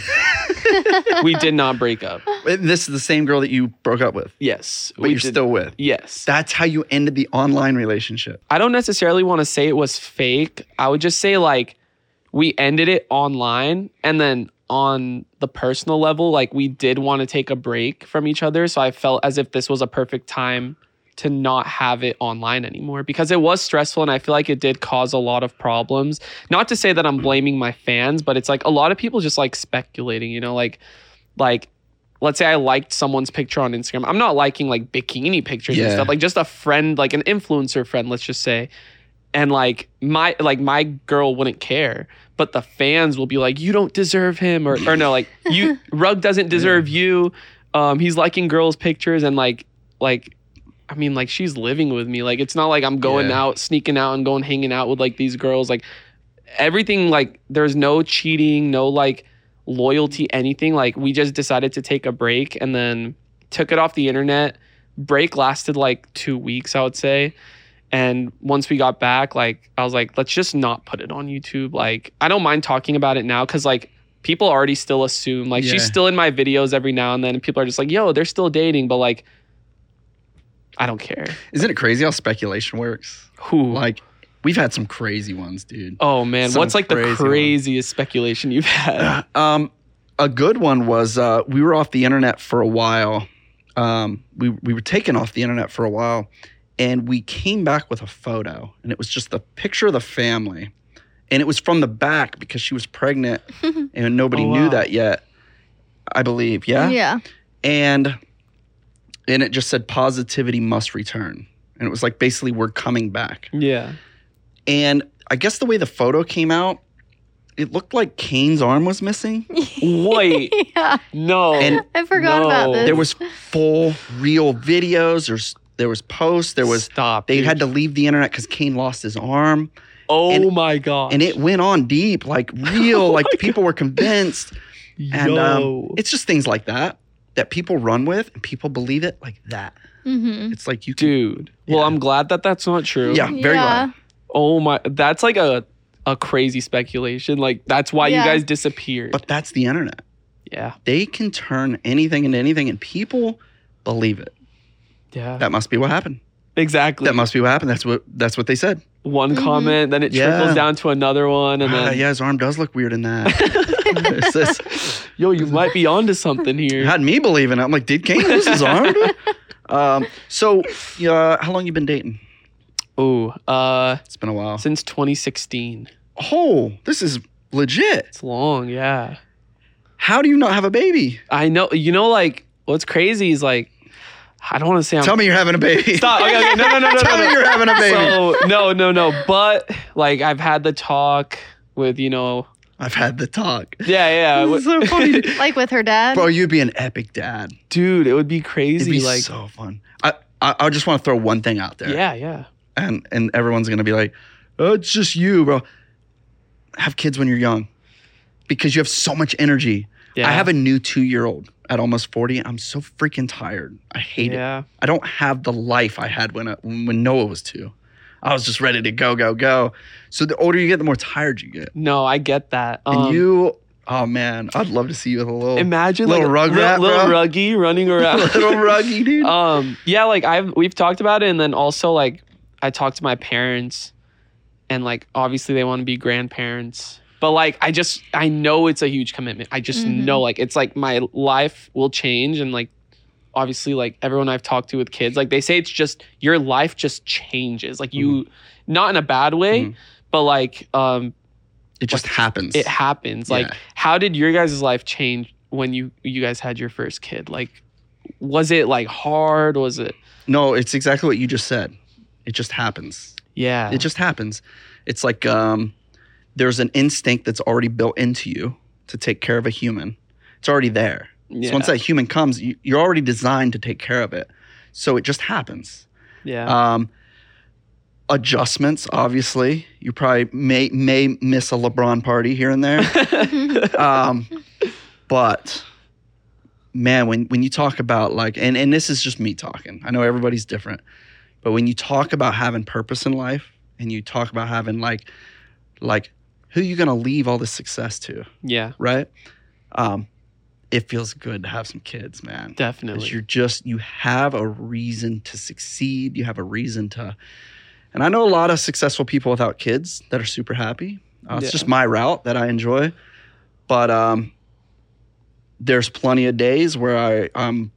Speaker 2: we did not break up.
Speaker 1: Wait, This is the same girl that you broke up with,
Speaker 2: Yes.
Speaker 1: but
Speaker 2: we
Speaker 1: you're
Speaker 2: did-
Speaker 1: still with.
Speaker 2: Yes.
Speaker 1: That's how you ended the online relationship.
Speaker 2: I don't necessarily want to say it was fake. I would just say like we ended it online and then on the personal level, like we did want to take a break from each other. So I felt as if this was a perfect time to not have it online anymore because it was stressful and I feel like it did cause a lot of problems. Not to say that I'm blaming my fans, but it's like a lot of people just like speculating, you know, like like let's say I liked someone's picture on Instagram. I'm not liking like bikini pictures and
Speaker 1: Yeah.
Speaker 2: stuff, like just a friend, like an influencer friend, let's just say. And like my like my girl wouldn't care, but the fans will be like, you don't deserve him, or or no, like you Rug doesn't deserve you. Um, he's liking girls' pictures and like like I mean, like she's living with me. Like it's not like I'm going
Speaker 1: Yeah.
Speaker 2: out, sneaking out, and going hanging out with like these girls. Like everything, like there's no cheating, no like loyalty, anything. Like we just decided to take a break and then took it off the internet. Break lasted like two weeks, I would say. And once we got back, like I was like, let's just not put it on YouTube. Like I don't mind talking about it now because like people already still assume like
Speaker 1: Yeah.
Speaker 2: she's still in my videos every now and then, and people are just like, yo, they're still dating, but like. I don't care.
Speaker 1: Isn't it crazy how speculation works?
Speaker 2: Who?
Speaker 1: Like, we've had some crazy ones, dude. (clears throat)
Speaker 2: oh man,
Speaker 1: some
Speaker 2: what's like
Speaker 1: crazy
Speaker 2: the
Speaker 1: one.
Speaker 2: craziest speculation
Speaker 1: (laughs)
Speaker 2: you've had?
Speaker 1: Um, a good one was uh, we were off the internet for a while. Um, we we were taken off the internet for a while, and we came back with a photo, and it was just the picture of the family, and it was from the back because she was pregnant, and nobody
Speaker 2: Oh,
Speaker 1: knew
Speaker 2: wow.
Speaker 1: that yet. I believe, yeah,
Speaker 3: yeah. (laughs)
Speaker 1: and and it just said positivity must return, and it was like basically we're coming back.
Speaker 2: yeah.
Speaker 1: And I guess the way the photo came out, it looked like Kane's arm was
Speaker 2: (laughs)
Speaker 1: missing.
Speaker 2: Wait,
Speaker 3: yeah.
Speaker 2: no.
Speaker 1: And
Speaker 3: I forgot
Speaker 2: No.
Speaker 3: about this.
Speaker 1: There was full real videos. There's there was posts. There was
Speaker 2: stop.
Speaker 1: they
Speaker 2: dude.
Speaker 1: had to leave the internet because Kane lost his arm,
Speaker 2: Oh
Speaker 1: and-
Speaker 2: my god.
Speaker 1: and it went on deep,
Speaker 2: (laughs)
Speaker 1: like real,
Speaker 2: Oh
Speaker 1: like
Speaker 2: my
Speaker 1: people were convinced. And um,
Speaker 2: Yo.
Speaker 1: it's just things like that that people run with and people believe it like that.
Speaker 3: Mm-hmm.
Speaker 1: It's like you can,
Speaker 2: Mm. dude. Well,
Speaker 1: Yeah.
Speaker 2: I'm glad that that's not true.
Speaker 1: yeah, very well.
Speaker 2: Oh my, that's like a a crazy speculation. Like that's why you
Speaker 3: Yeah.
Speaker 2: guys disappeared.
Speaker 1: But that's the internet.
Speaker 2: yeah.
Speaker 1: They can turn anything into anything, and people believe it.
Speaker 2: Yeah.
Speaker 1: That must be what happened.
Speaker 2: exactly.
Speaker 1: That must be what happened. That's what that's what they said.
Speaker 2: one
Speaker 3: Mhm.
Speaker 2: comment, then it
Speaker 1: Yeah.
Speaker 2: trickles down to another one, and
Speaker 1: Ah,
Speaker 2: then
Speaker 1: yeah, his arm does look weird in
Speaker 2: (laughs)
Speaker 1: that. It's just-
Speaker 2: yo, you might be onto something here.
Speaker 1: (laughs) it had me believing. it. I'm like, did Kane lose his arm? (laughs) um, so, uh, how long you been dating?
Speaker 2: Oh, uh,
Speaker 1: It's been a while.
Speaker 2: since 2016.
Speaker 1: Oh, this is legit.
Speaker 2: It's long, yeah.
Speaker 1: How do you not have a baby?
Speaker 2: I know. You know, like what's crazy is like I don't want to say I'm
Speaker 1: Tell me you're having a baby. (laughs)
Speaker 2: (laughs) stop. Okay, okay, no, no, no, no,
Speaker 1: Tell
Speaker 2: no,
Speaker 1: me
Speaker 2: no.
Speaker 1: you're having a baby.
Speaker 2: So no, no, no. But like I've had the talk with you know,
Speaker 1: I've had the talk.
Speaker 2: yeah,
Speaker 1: (laughs)
Speaker 2: yeah.
Speaker 1: This is so
Speaker 2: (laughs)
Speaker 1: funny.
Speaker 3: Like with her dad. (laughs)
Speaker 1: Bro, you'd be an epic dad.
Speaker 2: dude, it would be
Speaker 1: It'd
Speaker 2: crazy.
Speaker 1: be
Speaker 2: like
Speaker 1: so fun. I, I, I just want to throw one thing out there.
Speaker 2: yeah, yeah.
Speaker 1: And, and everyone's going to be like, oh, it's just you, bro. Have kids when you're young because you have so much energy.
Speaker 2: Yeah.
Speaker 1: I have a new two year old at almost 40. I'm so freaking tired. I hate it.
Speaker 2: yeah.
Speaker 1: I don't have the life I had when, I, when Noah was two. I was just ready to go, go, go. So the older you get, the more tired you get.
Speaker 2: No, I get that. Um,
Speaker 1: and you, oh man, I'd love to see you with a little, (laughs)
Speaker 2: imagine
Speaker 1: little
Speaker 2: like
Speaker 1: rug rat,
Speaker 2: little
Speaker 1: bro.
Speaker 2: ruggy
Speaker 1: (laughs)
Speaker 2: running around.
Speaker 1: little ruggy dude.
Speaker 2: (laughs) um yeah like i've we've talked about it and then also like i talked to my parents and like obviously they want to be grandparents but like i just i know it's a huge commitment i just
Speaker 1: Mm-hmm.
Speaker 3: Mhm.
Speaker 2: know like it's like my life will change and like obviously like everyone i've talked to with kids like they say it's just your life just changes like you
Speaker 1: Mm-hmm.
Speaker 2: not in a bad way
Speaker 1: Mhm.
Speaker 2: but like um
Speaker 1: it just happens.
Speaker 2: it happens like
Speaker 1: Yeah.
Speaker 2: how did your guys' life change when you you guys had your first kid like was it like hard was it
Speaker 1: no, it's exactly what you just said. It just happens.
Speaker 2: Yeah.
Speaker 1: It just happens. It's like um, there's an instinct that's already built into you to take care of a human. It's already there.
Speaker 2: yeah.
Speaker 1: So once that human comes, you, you're already designed to take care of it. So it just happens.
Speaker 2: yeah.
Speaker 1: Um, adjustments, obviously. You probably may may miss a
Speaker 3: Mm-hmm.
Speaker 1: (laughs) LeBron party here and there, um, but Um, man, when when you talk about like, and and this is just me talking. I know everybody's different, but when you talk about having purpose in life, and you talk about having like, like, who you gonna leave all this success to,
Speaker 2: (laughs) Yeah,
Speaker 1: right? Um, it feels good to have some kids, man. Because
Speaker 2: definitely.
Speaker 1: you're just you have a reason to succeed. You have a reason to, and I know a lot of successful people without kids that are super happy. Uh, It's
Speaker 2: Yeah.
Speaker 1: just my route that I enjoy, but um, there's plenty of days where I I'm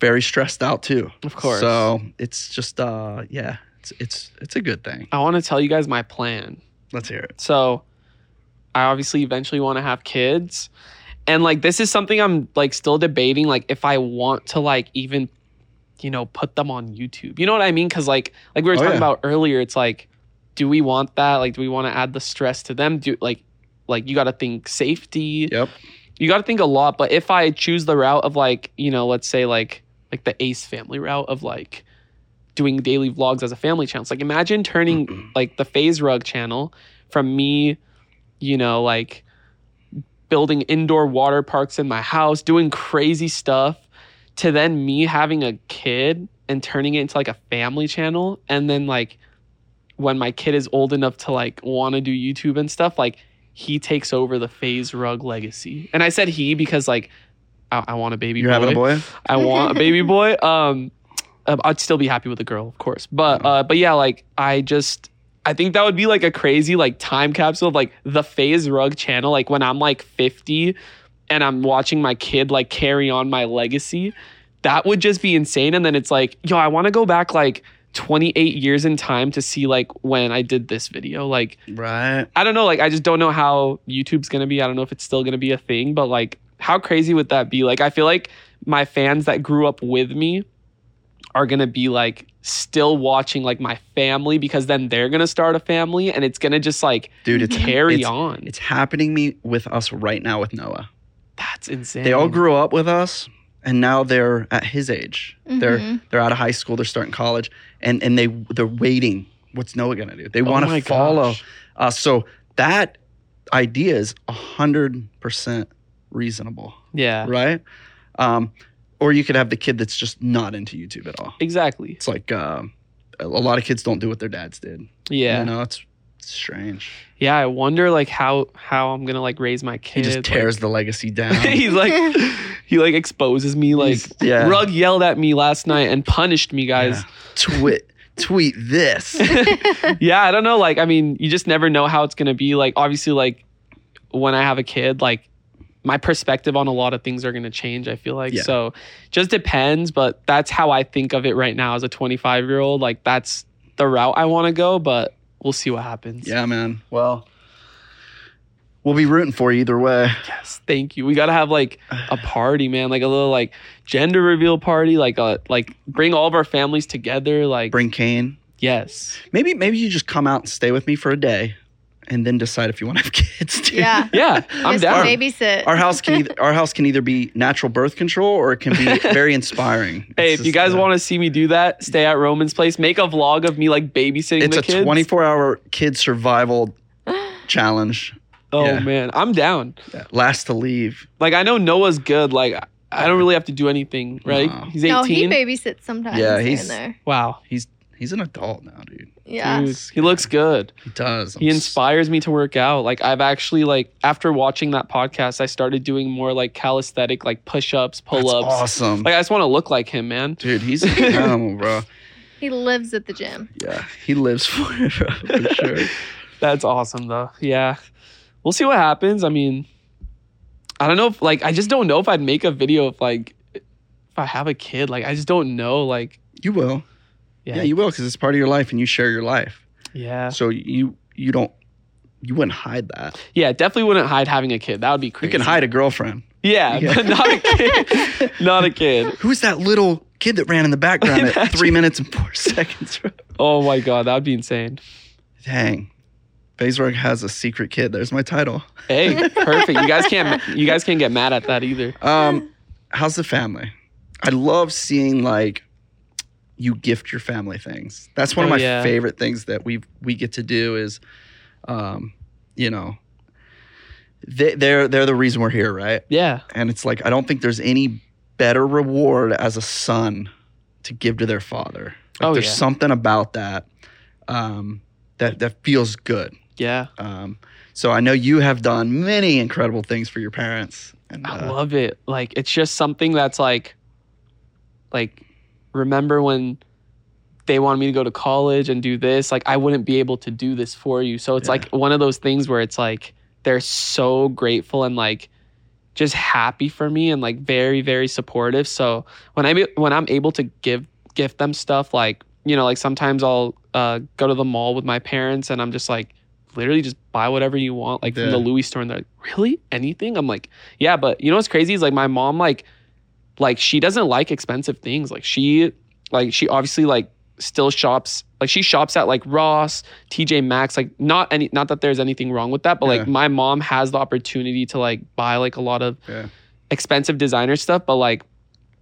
Speaker 1: very stressed out too.
Speaker 2: Of course.
Speaker 1: So it's just uh yeah, it's it's it's a good thing.
Speaker 2: I want to tell you guys my plan.
Speaker 1: Let's hear it.
Speaker 2: So I obviously eventually want to have kids. And like this is something I'm like still debating like if I want to like even you know put them on YouTube. You know what I mean? Cuz like like we were
Speaker 1: Oh,
Speaker 2: talking
Speaker 1: yeah.
Speaker 2: about earlier it's like do we want that? Like do we want to add the stress to them? Do like like you got to think safety.
Speaker 1: (clears throat) Yep.
Speaker 2: You got to think a lot, but if I choose the route of like, you know, let's say like like the Ace family route of like doing daily vlogs as a family channel. It's like imagine turning
Speaker 1: Mm-hmm.
Speaker 2: like the phase rug channel from me you know like building indoor water parks in my house doing crazy stuff to then me having a kid and turning it into like a family channel and then like when my kid is old enough to like want to do youtube and stuff like he takes over the phase rug legacy and i said he because like i, I want a baby
Speaker 1: You're having a boy.
Speaker 2: I want a baby boy. Um, uh, I'd still be happy with a girl, of course. But uh, but yeah, like I just I think that would be like a crazy like time capsule of like the Phase Rug channel. Like when I'm like 50 and I'm watching my kid like carry on my legacy, that would just be insane. And then it's like, yo, I want to go back like 28 years in time to see like when I did this video. Like
Speaker 1: Right.
Speaker 2: I don't know. Like, I just don't know how YouTube's gonna be. I don't know if it's still gonna be a thing, but like, how crazy would that be? Like, I feel like my fans that grew up with me are gonna be like still watching like my family because then they're gonna start a family and it's gonna just like
Speaker 1: Dude, it's
Speaker 2: carry
Speaker 1: it's-
Speaker 2: on.
Speaker 1: It's happening me with us right now with Noah.
Speaker 2: That's insane.
Speaker 1: They all grew up with us and now they're at his age. They're
Speaker 3: Mhm.
Speaker 1: they're out of high school, they're starting college, and and they they're waiting. What's Noah gonna do? They
Speaker 2: Oh
Speaker 1: want
Speaker 2: my
Speaker 1: to follow
Speaker 2: gosh.
Speaker 1: us. So that idea is hundred percent reasonable,
Speaker 2: Yeah,
Speaker 1: right? Um, or you could have the kid that's just not into YouTube at all.
Speaker 2: exactly.
Speaker 1: It's like um, a a lot of kids don't do what their dads did.
Speaker 2: Yeah,
Speaker 1: you know, it's, it's strange.
Speaker 2: yeah. I wonder like how how I'm gonna like raise my
Speaker 1: He
Speaker 2: kid.
Speaker 1: just
Speaker 2: (laughs)
Speaker 1: tears the legacy down.
Speaker 2: Like,
Speaker 1: (laughs)
Speaker 2: he's like he like exposes me like.
Speaker 1: He's- yeah.
Speaker 2: Rug yelled at me last night and punished me, guys.
Speaker 1: Yeah. Tweet tweet
Speaker 2: (laughs)
Speaker 1: this.
Speaker 2: yeah, I don't know. Like, I mean, you just never know how it's gonna be. Like, obviously, like when I have a kid, like my perspective on a lot of things are gonna change. I feel like
Speaker 1: Yeah.
Speaker 2: so, just depends. But that's how I think of it right now as a 25 year old. Like, that's the route I want to go. But we'll see what happens.
Speaker 1: Yeah, man. Well, we'll be rooting for you either way.
Speaker 2: Yes. Thank you. We gotta have like a party, man. Like a little like gender reveal party. Like a like bring all of our families together. Like
Speaker 1: Bring Kane.
Speaker 2: yes.
Speaker 1: Maybe maybe you just come out and stay with me for a day, and then decide if you want to have (laughs) kids. Dude.
Speaker 3: Yeah.
Speaker 1: (laughs)
Speaker 2: Yeah, I'm
Speaker 3: Just
Speaker 2: down.
Speaker 3: babysit.
Speaker 1: Our house can either, our house can either be natural birth control or it can be very inspiring. uh,
Speaker 2: Hey, if you guys want to see me do that, stay at Roman's place. Make a vlog of me like babysitting
Speaker 1: it's
Speaker 2: the
Speaker 1: a
Speaker 2: kids.
Speaker 1: 24 hour kid survival challenge.
Speaker 2: oh
Speaker 1: yeah.
Speaker 2: man, I'm down.
Speaker 1: Last to leave.
Speaker 2: Like I know Noah's good. Like I- I don't really have to do anything, right?
Speaker 1: No.
Speaker 2: He's
Speaker 3: No, he
Speaker 2: 18.
Speaker 3: babysits sometimes.
Speaker 1: Yeah,
Speaker 3: Yeah,
Speaker 1: he's-
Speaker 3: he's there.
Speaker 2: wow,
Speaker 1: He's an adult now, dude.
Speaker 3: Yeah.
Speaker 1: Mm.
Speaker 2: dude, he looks good.
Speaker 1: He does. I'm
Speaker 2: He
Speaker 1: s-
Speaker 2: inspires me to work out. Like I've actually like after watching that podcast, I started doing more like calisthenic, like push-ups,
Speaker 1: That's
Speaker 2: pull-ups.
Speaker 1: Awesome,
Speaker 2: Like I just want to look like him, man.
Speaker 1: dude.
Speaker 2: (laughs)
Speaker 1: He's an animal, bro.
Speaker 3: He lives at the gym.
Speaker 1: Yeah, he lives (laughs) for it, bro, for sure.
Speaker 2: (laughs) That's awesome though. Yeah. We'll see what happens. I mean, I don't know if like I just don't know if I'd make a video if like if I have a kid. Like I just don't know. Like
Speaker 1: You will. Yeah,
Speaker 2: yeah.
Speaker 1: you will because it's part of your life and you share your life.
Speaker 2: yeah.
Speaker 1: So you you don't you wouldn't hide that.
Speaker 2: Yeah, definitely wouldn't hide having a kid. That would be crazy.
Speaker 1: You can hide a girlfriend.
Speaker 2: Yeah,
Speaker 1: Yeah.
Speaker 2: but not a
Speaker 1: (laughs)
Speaker 2: kid. not a kid.
Speaker 1: Who's that little kid that ran in the
Speaker 2: (laughs)
Speaker 1: background at three minutes and four (laughs) seconds? bro?
Speaker 2: Oh my god, that would be insane.
Speaker 1: Dang. Baysrock has a secret kid. There's my title.
Speaker 2: Hey, perfect. You guys can't you guys can't get mad at that either.
Speaker 1: Um, how's the family? I love seeing like you gift your family things. That's one of
Speaker 2: Oh,
Speaker 1: my
Speaker 2: yeah.
Speaker 1: favorite things that we we get to do is, um, you know, they, they're they're the reason we're here, right?
Speaker 2: Yeah.
Speaker 1: and it's like I don't think there's any better reward as a son to give to their father. Like,
Speaker 2: Oh,
Speaker 1: there's
Speaker 2: yeah.
Speaker 1: something about that um, that that feels good.
Speaker 2: Yeah.
Speaker 1: Um, so I know you have done many incredible things for your parents. And,
Speaker 2: I
Speaker 1: uh,
Speaker 2: love it. Like it's just something that's like like remember when they wanted me to go to college and do this, like I wouldn't be able to do this for you. So it's
Speaker 1: Yeah.
Speaker 2: like one of those things where it's like they're so grateful and like just happy for me and like very very supportive. So when I am when I'm able to give gift them stuff like you know like sometimes I'll uh, go to the mall with my parents and I'm just like literally just buy whatever you want like from
Speaker 1: Yeah.
Speaker 2: the Louis store and they're like really anything I'm like yeah but you know what's crazy is like my mom like like she doesn't like expensive things like she like she obviously like still shops like she shops at like Ross TJ Maxx like not any not that there's anything wrong with that but
Speaker 1: Yeah.
Speaker 2: like my mom has the opportunity to like buy like a lot of
Speaker 1: Yeah.
Speaker 2: expensive designer stuff but like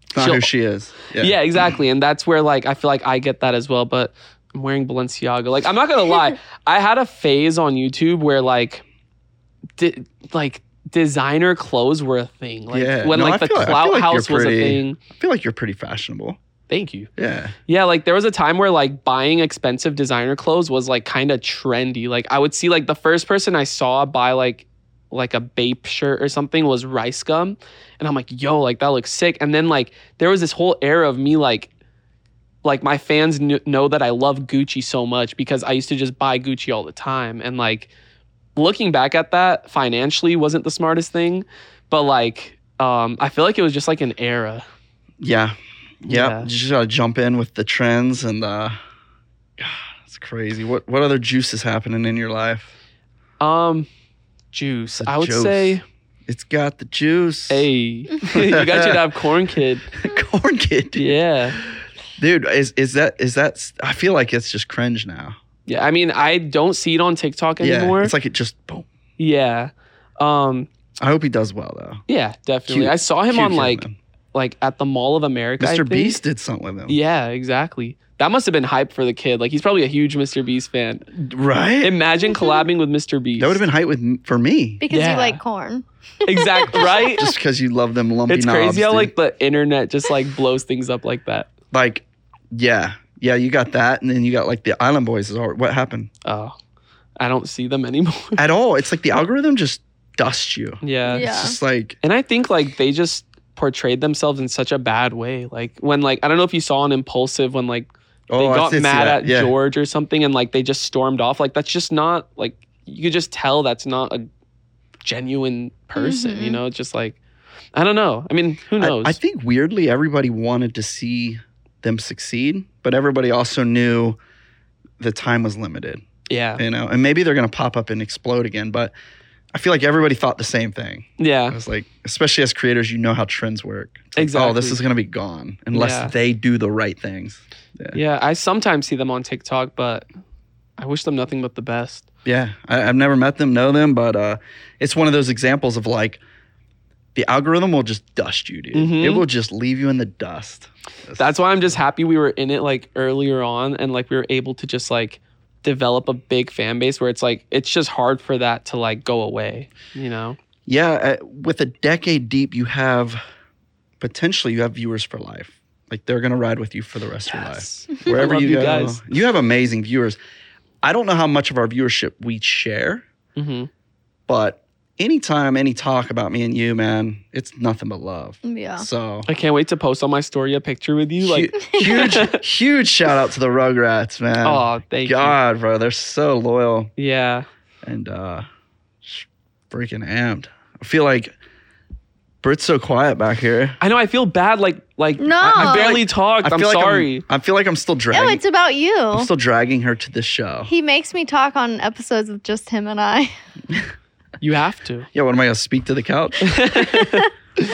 Speaker 1: it's not
Speaker 2: she'll-
Speaker 1: who she is.
Speaker 2: yeah. exactly. And that's where like I feel like I get that as well. But I'm wearing Balenciaga. Like I'm not
Speaker 1: (laughs)
Speaker 2: gonna lie, I had a phase on YouTube where like, di- like designer clothes were a thing. Like
Speaker 1: Yeah.
Speaker 2: when
Speaker 1: No,
Speaker 2: like
Speaker 1: I
Speaker 2: the
Speaker 1: feel- I feel
Speaker 2: clout
Speaker 1: like you're
Speaker 2: house was a
Speaker 1: pretty-
Speaker 2: thing.
Speaker 1: I feel like you're pretty fashionable.
Speaker 2: Thank you.
Speaker 1: Yeah.
Speaker 2: Yeah, like there was a time where like buying expensive designer clothes was like kind of trendy. Like I would see like the first person I saw buy like like a Bape shirt or something was Rice Gum, and I'm like, yo, like that looks sick. And then like there was this whole era of me like like my fans kn- know that I love Gucci so much because I used to just buy Gucci all the time and like looking back at that financially wasn't the smartest thing, but like um I feel like it was just like an era.
Speaker 1: Yeah. Yep.
Speaker 2: Yeah.
Speaker 1: Just gotta jump in with the trends and uh God, it's crazy. What what other juice is happening in your life?
Speaker 2: Um juice.
Speaker 1: The
Speaker 2: I would
Speaker 1: juice.
Speaker 2: say
Speaker 1: It's got the juice.
Speaker 2: Hey, (laughs) you got your dab corn kid.
Speaker 1: (laughs) corn kid. Dude.
Speaker 2: Yeah.
Speaker 1: Dude, is is that is that I feel like it's just cringe now.
Speaker 2: Yeah. I mean, I don't see it on TikTok anymore.
Speaker 1: Yeah.
Speaker 2: Yeah.
Speaker 1: It's like it just boom.
Speaker 2: Um,
Speaker 1: I hope he does well though.
Speaker 2: yeah, definitely.
Speaker 1: Cute-
Speaker 2: I saw him
Speaker 1: Cute
Speaker 2: on
Speaker 1: young
Speaker 2: like
Speaker 1: man.
Speaker 2: like at the Mall of America. I
Speaker 1: Mr.
Speaker 2: think.
Speaker 1: Beast did something with him.
Speaker 2: Yeah, exactly. That must have been hype for the kid. Like he's probably a huge Mr. Beast fan.
Speaker 1: Right?
Speaker 2: Imagine collabing with Mr. Beast.
Speaker 1: that would have been hype with for me.
Speaker 3: because
Speaker 2: Yeah.
Speaker 3: you like corn.
Speaker 1: (laughs)
Speaker 2: been exactly right.
Speaker 1: Just because you love them lumpy
Speaker 2: it's
Speaker 1: knobs,
Speaker 2: crazy how
Speaker 1: dude.
Speaker 2: like the internet just like blows things up like that.
Speaker 1: like yeah. Yeah, you got that, and then you got like the Island Boys. Is all, what
Speaker 2: (laughs)
Speaker 1: happened?
Speaker 2: Oh, I don't see them (laughs) anymore.
Speaker 1: At all? It's like the algorithm just dusts you.
Speaker 2: yeah.
Speaker 3: Yeah.
Speaker 1: It's just like
Speaker 2: And I think like they just portrayed themselves in such a bad way. Like when like I don't know if you saw on impulsive when like
Speaker 1: oh,
Speaker 2: they
Speaker 1: I
Speaker 2: got
Speaker 1: see- see
Speaker 2: mad
Speaker 1: that.
Speaker 2: at
Speaker 1: yeah.
Speaker 2: George or something and like they just stormed off. Like that's just not like you could just tell that's not a genuine person, you
Speaker 3: Mhm.
Speaker 2: know? It's just like I don't know. I mean, who knows?
Speaker 1: I, I think weirdly everybody wanted to see them succeed, but everybody also knew the time was limited,
Speaker 2: yeah.
Speaker 1: you know. And maybe they're going to pop up and explode again, but I feel like everybody thought the same thing. I
Speaker 2: Yeah.
Speaker 1: was like, especially as creators, you know how trends work. It's like, Oh, this
Speaker 2: Exactly.
Speaker 1: is going to be gone unless
Speaker 2: Yeah.
Speaker 1: they do the right things.
Speaker 2: Yeah. I sometimes see them on TikTok, but I wish them nothing but the best.
Speaker 1: Yeah, I, I've never met them, know them, but uh, it's one of those examples of like the algorithm will just dust you, dude.
Speaker 2: Mhm.
Speaker 1: It will just leave you in the dust.
Speaker 2: That's why I'm just happy we were in it like earlier on and like we were able to just like develop a big fan base where it's like it's just hard for that to like go away, you know?
Speaker 1: yeah. uh, With a decade deep, you have potentially you have viewers for life. Like they're gonna ride with you for the rest of your life. wherever
Speaker 2: (laughs) I love
Speaker 1: you,
Speaker 2: you
Speaker 1: go.
Speaker 2: guys.
Speaker 1: You have amazing viewers. I don't know how much of our viewership we share,
Speaker 2: hmm
Speaker 1: but anytime any talk about me and you, man, it's nothing but love.
Speaker 3: Yeah.
Speaker 1: So
Speaker 2: I can't wait to post on my story a picture with you. Like, (laughs)
Speaker 1: hu- huge, huge shout out to the Rugrats, man.
Speaker 2: oh, thank
Speaker 1: God, bro, they're so loyal
Speaker 2: you. Yeah.
Speaker 1: and uh sh- freaking amped. I feel like Britt's so quiet back here.
Speaker 2: I know I feel bad. Like, like
Speaker 3: No.
Speaker 2: I, I barely talked. I am
Speaker 1: feel like
Speaker 2: sorry.
Speaker 1: I'm, I feel like I'm still
Speaker 3: No,
Speaker 1: dragging.
Speaker 3: it's about
Speaker 1: I'm
Speaker 3: you.
Speaker 1: still dragging her to this show.
Speaker 3: He makes me talk on episodes with just him and I. (laughs)
Speaker 2: you have
Speaker 1: (laughs)
Speaker 2: to. (laughs)
Speaker 1: Yeah, what am I gonna speak to the couch?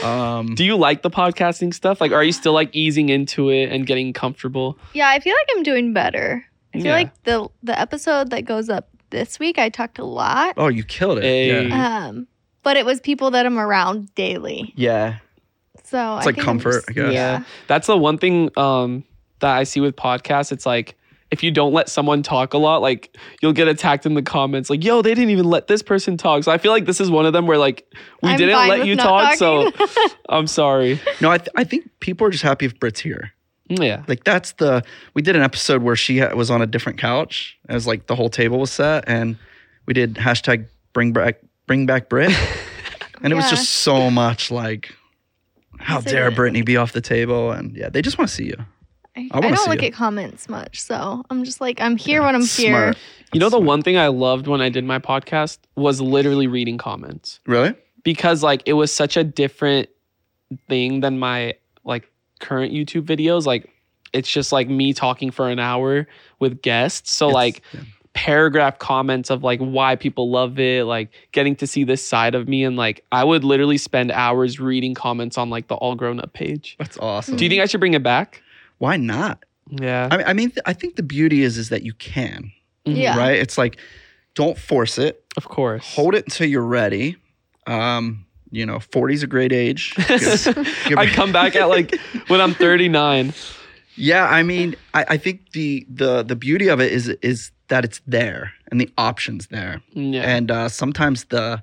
Speaker 1: Um,
Speaker 2: Do you like the podcasting stuff? Like, are you still like easing into it and getting comfortable?
Speaker 3: Yeah, I feel like I'm doing better. I feel
Speaker 2: Yeah.
Speaker 3: like the the episode that goes up this week, I talked a lot.
Speaker 1: oh, you killed it.
Speaker 2: Hey.
Speaker 1: Yeah.
Speaker 3: Um, but it was people that I'm around daily.
Speaker 1: yeah,
Speaker 3: So
Speaker 1: it's
Speaker 3: I
Speaker 1: like
Speaker 3: think I'm
Speaker 1: comfort.
Speaker 3: just-
Speaker 1: I guess.
Speaker 2: Yeah. That's the one thing um, that I see with podcasts. It's like if you don't let someone talk a lot, like you'll get attacked in the comments, like, yo, they didn't even let this person talk. So I feel like this is one of them where like we
Speaker 3: I'm
Speaker 2: didn't
Speaker 3: fine
Speaker 2: let
Speaker 3: with
Speaker 2: you
Speaker 3: not
Speaker 2: talk. So
Speaker 3: talking.
Speaker 2: (laughs)
Speaker 3: (laughs)
Speaker 2: I'm sorry. Mm,
Speaker 1: No, I, th- I think people are just happy if Brit's here.
Speaker 2: Yeah.
Speaker 1: Like that's the we did an episode where she ha- was on a different couch. It was like the whole table was set, and we did hashtag bring back bring back
Speaker 3: (laughs)
Speaker 1: Brit, and it was
Speaker 3: Yeah.
Speaker 1: just so much like. How
Speaker 3: It's like-
Speaker 1: dare Brittany be off the table? And yeah, they just want to see you. I
Speaker 3: I, I
Speaker 1: wanna
Speaker 3: don't
Speaker 1: see
Speaker 3: look
Speaker 1: it.
Speaker 3: at comments much, so I'm just like I'm here when I'm
Speaker 1: Smart.
Speaker 3: here.
Speaker 2: You know, the
Speaker 1: Smart.
Speaker 2: one thing I loved when I did my podcast was literally reading comments
Speaker 1: Really?
Speaker 2: because like it was such a different thing than my like current YouTube videos. Like it's just like me talking for an hour with guests. So
Speaker 1: It's-
Speaker 2: like
Speaker 1: yeah.
Speaker 2: paragraph comments of like why people love it, like getting to see this side of me. And like I would literally spend hours reading comments on like the all grown up page.
Speaker 1: that's awesome.
Speaker 2: Do you think I should bring it back?
Speaker 1: Why not?
Speaker 2: Yeah.
Speaker 1: I mean, I mean, th- I think the beauty is is that you can,
Speaker 2: Mhm.
Speaker 3: Yeah.
Speaker 1: right? It's like, don't force it.
Speaker 2: Of course. (laughs)
Speaker 1: Hold it until you're ready. Um, you know, 40 is a great
Speaker 2: (laughs)
Speaker 1: age.
Speaker 2: I come back at like when I'm 39.
Speaker 1: (laughs) Yeah, I mean, I, I think the the the beauty of it is is that it's there and the options there,
Speaker 2: Mm, Yeah.
Speaker 1: and uh, sometimes the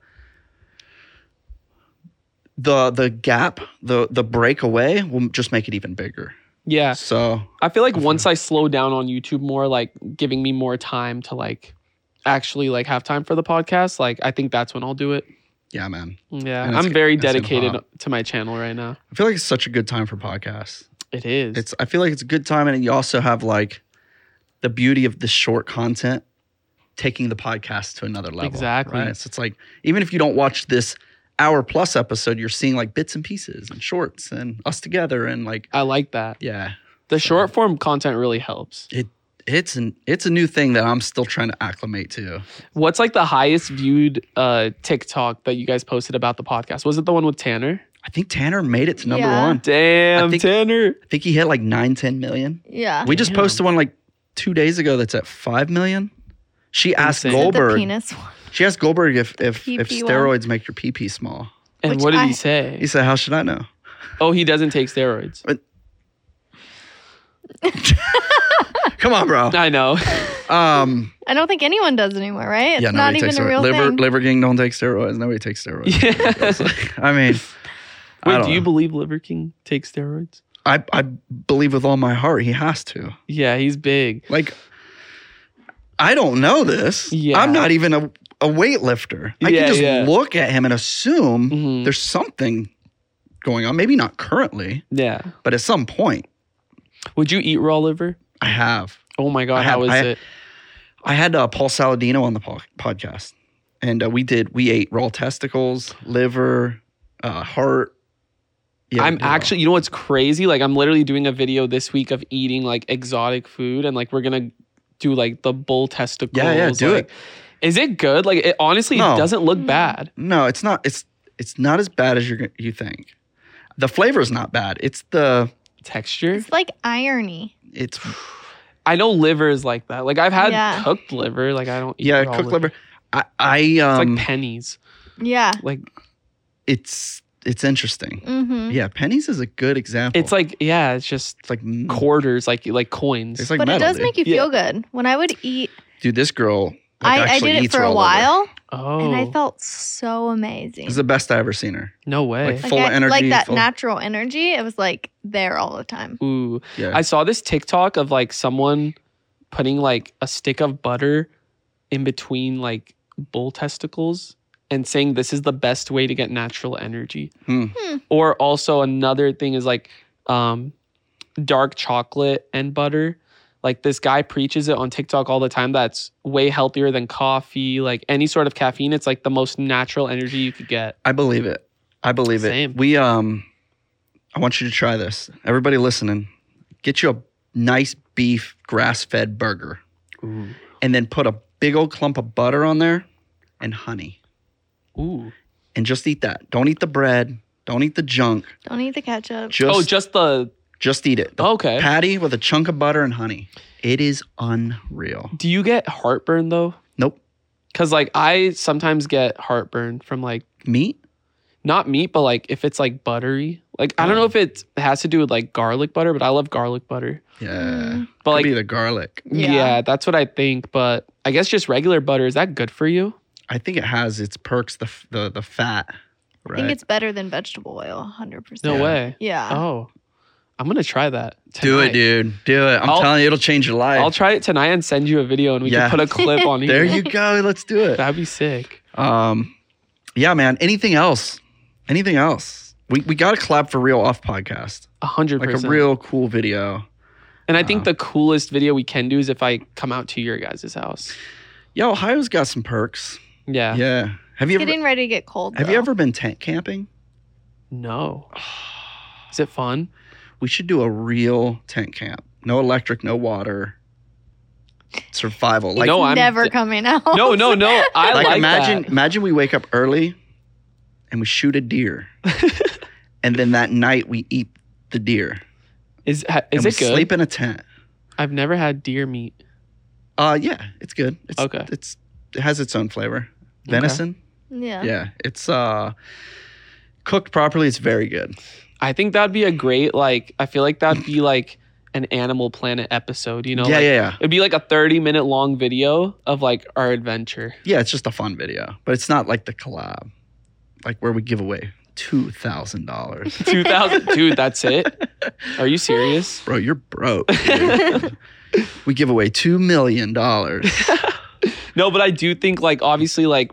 Speaker 1: the the gap, the the breakaway will just make it even bigger.
Speaker 2: yeah.
Speaker 1: So
Speaker 2: I feel like once I slow down on YouTube more, like giving me more time to like actually like have time for the podcast, like I think that's when I'll do it.
Speaker 1: yeah, man,
Speaker 2: Yeah.
Speaker 1: And it's
Speaker 2: I'm
Speaker 1: gonna-
Speaker 2: very
Speaker 1: it's gonna
Speaker 2: dedicated
Speaker 1: pop.
Speaker 2: to my channel right now.
Speaker 1: I feel like it's such a good time for podcasts.
Speaker 2: It is.
Speaker 1: It's I feel like it's a good time, and you also have like the beauty of the short content taking the podcast to another level.
Speaker 2: Exactly.
Speaker 1: Right? So it's like even if you don't watch this hour plus episode, you're seeing like bits and pieces and shorts and us together and like
Speaker 2: I like that.
Speaker 1: yeah,
Speaker 2: The short form content really helps.
Speaker 1: it's an it's a new thing that I'm still trying to acclimate to.
Speaker 2: What's like the highest viewed uh TikTok that you guys posted about the podcast? Was it the one with Tanner?
Speaker 1: I think Tanner made it to number
Speaker 3: Yeah.
Speaker 1: one.
Speaker 2: Damn,
Speaker 1: I think-
Speaker 2: Tanner.
Speaker 1: I think he hit like nine, 10 million.
Speaker 3: Yeah.
Speaker 1: We just
Speaker 2: Damn.
Speaker 1: posted one like two days ago that's at five million. She asked
Speaker 2: Insane.
Speaker 3: Is it The
Speaker 1: Goldberg.
Speaker 3: penis one.
Speaker 1: She asked Goldberg if if, if
Speaker 3: PP one.
Speaker 1: steroids make your pee pee small.
Speaker 2: And
Speaker 3: Which
Speaker 2: what did
Speaker 3: I-
Speaker 2: he say?
Speaker 1: He said, "How should I know?"
Speaker 2: (laughs) oh, he doesn't take steroids.
Speaker 1: Come on, bro.
Speaker 2: I know.
Speaker 1: Um,
Speaker 3: I don't think anyone does anymore, right? It's
Speaker 1: yeah,
Speaker 3: not
Speaker 1: nobody
Speaker 3: even
Speaker 1: takes
Speaker 3: a real
Speaker 1: steroids. Liver,
Speaker 3: thing.
Speaker 1: liver King don't take steroids. Nobody takes steroids.
Speaker 2: (laughs)
Speaker 1: (laughs)
Speaker 2: yeah.
Speaker 1: I mean, I
Speaker 2: Wait,
Speaker 1: don't
Speaker 2: do you
Speaker 1: know.
Speaker 2: believe Liver King takes steroids?
Speaker 1: I I believe with all my heart he has to.
Speaker 2: Yeah, he's big.
Speaker 1: Like, I don't know this.
Speaker 2: Yeah.
Speaker 1: I'm not even a, a weightlifter. I
Speaker 2: Yeah,
Speaker 1: can just
Speaker 2: yeah.
Speaker 1: look at him and assume
Speaker 2: Mhm.
Speaker 1: there's something going on. Maybe not currently,
Speaker 2: Yeah.
Speaker 1: but at some point,
Speaker 2: Would you eat raw liver?
Speaker 1: I have.
Speaker 2: Oh my god,
Speaker 1: I have-
Speaker 2: how is
Speaker 1: I-
Speaker 2: it?
Speaker 1: I had uh, Paul Saladino on the po- podcast, and uh, we did. We ate raw testicles, liver, uh, heart. Yeah, we
Speaker 2: I'm
Speaker 1: did it all.
Speaker 2: actually, you know what's crazy? Like, I'm literally doing a video this week of eating like exotic food, and like we're gonna do like the bull testicles.
Speaker 1: Yeah, yeah, do
Speaker 2: like-
Speaker 1: it.
Speaker 2: Is it good? Like, it, honestly,
Speaker 1: No.
Speaker 2: it doesn't look
Speaker 3: Mm.
Speaker 2: bad.
Speaker 1: No, it's not. It's it's not as bad as you are you think. The flavor's not bad. It's the
Speaker 2: Texture.
Speaker 3: It's like irony.
Speaker 1: it's
Speaker 2: I know liver is like that. Like I've had
Speaker 3: Yeah.
Speaker 2: cooked liver. Like I don't. Eat
Speaker 1: yeah
Speaker 2: raw
Speaker 1: cooked liver. I I
Speaker 2: It's
Speaker 1: um
Speaker 2: like pennies.
Speaker 3: Yeah.
Speaker 2: Like
Speaker 1: it's it's interesting.
Speaker 3: Mm-hmm.
Speaker 1: Yeah, pennies is a good example.
Speaker 2: it's like yeah, it's just
Speaker 1: it's like m-
Speaker 2: quarters, like like coins.
Speaker 1: It's like
Speaker 3: but
Speaker 1: metal,
Speaker 3: it does
Speaker 1: dude.
Speaker 3: make you
Speaker 2: Yeah.
Speaker 3: feel good. When I would eat,
Speaker 1: dude. This girl. Like,
Speaker 3: I, I
Speaker 1: actually
Speaker 3: did it
Speaker 1: eats
Speaker 3: for
Speaker 1: raw
Speaker 3: a
Speaker 1: liver.
Speaker 3: while,
Speaker 2: oh,
Speaker 3: and I felt so amazing.
Speaker 1: It's the best I ever seen her.
Speaker 2: no way.
Speaker 1: full of
Speaker 3: I-
Speaker 1: energy,
Speaker 3: like that
Speaker 1: full-
Speaker 3: natural energy. It was like there all the time.
Speaker 2: Ooh.
Speaker 1: Yeah,
Speaker 2: I saw this TikTok of like someone putting like a stick of butter in between like bull testicles and saying this is the best way to get natural energy.
Speaker 1: Hmm.
Speaker 3: Hmm.
Speaker 2: Or also another thing is like um dark chocolate and butter. Like this guy preaches it on TikTok all the time that's way healthier than coffee, like any sort of caffeine. It's like the most natural energy you could get.
Speaker 1: I believe it. I believe
Speaker 2: Same.
Speaker 1: it. We um, I want you to try this. Everybody listening, get you a nice beef grass fed burger.
Speaker 2: Ooh.
Speaker 1: and then put a big old clump of butter on there and honey
Speaker 2: Ooh.
Speaker 1: and just eat that. Don't eat the bread. Don't eat the junk.
Speaker 3: Don't eat the ketchup.
Speaker 1: Just
Speaker 2: oh, just the
Speaker 1: just eat it. The
Speaker 2: okay.
Speaker 1: patty with a chunk of butter and honey. It is unreal.
Speaker 2: Do you get heartburn though?
Speaker 1: Nope.
Speaker 2: Cause like I sometimes get heartburn from like
Speaker 1: Meat?
Speaker 2: not meat, but like if it's like buttery. Like I
Speaker 1: Oh.
Speaker 2: don't know if it has to do with like garlic butter, but I love garlic butter.
Speaker 1: Yeah.
Speaker 3: Mm.
Speaker 2: But
Speaker 1: Could
Speaker 2: like
Speaker 1: be the garlic.
Speaker 2: yeah.
Speaker 4: Yeah.
Speaker 2: that's what I think. But I guess just regular butter is that good for you?
Speaker 1: I think it has its perks, the f- the, the fat.
Speaker 4: I
Speaker 1: Right.
Speaker 4: think it's better than vegetable oil, 100%.
Speaker 2: No
Speaker 1: Yeah.
Speaker 2: way.
Speaker 4: Yeah.
Speaker 2: Oh, I'm gonna try that.
Speaker 1: Do it,
Speaker 2: tonight.
Speaker 1: dude. Do it. I'm
Speaker 2: I'll-
Speaker 1: telling you, it'll change your life.
Speaker 2: I'll try it tonight and send you a video, and we
Speaker 1: Yeah.
Speaker 2: can put a clip on
Speaker 1: (laughs)
Speaker 2: here.
Speaker 1: there you go. Let's do it.
Speaker 2: (laughs) That'd be sick.
Speaker 1: Um, yeah, man. Anything else? Anything else? We we got to collab for real off podcast,
Speaker 2: A hundred
Speaker 1: like a
Speaker 2: percent.
Speaker 1: real cool video.
Speaker 2: And I think
Speaker 1: Wow.
Speaker 2: the coolest video we can do is if I come out to your guys' house.
Speaker 1: Yeah, Ohio's got some perks.
Speaker 2: Yeah.
Speaker 1: Yeah. Have you
Speaker 4: It's
Speaker 1: ever
Speaker 4: getting ready to get cold.
Speaker 1: Have you
Speaker 4: though.
Speaker 1: ever been tent
Speaker 2: (sighs)
Speaker 1: camping?
Speaker 2: No. Is it fun?
Speaker 1: We should do a real tent camp. No electric, no water. Survival. Like
Speaker 2: No,
Speaker 4: It's
Speaker 2: I'm
Speaker 4: never
Speaker 2: d-
Speaker 4: coming out.
Speaker 2: No,
Speaker 3: (laughs)
Speaker 2: no, (laughs) no. I like,
Speaker 1: like, imagine
Speaker 2: that.
Speaker 1: imagine we wake up early and we shoot a
Speaker 2: (laughs)
Speaker 1: deer. and then that night we eat the deer.
Speaker 2: Is ha- is
Speaker 1: and
Speaker 2: it
Speaker 1: we
Speaker 2: good?
Speaker 1: sleep in a tent.
Speaker 2: I've never had deer meat.
Speaker 1: Uh yeah, it's good. It's,
Speaker 2: Okay.
Speaker 1: It's it has its own flavor.
Speaker 2: Okay.
Speaker 1: Venison?
Speaker 4: Yeah.
Speaker 1: Yeah. It's uh cooked properly, it's very good.
Speaker 2: I think that'd be a great like. I feel like that'd be like an Animal Planet episode. You know?
Speaker 1: yeah,
Speaker 2: like,
Speaker 1: yeah, yeah.
Speaker 2: It'd be like a thirty-minute long video of like our adventure. (laughs)
Speaker 1: Yeah, it's just a fun video, but it's not like the collab, like where we give away two thousand
Speaker 2: (laughs)
Speaker 1: dollars.
Speaker 2: Two thousand, dude. That's it. Are you serious?
Speaker 1: Bro, you're broke. dude. we give away two million
Speaker 2: (laughs)
Speaker 1: dollars.
Speaker 2: (laughs) No, but I do think like obviously like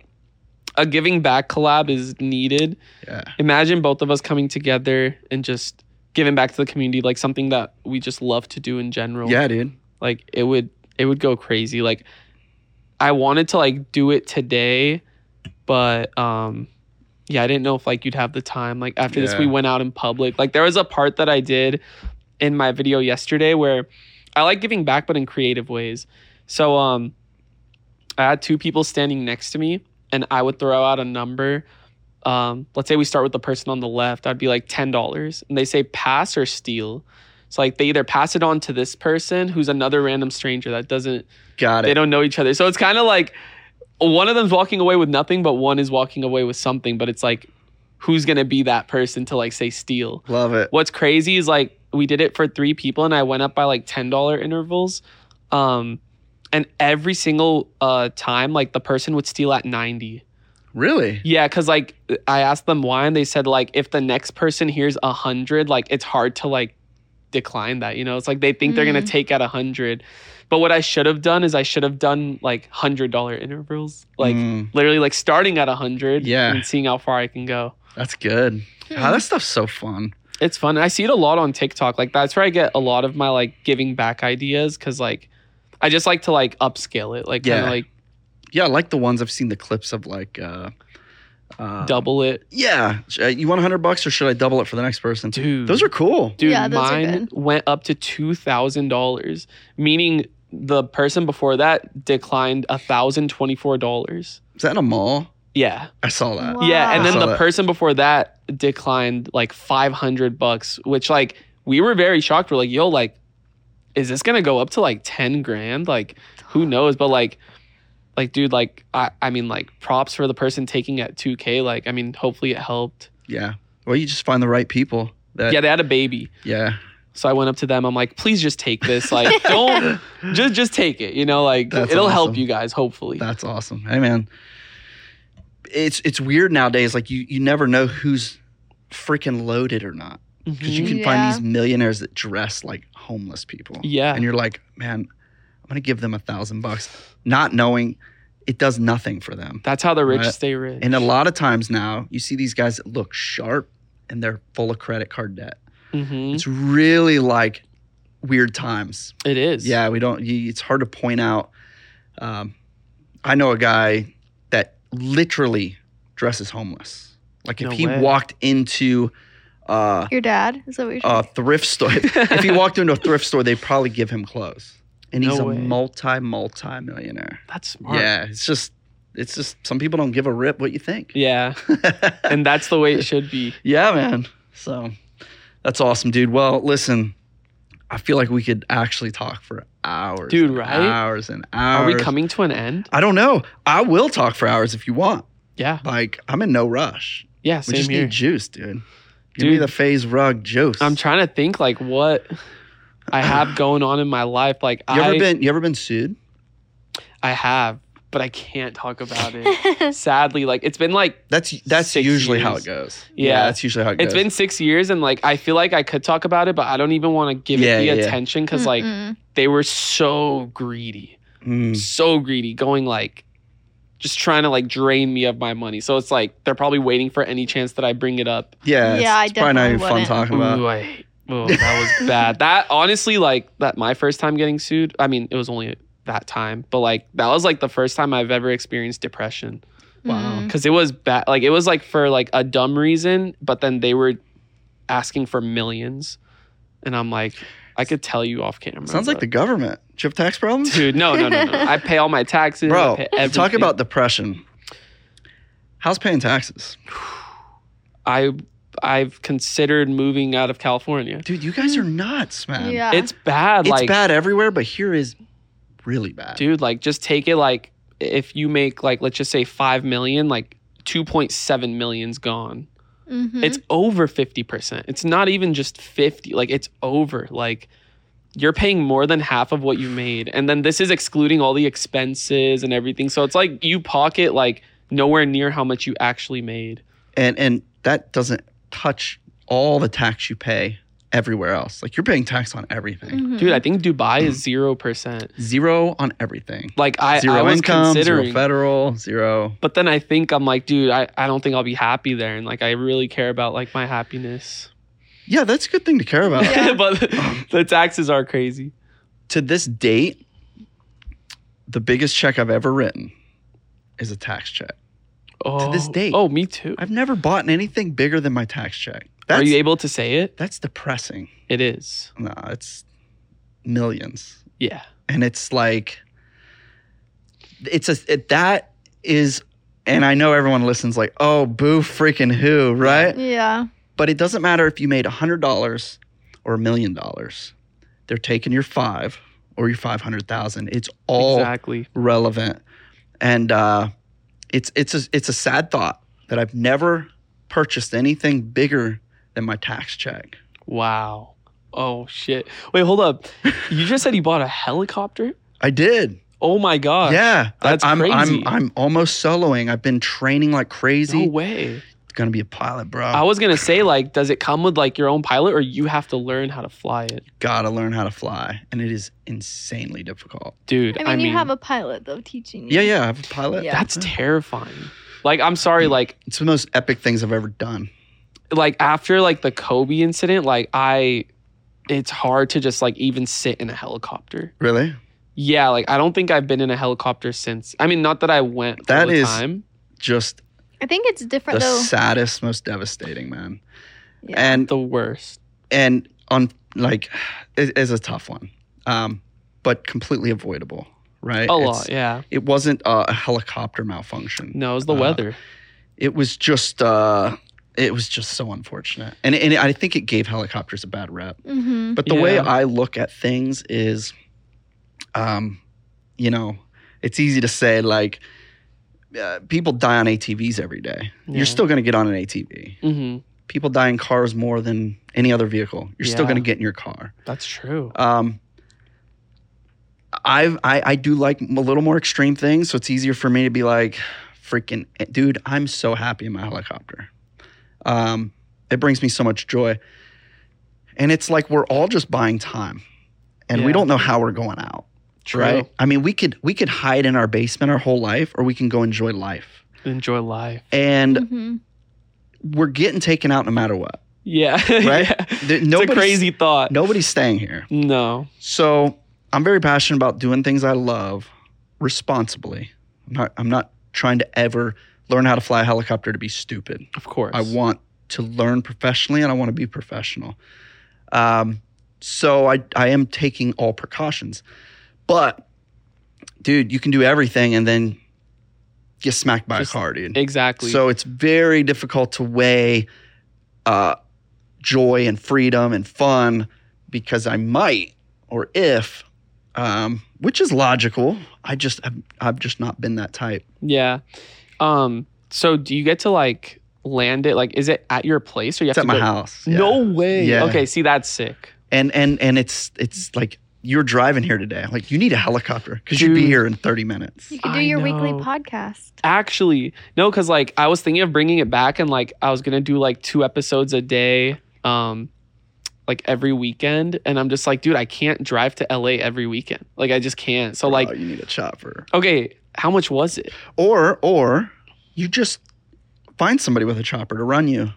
Speaker 2: a giving back collab is needed.
Speaker 1: Yeah,
Speaker 2: Imagine both of us coming together and just giving back to the community, like something that we just love to do in general.
Speaker 1: yeah, dude.
Speaker 2: like it would it would go crazy like i wanted to like do it today but um yeah i didn't know if like you'd have the time like after this we
Speaker 1: Yeah.
Speaker 2: went out in public like there was a part that i did in my video yesterday where i like giving back but in creative ways so um i had two people standing next to me and i would throw out a number um let's say we start with the person on the left i'd be like $10 and they say pass or steal so like they either pass it on to this person who's another random stranger that doesn't
Speaker 1: Got
Speaker 2: they
Speaker 1: it.
Speaker 2: don't know each other. So it's kind of like one of them's walking away with nothing, but one is walking away with something. But it's like who's gonna be that person to like say steal?
Speaker 1: Love it.
Speaker 2: What's crazy is like we did it for three people and I went up by like ten dollar intervals. Um and every single uh time like the person would steal at 90.
Speaker 1: Really?
Speaker 2: Yeah, because like I asked them why, and they said like if the next person hears a hundred, like it's hard to like decline that. You know, it's like they think they're gonna
Speaker 4: Mm.
Speaker 2: take at a hundred. But what I should have done is I should have done like hundred dollar intervals, like
Speaker 1: Mm,
Speaker 2: literally like starting at a hundred,
Speaker 1: Yeah.
Speaker 2: and seeing how far I can go.
Speaker 1: that's good. Ah,
Speaker 3: (laughs)
Speaker 1: that stuff's so fun.
Speaker 2: It's fun. I see it a lot on TikTok. Like that's where I get a lot of my like giving back ideas, because like I just like to like upscale it, like kind
Speaker 1: Yeah.
Speaker 2: of like
Speaker 1: Yeah, I like the ones I've seen the clips of, like. uh uh,
Speaker 2: double it,
Speaker 1: yeah, Sh- uh, you want hundred bucks or should I double it for the next person?
Speaker 2: dude.
Speaker 1: Those are cool.
Speaker 2: Dude,
Speaker 4: Yeah, those are
Speaker 2: mine went up to two thousand dollars, meaning the person before that declined a thousand twenty four dollars.
Speaker 1: Is that in a mall?
Speaker 2: Yeah,
Speaker 1: I saw that.
Speaker 4: Wow.
Speaker 2: yeah, and
Speaker 1: I
Speaker 2: then
Speaker 1: saw
Speaker 2: the
Speaker 1: that.
Speaker 2: person before that declined like five hundred bucks, which like we were very shocked. We're like, yo, like, is this gonna go up to like ten grand? Like, who knows? But like, like, dude, like, I, I mean, like, props for the person taking at two k. Like, I mean, hopefully it helped.
Speaker 1: Yeah. Well, you just find the right people. That,
Speaker 2: Yeah, they had a baby.
Speaker 1: Yeah.
Speaker 2: So I went up to them. I'm like, please just take this. Like, don't just just take it. You know, like
Speaker 1: That's
Speaker 2: it'll help
Speaker 1: awesome.
Speaker 2: you guys. Hopefully,
Speaker 1: That's awesome. Hey man. It's it's weird nowadays. Like you you never know who's freaking loaded or not. Because you
Speaker 2: Mhm.
Speaker 1: can
Speaker 4: Yeah.
Speaker 1: find these millionaires that dress like homeless people.
Speaker 2: yeah,
Speaker 1: And you're like, man, I'm gonna give them a thousand bucks, not knowing it does nothing for them.
Speaker 2: that's how the rich
Speaker 1: Right.
Speaker 2: stay rich.
Speaker 1: And a lot of times now you see these guys that look sharp and they're full of credit card debt.
Speaker 2: Mhm.
Speaker 1: It's really like weird times.
Speaker 2: It is. (laughs)
Speaker 1: Yeah, we don't. You, it's hard to point out. Um, I know a guy that literally dresses homeless. Like if
Speaker 2: No
Speaker 1: he
Speaker 2: way.
Speaker 1: walked into uh,
Speaker 4: Your dad? Is that what you're
Speaker 1: a
Speaker 4: trying
Speaker 1: thrift store, if he walked into a thrift store, they'd probably give him clothes. And he's
Speaker 2: No
Speaker 1: a
Speaker 2: way.
Speaker 1: multi multi millionaire.
Speaker 2: that's smart.
Speaker 1: Yeah, it's just it's just some people don't give a rip what you think.
Speaker 2: yeah, and that's the way it should be.
Speaker 1: (laughs) Yeah, man. So that's awesome, dude. Well, listen, I feel like we could actually talk for hours,
Speaker 2: Dude,
Speaker 1: and
Speaker 2: right?
Speaker 1: Hours and hours.
Speaker 2: Are we coming to an end?
Speaker 1: I don't know. I will talk for hours if you want.
Speaker 2: Yeah,
Speaker 1: Like I'm in no rush.
Speaker 2: Yeah,
Speaker 1: We
Speaker 2: same
Speaker 1: just
Speaker 2: here.
Speaker 1: need juice, dude. Give me
Speaker 2: Dude.
Speaker 1: the phase rug juice.
Speaker 2: I'm trying to think like what
Speaker 1: (sighs)
Speaker 2: I have going on in my life. Like
Speaker 1: You
Speaker 2: I
Speaker 1: ever been? You ever been sued?
Speaker 2: I have, but I can't talk about
Speaker 3: (laughs)
Speaker 2: it. Sadly, like it's been like
Speaker 1: That's that's
Speaker 2: Six
Speaker 1: usually how
Speaker 2: years.
Speaker 1: it goes.
Speaker 2: Yeah.
Speaker 1: that's usually how it goes.
Speaker 2: it's been six years, and like I feel like I could talk about it, but I don't even want to give
Speaker 1: Yeah,
Speaker 2: it the
Speaker 1: yeah, yeah.
Speaker 2: attention because like
Speaker 4: Mm-mm.
Speaker 2: they were so greedy,
Speaker 1: Mm.
Speaker 2: so greedy, going like just trying to like drain me of my money. So it's like they're probably waiting for any chance that I bring it up.
Speaker 1: Yeah, it's,
Speaker 4: Yeah, I
Speaker 1: it's probably not even
Speaker 4: definitely
Speaker 1: fun talking about.
Speaker 2: Ooh, I, oh, that was bad. (laughs) That honestly, like that my first time getting sued. I mean, it was only that time, but like that was like the first time I've ever experienced depression.
Speaker 1: Wow.
Speaker 3: Mm-hmm.
Speaker 4: Mm.
Speaker 2: because it was bad. Like it was like for like a dumb reason, but then they were asking for millions, and I'm like, I could tell you off camera.
Speaker 1: Sounds like the
Speaker 2: but-
Speaker 1: government. Do you have tax (laughs) problems,
Speaker 2: (laughs) dude. No, no, no, no. I pay all my taxes, I
Speaker 1: bro?
Speaker 2: pay
Speaker 1: you Talk
Speaker 2: everything.
Speaker 1: about depression. How's paying taxes,
Speaker 2: I. I've considered moving out of California.
Speaker 1: dude? You guys are nuts, man.
Speaker 4: Mm. Yeah.
Speaker 2: It's bad.
Speaker 1: it's
Speaker 2: like
Speaker 1: bad everywhere, but here is really bad.
Speaker 2: dude like just take it like if you make like let's just say 5 million like 2.7 million's gone
Speaker 3: Mm-hmm.
Speaker 4: Mhm.
Speaker 2: it's over 50% it's not even just 50 like it's over like you're paying more than half of what you made and then this is excluding all the expenses and everything so it's like you pocket like nowhere near how much you actually made
Speaker 1: and and that doesn't touch all the tax you pay everywhere else. Like you're paying tax on everything,
Speaker 3: Mm-hmm.
Speaker 4: Mhm.
Speaker 2: dude i think dubai
Speaker 1: Mm-hmm.
Speaker 2: is 0%
Speaker 1: zero on everything.
Speaker 2: like i,
Speaker 1: Zero
Speaker 2: I was
Speaker 1: income,
Speaker 2: considering
Speaker 1: zero federal, zero.
Speaker 2: but then i think i'm like dude I, I don't think i'll be happy there and like i really care about like my happiness
Speaker 1: Yeah, that's a good thing to care about.
Speaker 4: Yeah.
Speaker 2: (laughs) but the taxes are crazy.
Speaker 1: to this date, the biggest check I've ever written is a tax check.
Speaker 2: Oh,
Speaker 1: this day.
Speaker 2: Oh, me too.
Speaker 1: I've never bought anything bigger than my tax check. That's,
Speaker 2: are you able to say it?
Speaker 1: that's depressing.
Speaker 2: It is.
Speaker 1: No, it's millions.
Speaker 2: Yeah.
Speaker 1: And it's like, it's a, it, that is, and I know everyone listens like, oh, boo freaking who, right?
Speaker 4: yeah.
Speaker 1: But it doesn't matter if you made $100 or a million dollars. They're taking your five or your 500,000. It's all
Speaker 2: Exactly.
Speaker 1: relevant. And uh, it's it's a, it's a sad thought that I've never purchased anything bigger than my tax check.
Speaker 2: Wow. Oh shit. Wait, hold up. you just said you bought a helicopter?
Speaker 1: I did.
Speaker 2: Oh my god.
Speaker 1: yeah,
Speaker 2: that's
Speaker 1: I, am
Speaker 2: crazy.
Speaker 1: I'm I'm almost soloing. I've been training like crazy.
Speaker 2: No way.
Speaker 1: Gonna be a pilot, bro.
Speaker 2: I was gonna say, like, does it come with like your own pilot or you have to learn how to fly it?
Speaker 1: Gotta learn how to fly, and it is insanely difficult.
Speaker 2: Dude,
Speaker 4: I mean, you have a pilot though teaching you.
Speaker 1: Yeah, yeah. I have a pilot.
Speaker 4: Yeah.
Speaker 2: Mm. that's terrifying. Like, I'm sorry, like
Speaker 1: It's the most epic things I've ever done.
Speaker 2: like after like the Kobe incident, like I it's hard to just like even sit in a helicopter.
Speaker 1: Really,
Speaker 2: Yeah, like I don't think I've been in a helicopter since. I mean, not that I went
Speaker 1: That
Speaker 2: all the
Speaker 1: is-
Speaker 2: time.
Speaker 1: just
Speaker 4: I think it's different
Speaker 1: the
Speaker 4: though.
Speaker 1: saddest, most devastating, man.
Speaker 4: Yeah.
Speaker 1: And
Speaker 2: The worst.
Speaker 1: and on like it is a tough one um but completely avoidable right
Speaker 2: A
Speaker 1: It's-
Speaker 2: lot, yeah.
Speaker 1: it wasn't uh, a helicopter malfunction
Speaker 2: No, it was the
Speaker 1: Uh,
Speaker 2: weather.
Speaker 1: it was just uh it was just so unfortunate and and i think it gave helicopters a bad rep
Speaker 4: Mhm.
Speaker 1: but the way
Speaker 2: Yeah.
Speaker 1: i look at things is um you know it's easy to say like uh, people die on atvs every day
Speaker 2: Yeah.
Speaker 1: you're still going to get on an atv
Speaker 2: hmm
Speaker 1: people die in cars more than any other vehicle you're still
Speaker 2: Yeah.
Speaker 1: going to get in your car
Speaker 2: That's true.
Speaker 1: Um, I've, I I do like a little more extreme things, so it's easier for me to be like, freaking eh, dude, I'm so happy in my helicopter. Um, it brings me so much joy, and it's like we're all just buying time, and we
Speaker 2: Yeah.
Speaker 1: don't know how we're going out,
Speaker 2: True.
Speaker 1: right? I mean, we could we could hide in our basement our whole life, or we can go enjoy life,
Speaker 2: Enjoy life.
Speaker 1: and
Speaker 4: Mhm.
Speaker 1: we're getting taken out no matter what.
Speaker 2: Yeah. (laughs)
Speaker 1: Right?
Speaker 2: Yeah.
Speaker 1: There,
Speaker 2: It's a
Speaker 1: nobody's-
Speaker 2: crazy thought.
Speaker 1: Nobody's staying here.
Speaker 2: No.
Speaker 1: So I'm very passionate about doing things I love responsibly. I'm not, I'm not trying to ever learn how to fly a helicopter to be stupid.
Speaker 2: Of course.
Speaker 1: I want to learn professionally and I want to be professional. Um, so I, I am taking all precautions. But dude, you can do everything and then get smacked by
Speaker 2: Just-
Speaker 1: a car, dude.
Speaker 2: exactly.
Speaker 1: So it's very difficult to weigh uh, joy and freedom and fun because I might or if, um, which is logical. I just I've, I've just not been that type.
Speaker 2: yeah. Um. So do you get to like land it? Like, is it at your place or you
Speaker 1: It's
Speaker 2: have
Speaker 1: at
Speaker 2: to
Speaker 1: my
Speaker 2: go-
Speaker 1: house. yeah.
Speaker 2: No way.
Speaker 1: Yeah.
Speaker 2: Okay, see, that's sick.
Speaker 1: And and and it's it's like you're driving here today. Like you need a helicopter because you'd be
Speaker 2: Dude.
Speaker 1: here in 30 minutes.
Speaker 3: You could do
Speaker 2: I
Speaker 3: your weekly
Speaker 2: know.
Speaker 3: podcast.
Speaker 2: Actually, no, because like I was thinking of bringing it back and like I was gonna do like two episodes a day, um, like every weekend, and I'm just like, dude, I can't drive to LA every weekend. Like, I just can't. So like,
Speaker 1: Bro, Oh, you need a chopper.
Speaker 2: okay, how much was it?
Speaker 1: Or or you just find somebody with a chopper to run you.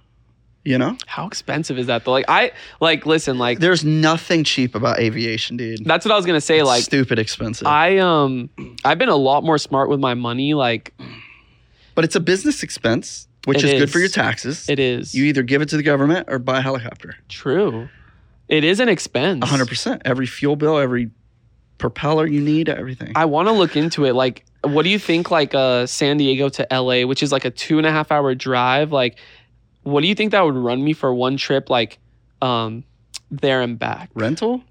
Speaker 1: You know?
Speaker 2: How expensive is that though? Like, I like listen, like
Speaker 1: There's nothing cheap about aviation, dude.
Speaker 2: that's what I was gonna say.
Speaker 1: It's
Speaker 2: Like,
Speaker 1: stupid expensive.
Speaker 2: I um, I've been a lot more smart with my money. Like,
Speaker 1: but it's a business expense, which
Speaker 2: It
Speaker 1: is good for your
Speaker 2: is.
Speaker 1: taxes.
Speaker 2: it is
Speaker 1: you either give it to the government or buy a helicopter.
Speaker 2: true. It is an expense.
Speaker 1: 100%. Every fuel bill, every propeller you need, everything.
Speaker 2: I want to look into it. Like, what do you think? Like, uh, San Diego to LA, which is like a two and a half hour drive. Like, what do you think that would run me for one trip? Like, um, there and back.
Speaker 1: Rental?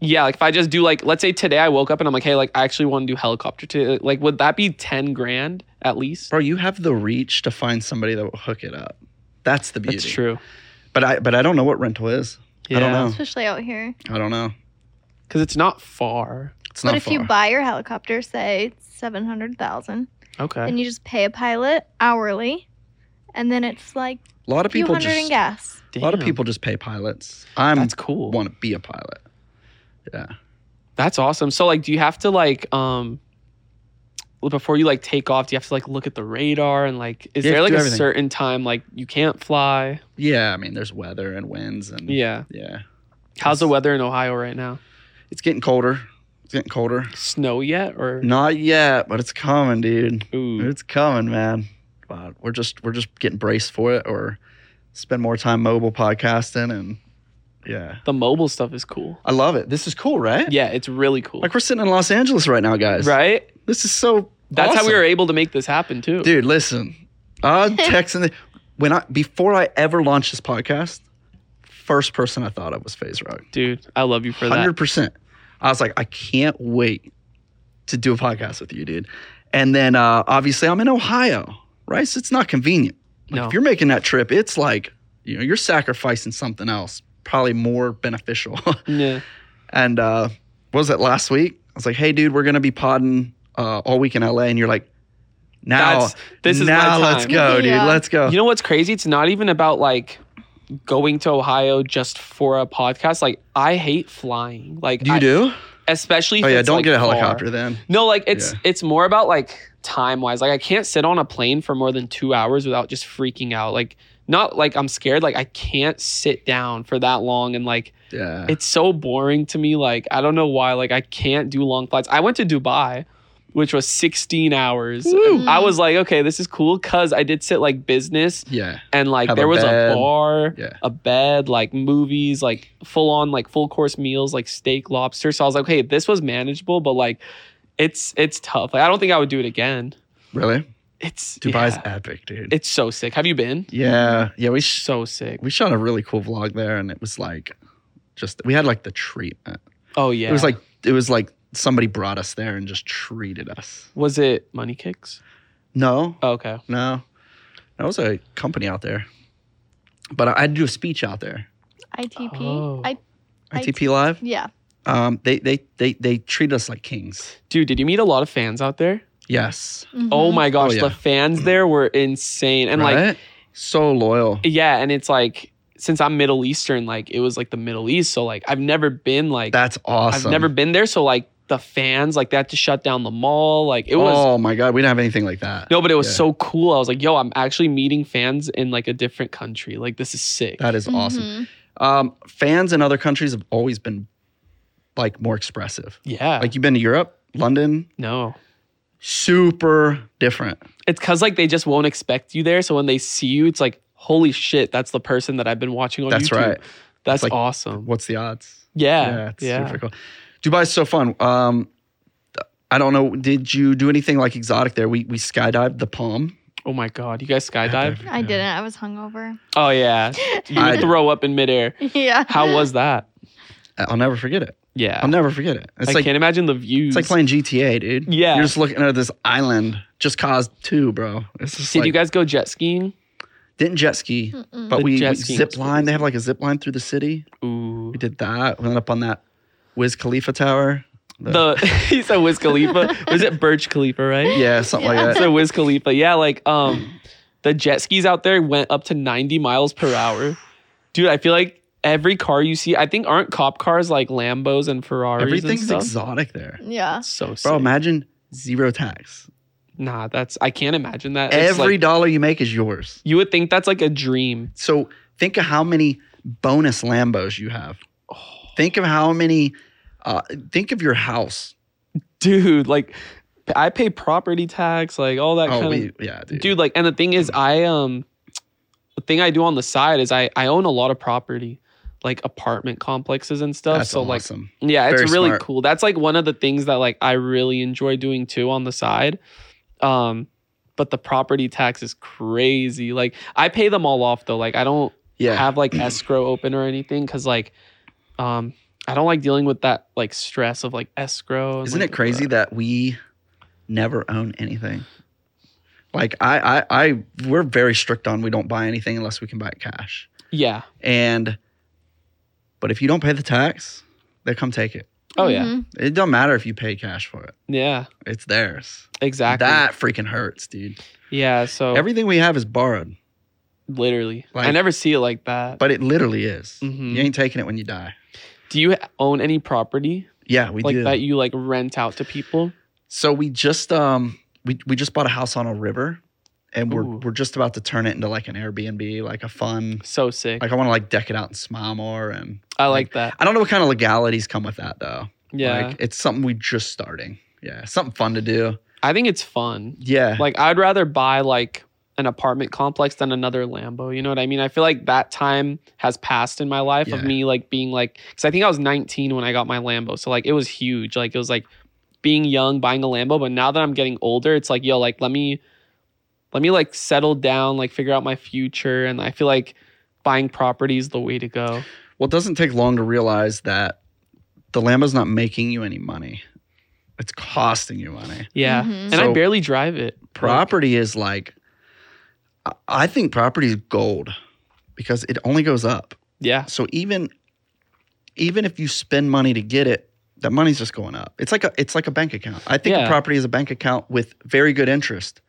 Speaker 2: Yeah, like if I just do like, let's say today I woke up and I'm like, hey, like I actually want to do helicopter. today. like, would that be ten grand at least?
Speaker 1: Bro, you have the reach to find somebody that will hook it up. That's the beauty.
Speaker 2: That's true.
Speaker 1: But I but I don't know what rental is. I don't know.
Speaker 4: especially out here.
Speaker 1: I don't know.
Speaker 2: because it's not far.
Speaker 1: It's
Speaker 4: But
Speaker 1: not
Speaker 4: if
Speaker 1: far.
Speaker 4: you buy your helicopter, say seven hundred thousand,
Speaker 2: Okay.
Speaker 4: and you just pay a pilot hourly, and then it's like
Speaker 1: a
Speaker 4: a
Speaker 1: lot of
Speaker 4: few
Speaker 1: people
Speaker 4: hundred
Speaker 1: just
Speaker 4: in gas.
Speaker 1: a lot of
Speaker 2: Damn.
Speaker 1: people just pay pilots. I'm
Speaker 2: That's cool.
Speaker 1: want to be a pilot.
Speaker 2: That's awesome. So like, do you have to like um well, before you like take off? Do you have to like look at the radar and like is
Speaker 1: You have
Speaker 2: there
Speaker 1: to
Speaker 2: like
Speaker 1: do
Speaker 2: a
Speaker 1: everything.
Speaker 2: certain time like you can't fly?
Speaker 1: Yeah, I mean there's weather and winds and
Speaker 2: Yeah.
Speaker 1: yeah.
Speaker 2: How's the
Speaker 1: Mm. Yes.
Speaker 2: weather in Ohio right now?
Speaker 1: It's getting colder. It's getting colder.
Speaker 2: Snow yet or
Speaker 1: Not yet, but it's coming, dude.
Speaker 2: Ooh.
Speaker 1: It's coming, man. But we're just we're just getting braced for it or spend more time mobile podcasting and yeah.
Speaker 2: The mobile stuff is cool.
Speaker 1: I love it. This is cool, right?
Speaker 2: Yeah, it's really cool.
Speaker 1: Like we're sitting in Los Angeles right now, guys.
Speaker 2: Right?
Speaker 1: This is so.
Speaker 2: That's how we
Speaker 1: awesome.
Speaker 2: were able to make this happen too.
Speaker 1: Dude, listen. I'm texting the, when I before I ever launched this podcast. First person I thought of was Phase Rock.
Speaker 2: Dude, I love you for that.
Speaker 1: Hundred percent. I was like, I can't wait to do a podcast with you, dude. And then uh, obviously I'm in Ohio, right? So it's not convenient. Like,
Speaker 2: No.
Speaker 1: If you're making that trip, it's like you know you're sacrificing something else, probably more beneficial. (laughs)
Speaker 2: Yeah.
Speaker 1: And uh, what was it last week? I was like, "Hey, dude, we're gonna be podding uh, all week in LA," and you're like, "Now,
Speaker 2: That's this is
Speaker 1: now,
Speaker 2: my
Speaker 1: let's
Speaker 2: time.
Speaker 1: go, dude,
Speaker 4: Yeah.
Speaker 1: let's go."
Speaker 2: You know what's crazy? It's not even about like going to Ohio just for a podcast. Like I hate flying. Like
Speaker 1: do you
Speaker 2: I-
Speaker 1: do?
Speaker 2: especially if
Speaker 1: Oh yeah,
Speaker 2: it's,
Speaker 1: don't
Speaker 2: like,
Speaker 1: get a
Speaker 2: far.
Speaker 1: helicopter then.
Speaker 2: No, like it's
Speaker 1: Yeah.
Speaker 2: it's more about like time wise. Like I can't sit on a plane for more than two hours without just freaking out. Like not like I'm scared. Like I can't sit down for that long and like
Speaker 1: Yeah,
Speaker 2: it's so boring to me. Like I don't know why. Like I can't do long flights. I went to Dubai, which was 16 hours.
Speaker 1: Woo.
Speaker 2: I was like, okay, this is cool because I did sit like business
Speaker 1: yeah,
Speaker 2: and like
Speaker 1: Have a
Speaker 2: there was
Speaker 1: bed.
Speaker 2: a bar
Speaker 1: yeah.
Speaker 2: a bed, like movies, like full on like full course meals, like steak, lobster. So I was like, hey, this was manageable, but like it's it's tough. Like I don't think I would do it again.
Speaker 1: Really,
Speaker 2: It's
Speaker 1: Dubai's
Speaker 2: yeah.
Speaker 1: epic, dude.
Speaker 2: it's so sick. Have you been?
Speaker 1: yeah, yeah. We sh-
Speaker 2: So sick.
Speaker 1: we shot a really cool vlog there, and it was like just we had like the treatment.
Speaker 2: Oh yeah.
Speaker 1: It was like it was like somebody brought us there and just treated us.
Speaker 2: was it money kicks?
Speaker 1: No,
Speaker 2: Oh, okay.
Speaker 1: No, that was a company out there. But I I had to do a speech out there.
Speaker 4: ITP.
Speaker 2: Oh.
Speaker 4: I I-
Speaker 1: ITP Live.
Speaker 4: yeah.
Speaker 1: Um, they they they they treat us like kings.
Speaker 2: Dude, did you meet a lot of fans out there?
Speaker 1: Yes,
Speaker 4: Mm-hmm.
Speaker 2: Oh my gosh,
Speaker 1: yeah.
Speaker 2: the fans there were insane. And like
Speaker 1: Right? so loyal.
Speaker 2: yeah, and it's like since I'm Middle Eastern, like it was like the Middle East. So like I've never been like
Speaker 1: That's awesome.
Speaker 2: I've never been there, so like the fans, like they had to shut down the mall. Like it was
Speaker 1: oh my god, we didn't have anything like that.
Speaker 2: no, but it was
Speaker 1: yeah.
Speaker 2: so cool. I was like, yo, I'm actually meeting fans in like a different country. Like this is sick.
Speaker 1: That
Speaker 4: Mm-hmm.
Speaker 1: is
Speaker 2: Mm-hmm.
Speaker 1: awesome. Um, fans in other countries have always been like more expressive.
Speaker 2: yeah.
Speaker 1: Like you've been to Europe, London,
Speaker 2: no.
Speaker 1: super different.
Speaker 2: It's cause like they just won't expect you there. So when they see you, it's like, holy shit, that's the person that I've been watching on
Speaker 1: That's
Speaker 2: YouTube.
Speaker 1: right.
Speaker 2: That's
Speaker 1: like-
Speaker 2: awesome.
Speaker 1: What's the odds?
Speaker 2: Yeah.
Speaker 1: it's
Speaker 2: Yeah.
Speaker 1: super cool. Dubai's so fun. Um, I don't know. Did you do anything like exotic there? We we skydived the palm.
Speaker 2: Oh my god. You guys skydive?
Speaker 4: I didn't. I was hungover. (laughs)
Speaker 2: Oh yeah. You
Speaker 1: I did.
Speaker 2: throw up in midair.
Speaker 4: yeah.
Speaker 2: How was that?
Speaker 1: I'll never forget it.
Speaker 2: Yeah.
Speaker 1: I'll never forget it. It's
Speaker 2: I
Speaker 1: like
Speaker 2: can't imagine the
Speaker 1: it's
Speaker 2: views.
Speaker 1: like playing GTA, dude.
Speaker 2: Yeah.
Speaker 1: you're just looking at this island. Just Cause Two, bro. It's just
Speaker 2: Did
Speaker 1: like,
Speaker 2: you guys go jet skiing?
Speaker 1: Didn't jet ski,
Speaker 3: Mm-mm.
Speaker 1: but
Speaker 2: The
Speaker 1: we,
Speaker 2: jet
Speaker 1: we
Speaker 2: skiing
Speaker 1: zip
Speaker 2: was really
Speaker 1: line. They have like a zip line through the city.
Speaker 2: Ooh.
Speaker 1: We did that. We went up on that Wiz Khalifa Tower.
Speaker 2: The (laughs) he said Wiz Khalifa. Was it Burj Khalifa, right?
Speaker 1: yeah, something
Speaker 3: Yeah.
Speaker 1: like that.
Speaker 2: So Wiz Khalifa. Yeah, like um the jet skis out there went up to 90 miles per hour. Dude, I feel like every car you see, I think aren't cop cars like Lambos and Ferraris
Speaker 1: Everything's
Speaker 2: and stuff.
Speaker 1: exotic there.
Speaker 3: yeah.
Speaker 2: so sick.
Speaker 1: Bro, imagine zero tax.
Speaker 2: nah, that's I can't imagine that. It's
Speaker 1: Every
Speaker 2: like-
Speaker 1: dollar you make is yours.
Speaker 2: you would think that's like a dream.
Speaker 1: So think of how many bonus Lambos you have.
Speaker 2: Oh.
Speaker 1: Think of how many. Uh, think of your house.
Speaker 2: Dude, like I pay property tax, like all that
Speaker 1: oh,
Speaker 2: kind of
Speaker 1: we, yeah, dude.
Speaker 2: dude like and the thing is i um the thing i do on the side is i i own a lot of property like apartment complexes and stuff
Speaker 1: that's
Speaker 2: so
Speaker 1: awesome.
Speaker 2: like yeah
Speaker 1: Very
Speaker 2: it's really
Speaker 1: smart.
Speaker 2: cool that's like one of the things that like i really enjoy doing too on the side um but the property tax is crazy like i pay them all off though like i don't
Speaker 1: yeah,
Speaker 2: have like escrow open or anything because like um i don't like dealing with that like stress of like escrow and,
Speaker 1: Isn't
Speaker 2: like,
Speaker 1: it
Speaker 2: uh,
Speaker 1: crazy that we never own anything? Like I, I, I, we're very strict on we don't buy anything unless we can buy it cash.
Speaker 2: yeah
Speaker 1: And, but if you don't pay the tax, they come take it.
Speaker 2: oh yeah
Speaker 4: Mm-hmm.
Speaker 3: Mhm.
Speaker 1: It don't matter if you pay cash for it;
Speaker 2: yeah
Speaker 1: it's theirs.
Speaker 2: exactly
Speaker 1: That freaking hurts, dude.
Speaker 2: yeah so
Speaker 1: Everything we have is borrowed,
Speaker 2: Literally. I
Speaker 1: Like-
Speaker 2: never see it like that.
Speaker 1: but it literally is.
Speaker 2: Mhm.
Speaker 1: You ain't taking it when you die.
Speaker 2: do you own any property
Speaker 1: Yeah, we
Speaker 2: like
Speaker 1: do.
Speaker 2: that you like rent out to people?
Speaker 1: So we just um we we just bought a house on a river, and we're
Speaker 2: Ooh.
Speaker 1: we're just about to turn it into like an Airbnb, like a fun
Speaker 2: So sick.
Speaker 1: like I want to like deck it out and smile more. And
Speaker 2: I like that.
Speaker 1: I don't know what kind of legalities come with that though.
Speaker 2: Yeah.
Speaker 1: like, it's something we just starting. Yeah, something fun to do.
Speaker 2: I think it's fun.
Speaker 1: Yeah,
Speaker 2: Like I'd rather buy like an apartment complex than another Lambo. You know what I mean? I feel like that time has passed in my life of
Speaker 1: Yeah.
Speaker 2: me like being like cuz I think I was 19 when I got my Lambo. So like it was huge. Like it was like being young buying a Lambo, but now that I'm getting older, it's like yo like let me let me like settle down, like figure out my future and I feel like buying property is the way to go.
Speaker 1: well, it doesn't take long to realize that the Lambo's not making you any money. It's costing you money.
Speaker 2: Yeah.
Speaker 4: Mm-hmm.
Speaker 3: Mhm.
Speaker 2: And I
Speaker 1: So-
Speaker 2: barely drive it.
Speaker 1: Property is like, I- I think property is gold because it only goes up.
Speaker 2: Yeah.
Speaker 1: So even even if you spend money to get it, that money's just going up. It's like a it's like a bank account. I think
Speaker 2: Yeah.
Speaker 1: a property is a bank account with very good interest.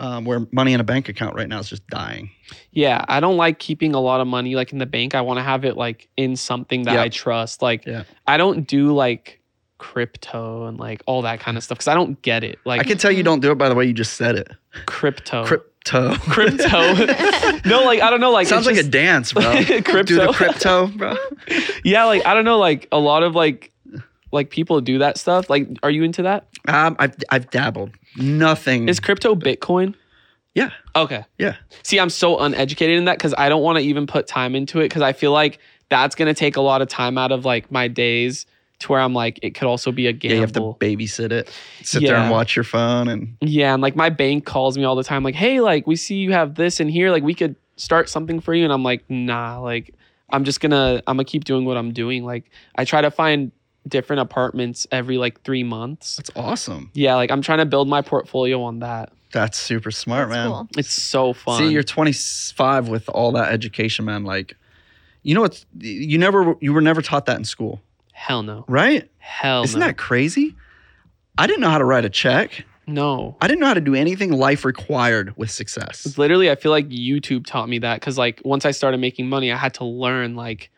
Speaker 1: Um, where money in a bank account right now is just dying.
Speaker 2: Yeah. I don't like keeping a lot of money like in the bank. I want to have it like in something that
Speaker 1: Yeah.
Speaker 2: I trust. Like
Speaker 1: Yeah.
Speaker 2: I don't do like crypto and like all that kind of stuff because I don't get it. Like
Speaker 1: I can tell you don't do it by the way you just said it.
Speaker 2: crypto.
Speaker 1: Crypto.
Speaker 2: crypto.
Speaker 1: (laughs)
Speaker 2: no, like I don't know. Like
Speaker 1: Sounds
Speaker 2: it's
Speaker 1: like a
Speaker 2: just-
Speaker 1: dance, bro. Do
Speaker 2: Crypto.
Speaker 1: the
Speaker 2: (laughs)
Speaker 1: crypto, bro.
Speaker 2: yeah. Like I don't know. Like a lot of like like people do that stuff. Like, are you into that?
Speaker 1: Um, I've I've dabbled. Nothing.
Speaker 2: Is crypto Bitcoin?
Speaker 1: Mm. Yeah.
Speaker 2: Okay.
Speaker 1: Yeah.
Speaker 2: See, I'm so uneducated in that because I don't want to even put time into it because I feel like that's gonna take a lot of time out of like my days to where I'm like it could also be a
Speaker 1: yeah, you have to
Speaker 2: gamble.
Speaker 1: babysit it. Sit there
Speaker 2: Yeah.
Speaker 1: and watch your phone and
Speaker 2: Yeah, and like my bank calls me all the time, like, hey, like we see you have this in here, like we could start something for you. And I'm like, nah, like I'm just gonna I'm gonna keep doing what I'm doing. Like I try to find different apartments every like three months.
Speaker 1: that's awesome.
Speaker 2: Yeah, like I'm trying to build my portfolio on that.
Speaker 1: That's super smart,
Speaker 3: That's
Speaker 1: man.
Speaker 3: cool.
Speaker 2: It's so fun.
Speaker 1: See, you're 25 with all that education, man. Like, you know what's You never, you were never taught that in school,
Speaker 2: Hell no.
Speaker 1: right?
Speaker 2: Hell
Speaker 1: Isn't
Speaker 2: no.
Speaker 1: that crazy? I didn't know how to write a check.
Speaker 2: no.
Speaker 1: I didn't know how to do anything life required with success.
Speaker 2: Literally, I feel like YouTube taught me that because like once I started making money, I had to learn like,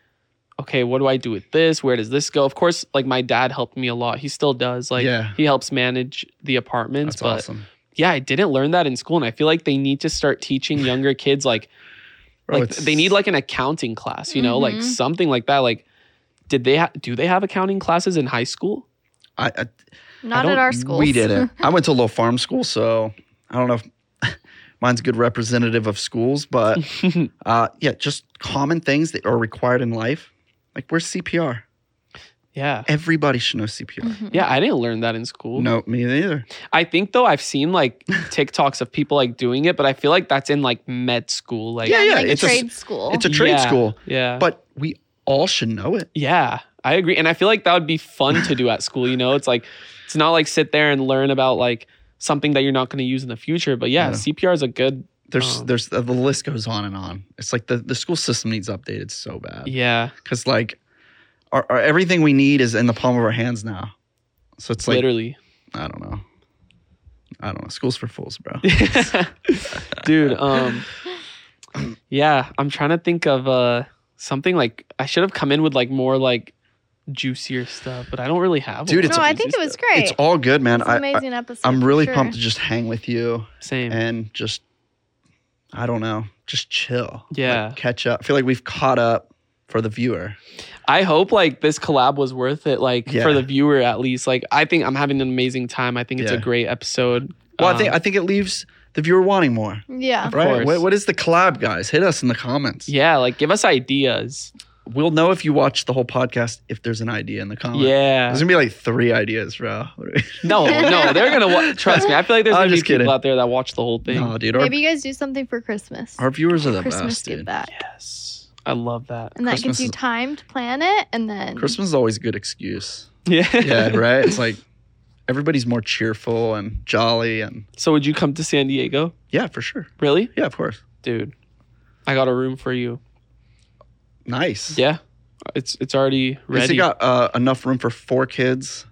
Speaker 2: okay, what do I do with this? Where does this go? Of course, like my dad helped me a lot. He still does. Like
Speaker 1: Yeah.
Speaker 2: he helps manage the apartments.
Speaker 1: That's
Speaker 2: but
Speaker 1: awesome.
Speaker 2: yeah, I didn't learn that in school, and I feel like they need to start
Speaker 1: (laughs)
Speaker 2: teaching younger kids like
Speaker 1: Bro,
Speaker 2: like
Speaker 1: it's-
Speaker 2: they need like an accounting class, you know, like
Speaker 3: Mhm.
Speaker 2: something like that. Like, did they ha- do they have accounting classes in high school? (laughs)
Speaker 1: I, I- I
Speaker 3: Not at
Speaker 1: don't-
Speaker 3: our
Speaker 4: (laughs)
Speaker 3: school.
Speaker 1: We
Speaker 3: (laughs)
Speaker 1: didn't. I went to a little farm school, so I don't know if (laughs) mine's a good representative of schools, but uh, yeah, just common things that are required in life. Like, where's CPR?
Speaker 2: yeah.
Speaker 1: Everybody should know CPR.
Speaker 2: Yeah, I didn't learn that in school.
Speaker 1: No, me neither.
Speaker 2: I think though I've seen
Speaker 1: (laughs)
Speaker 2: like TikToks of people like doing it, but I feel like that's in like med school. Like
Speaker 1: Yeah, yeah,
Speaker 3: Like
Speaker 1: it's a s-
Speaker 3: trade school.
Speaker 1: It's a trade
Speaker 2: Yeah,
Speaker 1: school,
Speaker 2: Yeah.
Speaker 1: but we all should know it.
Speaker 2: yeah, I agree. And I feel like that would be fun to do at school, you know? It's like it's not like sit there and learn about like something that you're not going to use in the future. But yeah,
Speaker 1: Yeah.
Speaker 2: CPR is a good
Speaker 1: There's
Speaker 2: Um,
Speaker 1: there's the list goes on and on. It's like the the school system needs updated so bad
Speaker 2: Yeah,
Speaker 1: because like our, our, everything we need is in the palm of our hands now. So it's like
Speaker 2: literally. (laughs)
Speaker 1: I don't know. I don't know. School's for fools, bro.
Speaker 2: dude um (clears throat) yeah i'm trying to think of uh something like i should have come in with like more like juicier stuff but i don't really have
Speaker 1: Dude,
Speaker 2: a lot
Speaker 1: it's-
Speaker 2: of
Speaker 4: no, I
Speaker 2: juicy
Speaker 4: think it was
Speaker 2: stuff.
Speaker 4: great.
Speaker 1: It's all good, man.
Speaker 4: It's
Speaker 1: I,
Speaker 4: an
Speaker 1: I
Speaker 4: amazing episode.
Speaker 1: I'm really
Speaker 4: for sure.
Speaker 1: pumped to just hang with you
Speaker 2: same
Speaker 1: and just I don't know, just chill. Like,
Speaker 2: Yeah.
Speaker 1: catch up. I feel like we've caught up for the viewer.
Speaker 2: i hope like this collab was worth it like
Speaker 1: Yeah.
Speaker 2: for the viewer at least like i think i'm having an amazing time i think it's
Speaker 1: Yeah.
Speaker 2: a great episode
Speaker 1: Well, I
Speaker 2: Um,
Speaker 1: think I think it leaves the viewer wanting more.
Speaker 4: Yeah.
Speaker 1: Right.
Speaker 2: course.
Speaker 1: What, what is the collab, guys? Hit us in the comments.
Speaker 2: yeah like give us ideas
Speaker 1: We'll know if you watch the whole podcast if there's an idea in the comments.
Speaker 2: yeah
Speaker 1: There's gonna be like three ideas, bro. (laughs)
Speaker 2: no no they're gonna wa- trust me i feel like there's
Speaker 1: I'm
Speaker 2: gonna be
Speaker 1: just
Speaker 2: people
Speaker 1: kidding.
Speaker 2: out there that watch the whole thing
Speaker 1: no, dude. Our,
Speaker 4: Maybe you guys do something for Christmas.
Speaker 1: our viewers are the
Speaker 4: Christmas
Speaker 1: best,
Speaker 4: give
Speaker 1: dude.
Speaker 4: back.
Speaker 2: yes i love that (laughs)
Speaker 4: And that
Speaker 1: Christmas
Speaker 4: gives you
Speaker 1: is-
Speaker 4: time to plan it and then
Speaker 1: Christmas is always a good excuse.
Speaker 2: yeah (laughs)
Speaker 1: Yeah, right. It's like everybody's more cheerful and jolly, and
Speaker 2: so would you come to san diego
Speaker 1: yeah, for sure.
Speaker 2: really
Speaker 1: Yeah, of course.
Speaker 2: dude i got a room for you
Speaker 1: Nice.
Speaker 2: yeah it's it's already
Speaker 1: At least
Speaker 2: ready
Speaker 1: it got uh, enough room for four kids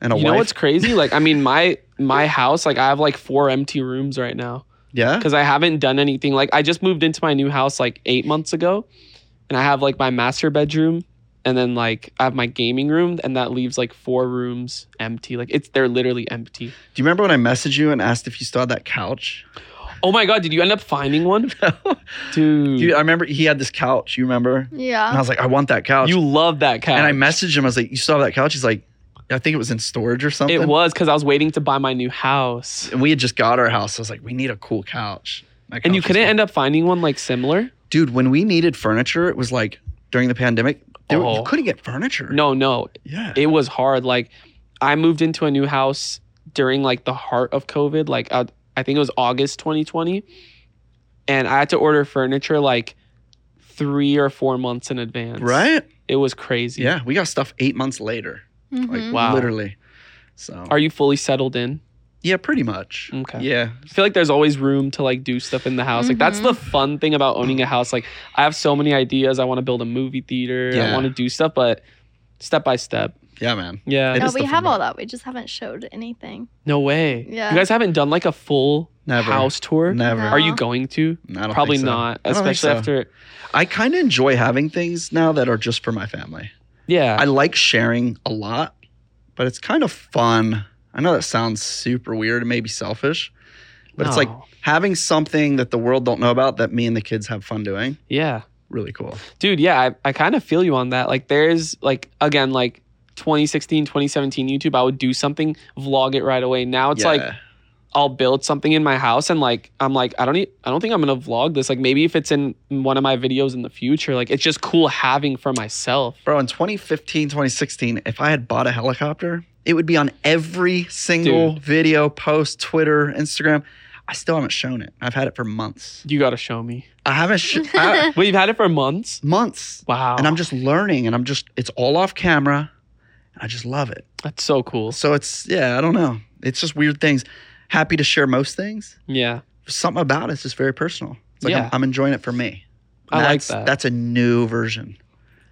Speaker 1: and a
Speaker 2: you
Speaker 1: wife.
Speaker 2: know what's crazy like i mean my my house like i have like four empty rooms right now
Speaker 1: yeah.
Speaker 2: because i haven't done anything like i just moved into my new house like eight months ago and i have like my master bedroom and then like i have my gaming room and that leaves like four rooms empty like it's they're literally empty
Speaker 1: Do you remember when I messaged you and asked if you still had that couch? (laughs)
Speaker 2: oh my god did you end up finding one dude
Speaker 1: Dude, I remember he had this couch. You remember? And I
Speaker 4: Yeah.
Speaker 1: was like, I want that couch.
Speaker 2: you love that couch
Speaker 1: uh, and I messaged him. I was like, You still have that couch? He's like, I think it was in storage or something.
Speaker 2: it was because i was waiting to buy my new house
Speaker 1: And we had just got our house. I was like, We need a cool couch. That
Speaker 2: And you
Speaker 1: couch was
Speaker 2: couldn't
Speaker 1: cool.
Speaker 2: end up finding one like similar?
Speaker 1: dude. When we needed furniture, it was like during the pandemic. Dude,
Speaker 2: Oh.
Speaker 1: you couldn't get furniture.
Speaker 2: No, no.
Speaker 1: Yeah.
Speaker 2: It was hard. Like I moved into a new house during like the heart of COVID, like uh, I think it was August 2020, and I had to order furniture like 3 or 4 months in advance.
Speaker 1: right?
Speaker 2: It was crazy.
Speaker 1: Yeah. We got stuff eight months later. Like
Speaker 3: Mm-hmm.
Speaker 4: Mhm.
Speaker 2: Wow.
Speaker 1: literally. So
Speaker 2: Are you fully settled in?
Speaker 1: yeah, pretty much.
Speaker 2: Okay.
Speaker 1: Yeah.
Speaker 2: I feel like there's always room to like do stuff in the house. Like that's
Speaker 4: Mhm.
Speaker 2: the fun thing about owning a house. Like I have so many ideas. I want to build a movie theater. I
Speaker 1: Yeah.
Speaker 2: want to do stuff, but step by step.
Speaker 1: Yeah, man.
Speaker 2: Yeah.
Speaker 1: It
Speaker 4: No,
Speaker 1: is
Speaker 4: we
Speaker 1: the
Speaker 4: have
Speaker 1: format.
Speaker 4: all that. We just haven't showed anything.
Speaker 2: No way.
Speaker 4: Yeah.
Speaker 2: You guys haven't done like a full
Speaker 1: Never.
Speaker 2: house tour?
Speaker 1: Never.
Speaker 4: No.
Speaker 2: Are you going to?
Speaker 1: No, I don't
Speaker 2: Probably
Speaker 1: think so.
Speaker 2: not,
Speaker 1: I don't think
Speaker 2: especially
Speaker 1: so.
Speaker 2: after.
Speaker 1: I kind of enjoy having things now that are just for my family.
Speaker 2: Yeah.
Speaker 1: I like sharing a lot, but it's kind of fun. I know that sounds super weird and maybe selfish, but it's like
Speaker 2: No.
Speaker 1: having something that the world don't know about that me and the kids have fun doing.
Speaker 2: Yeah.
Speaker 1: Really cool.
Speaker 2: Dude, yeah, I, I kind of feel you on that. Like, there's like, again, like 2016, 2017 YouTube, I would do something, vlog it right away. Now it's like,
Speaker 1: Yeah.
Speaker 2: I'll build something in my house and like, I'm like, I don't need, I don't think I'm going to vlog this. Like, maybe if it's in one of my videos in the future, like, it's just cool having for myself.
Speaker 1: Bro, in 2015, 2016, if I had bought a helicopter, it would be on every single video, post, Twitter, Instagram. I still haven't shown it. I've had it for months.
Speaker 2: You got to show me.
Speaker 1: I haven't sh-
Speaker 2: (laughs)
Speaker 1: I-
Speaker 2: We've had it for months.
Speaker 1: months,
Speaker 2: Wow.
Speaker 1: and I'm just learning, and I'm just it's all off camera, and I just love it.
Speaker 2: That's so cool.
Speaker 1: So it's yeah, I don't know. It's just weird things. Happy to share most things.
Speaker 2: Yeah.
Speaker 1: Something about it's just very personal. It's like
Speaker 2: Yeah.
Speaker 1: I'm, I'm enjoying it for me.
Speaker 2: I like
Speaker 1: that's,
Speaker 2: that.
Speaker 1: That's a new version.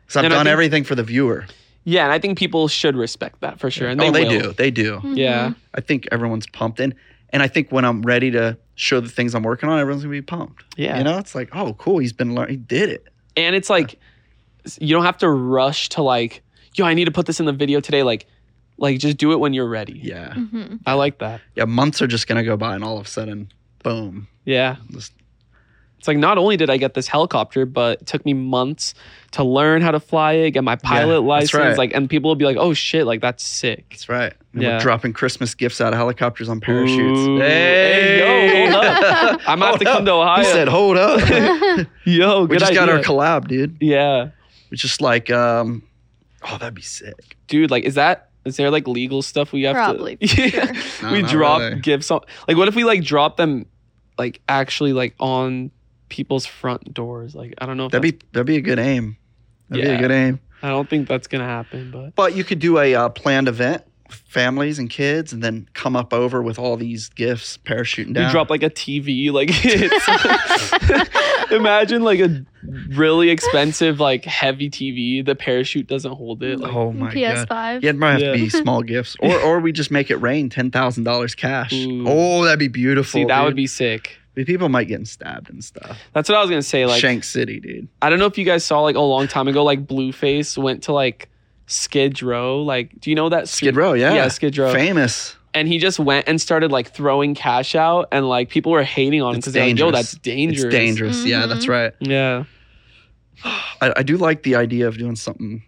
Speaker 1: So I've
Speaker 2: And I
Speaker 1: done
Speaker 2: think-
Speaker 1: everything for the viewer.
Speaker 2: Yeah, and I think people should respect that for sure. And they,
Speaker 1: oh, they
Speaker 2: will.
Speaker 1: do. They do.
Speaker 4: Mm-hmm.
Speaker 2: Yeah.
Speaker 1: I think everyone's pumped in. And I think when I'm ready to show the things I'm working on, everyone's gonna be pumped.
Speaker 2: Yeah.
Speaker 1: You know, it's like, oh, cool. He's been learning. He did it.
Speaker 2: And it's like you don't have to rush to like, yo, I need to put this in the video today. Like like just do it when you're ready.
Speaker 1: Yeah. (laughs)
Speaker 4: Mm-hmm.
Speaker 2: I like that.
Speaker 1: Yeah. Months are just gonna go by, and all of a sudden, boom.
Speaker 2: Yeah.
Speaker 1: Just-
Speaker 2: It's like not only did I get this helicopter, but it took me months to learn how to fly it, get my pilot
Speaker 1: that's
Speaker 2: license.
Speaker 1: right.
Speaker 2: Like and people will be like, Oh shit, like that's sick.
Speaker 1: That's right. And
Speaker 2: Yeah.
Speaker 1: We're dropping Christmas gifts out of helicopters on parachutes.
Speaker 2: Ooh. Hey, yo, hold (laughs) up. I might have
Speaker 1: Hold
Speaker 2: to come to
Speaker 1: He
Speaker 2: Ohio.
Speaker 1: Oh, said, "Hold
Speaker 2: (laughs)
Speaker 1: up." Oh (laughs)
Speaker 2: Yo,
Speaker 1: we
Speaker 2: good
Speaker 1: just got our
Speaker 2: idea.
Speaker 1: collab, dude.
Speaker 2: Yeah.
Speaker 1: It's just like, um, oh, that'd be sick.
Speaker 2: Dude, like is that is there like legal stuff we have
Speaker 4: Probably.
Speaker 2: to
Speaker 4: for
Speaker 2: (laughs) Yeah.
Speaker 4: sure.
Speaker 1: No,
Speaker 2: we
Speaker 1: not
Speaker 2: drop
Speaker 1: really.
Speaker 2: gifts on like what if we like drop them like actually like on people's front doors like i don't know if
Speaker 1: That'd be that'd be a good aim. That'd be
Speaker 2: Yeah.
Speaker 1: a good aim.
Speaker 2: that's- i don't think that's gonna happen but
Speaker 1: But you could do a uh, planned event families and kids and then come up over with all these gifts parachuting down.
Speaker 2: You drop like a TV, like (laughs) it's (laughs) imagine like a really expensive, like heavy TV. The parachute doesn't hold it. Like,
Speaker 1: oh my god.
Speaker 4: PS5.
Speaker 1: Yeah, it might have
Speaker 2: Yeah. (laughs)
Speaker 1: to be small gifts, or or we just make it rain ten thousand dollars cash.
Speaker 2: Ooh.
Speaker 1: Oh, that'd be beautiful.
Speaker 2: see, that would
Speaker 1: dude.
Speaker 2: be sick.
Speaker 1: But people might getting stabbed and stuff.
Speaker 2: That's what I was gonna say. Like,
Speaker 1: Shank City, dude.
Speaker 2: I don't know if you guys saw like a long time ago, like Blueface went to like Skid Row. Like, do you know that
Speaker 1: Skid Row, yeah,
Speaker 2: Yeah, Skid Row.
Speaker 1: famous.
Speaker 2: and he just went and started like throwing cash out, and like people were hating on him
Speaker 1: It's
Speaker 2: because they're like, "Yo,
Speaker 1: dangerous.
Speaker 2: that's dangerous."
Speaker 1: It's dangerous. Yeah,
Speaker 4: Mhm.
Speaker 1: that's right.
Speaker 2: Yeah.
Speaker 1: I, I do like the idea of doing something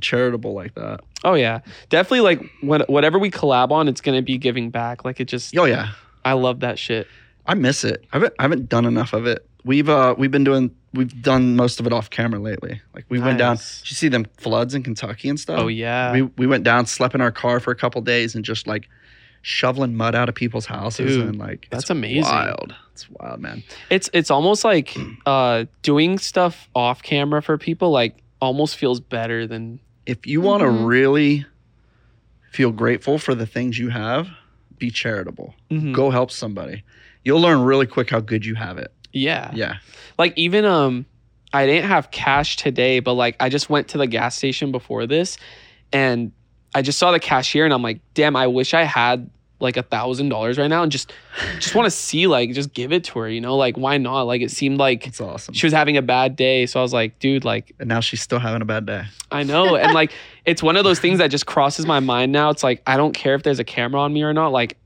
Speaker 1: charitable like that.
Speaker 2: Oh yeah. Definitely. Like, what, whatever we collab on, it's gonna be giving back. Like, it just.
Speaker 1: Oh yeah,
Speaker 2: I love that shit.
Speaker 1: I miss it. I haven't, I haven't done enough of it. We've uh we've been doing we've done most of it off camera lately. Like we went down.
Speaker 2: Nice.
Speaker 1: Did you see them floods in Kentucky and stuff?
Speaker 2: Oh yeah.
Speaker 1: We we went down, slept in our car for a couple days, and just like shoveling mud out of people's houses
Speaker 2: Dude,
Speaker 1: and like
Speaker 2: that's
Speaker 1: it's
Speaker 2: amazing.
Speaker 1: Wild. Mm. It's wild, man.
Speaker 2: it's it's almost like uh doing stuff off camera for people like almost feels better than
Speaker 1: If
Speaker 2: Mm-hmm.
Speaker 1: you want to
Speaker 4: Mhm.
Speaker 1: really feel grateful for the things you have, be charitable.
Speaker 2: Mm.
Speaker 1: Go help somebody. You'll learn really quick how good you have it.
Speaker 2: yeah.
Speaker 1: Yeah.
Speaker 2: Like even um I didn't have cash today, but like I just went to the gas station before this and I just saw the cashier and I'm like, damn, I wish I had like a thousand dollars right now and just just want to see like just give it to her, you know? Like why not? Like it seemed like
Speaker 1: It's awesome.
Speaker 2: she was having a bad day. So I was like, dude, like
Speaker 1: and now she's still having a bad day.
Speaker 2: I know. And like, it's one of those things that just crosses my mind now. It's like, I don't care if there's a camera on me or not. Like,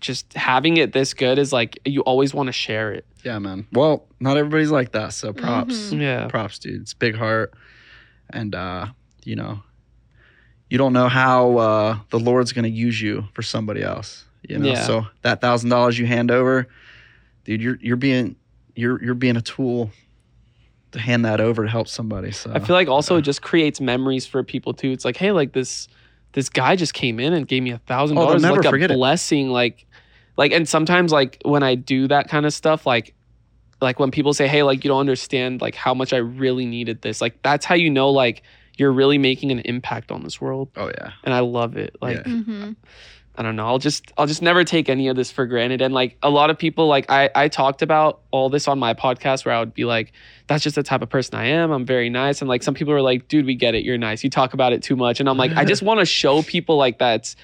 Speaker 2: just having it this good is like, you always want to share it.
Speaker 1: Yeah, man. Well, not everybody's like that. So props.
Speaker 4: Mhm.
Speaker 2: Yeah.
Speaker 1: Props, dude. It's big heart. And uh, you know, you don't know how uh the Lord's gonna use you for somebody else. You know,
Speaker 2: Yeah.
Speaker 1: so that thousand dollars you hand over, dude, you're you're being you're you're being a tool to hand that over to help somebody. So
Speaker 2: I feel like also it just creates memories for people too. It's like, hey, like this, this guy just came in and gave me a thousand
Speaker 1: Oh, they'll
Speaker 2: dollars,
Speaker 1: never
Speaker 2: like a
Speaker 1: forget it.
Speaker 2: blessing. Like, like, and sometimes like when I do that kind of stuff, like, like when people say, hey, like you don't understand like how much I really needed this. Like that's how you know like you're really making an impact on this world,
Speaker 1: Oh yeah.
Speaker 2: and I love it. Like.
Speaker 1: Yeah.
Speaker 4: Mm-hmm.
Speaker 2: I don't know. I'll just I'll just never take any of this for granted. And like a lot of people, like I I talked about all this on my podcast where I would be like, that's just the type of person I am. I'm very nice. And like some people are like, dude, we get it. You're nice. You talk about it too much. And I'm like,
Speaker 1: (laughs)
Speaker 2: I just want to show people like that. It's,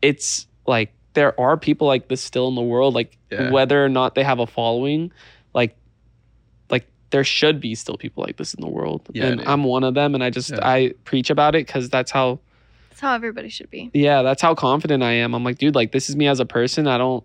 Speaker 2: it's like there are people like this still in the world. Like
Speaker 1: Yeah.
Speaker 2: whether or not they have a following, like like there should be still people like this in the world.
Speaker 1: Yeah,
Speaker 2: and
Speaker 1: dude.
Speaker 2: I'm one of them. And I just
Speaker 1: Yeah.
Speaker 2: I preach about it because that's how
Speaker 4: That's how everybody should be.
Speaker 2: yeah, that's how confident I am. I'm like, dude, like this is me as a person. I don't,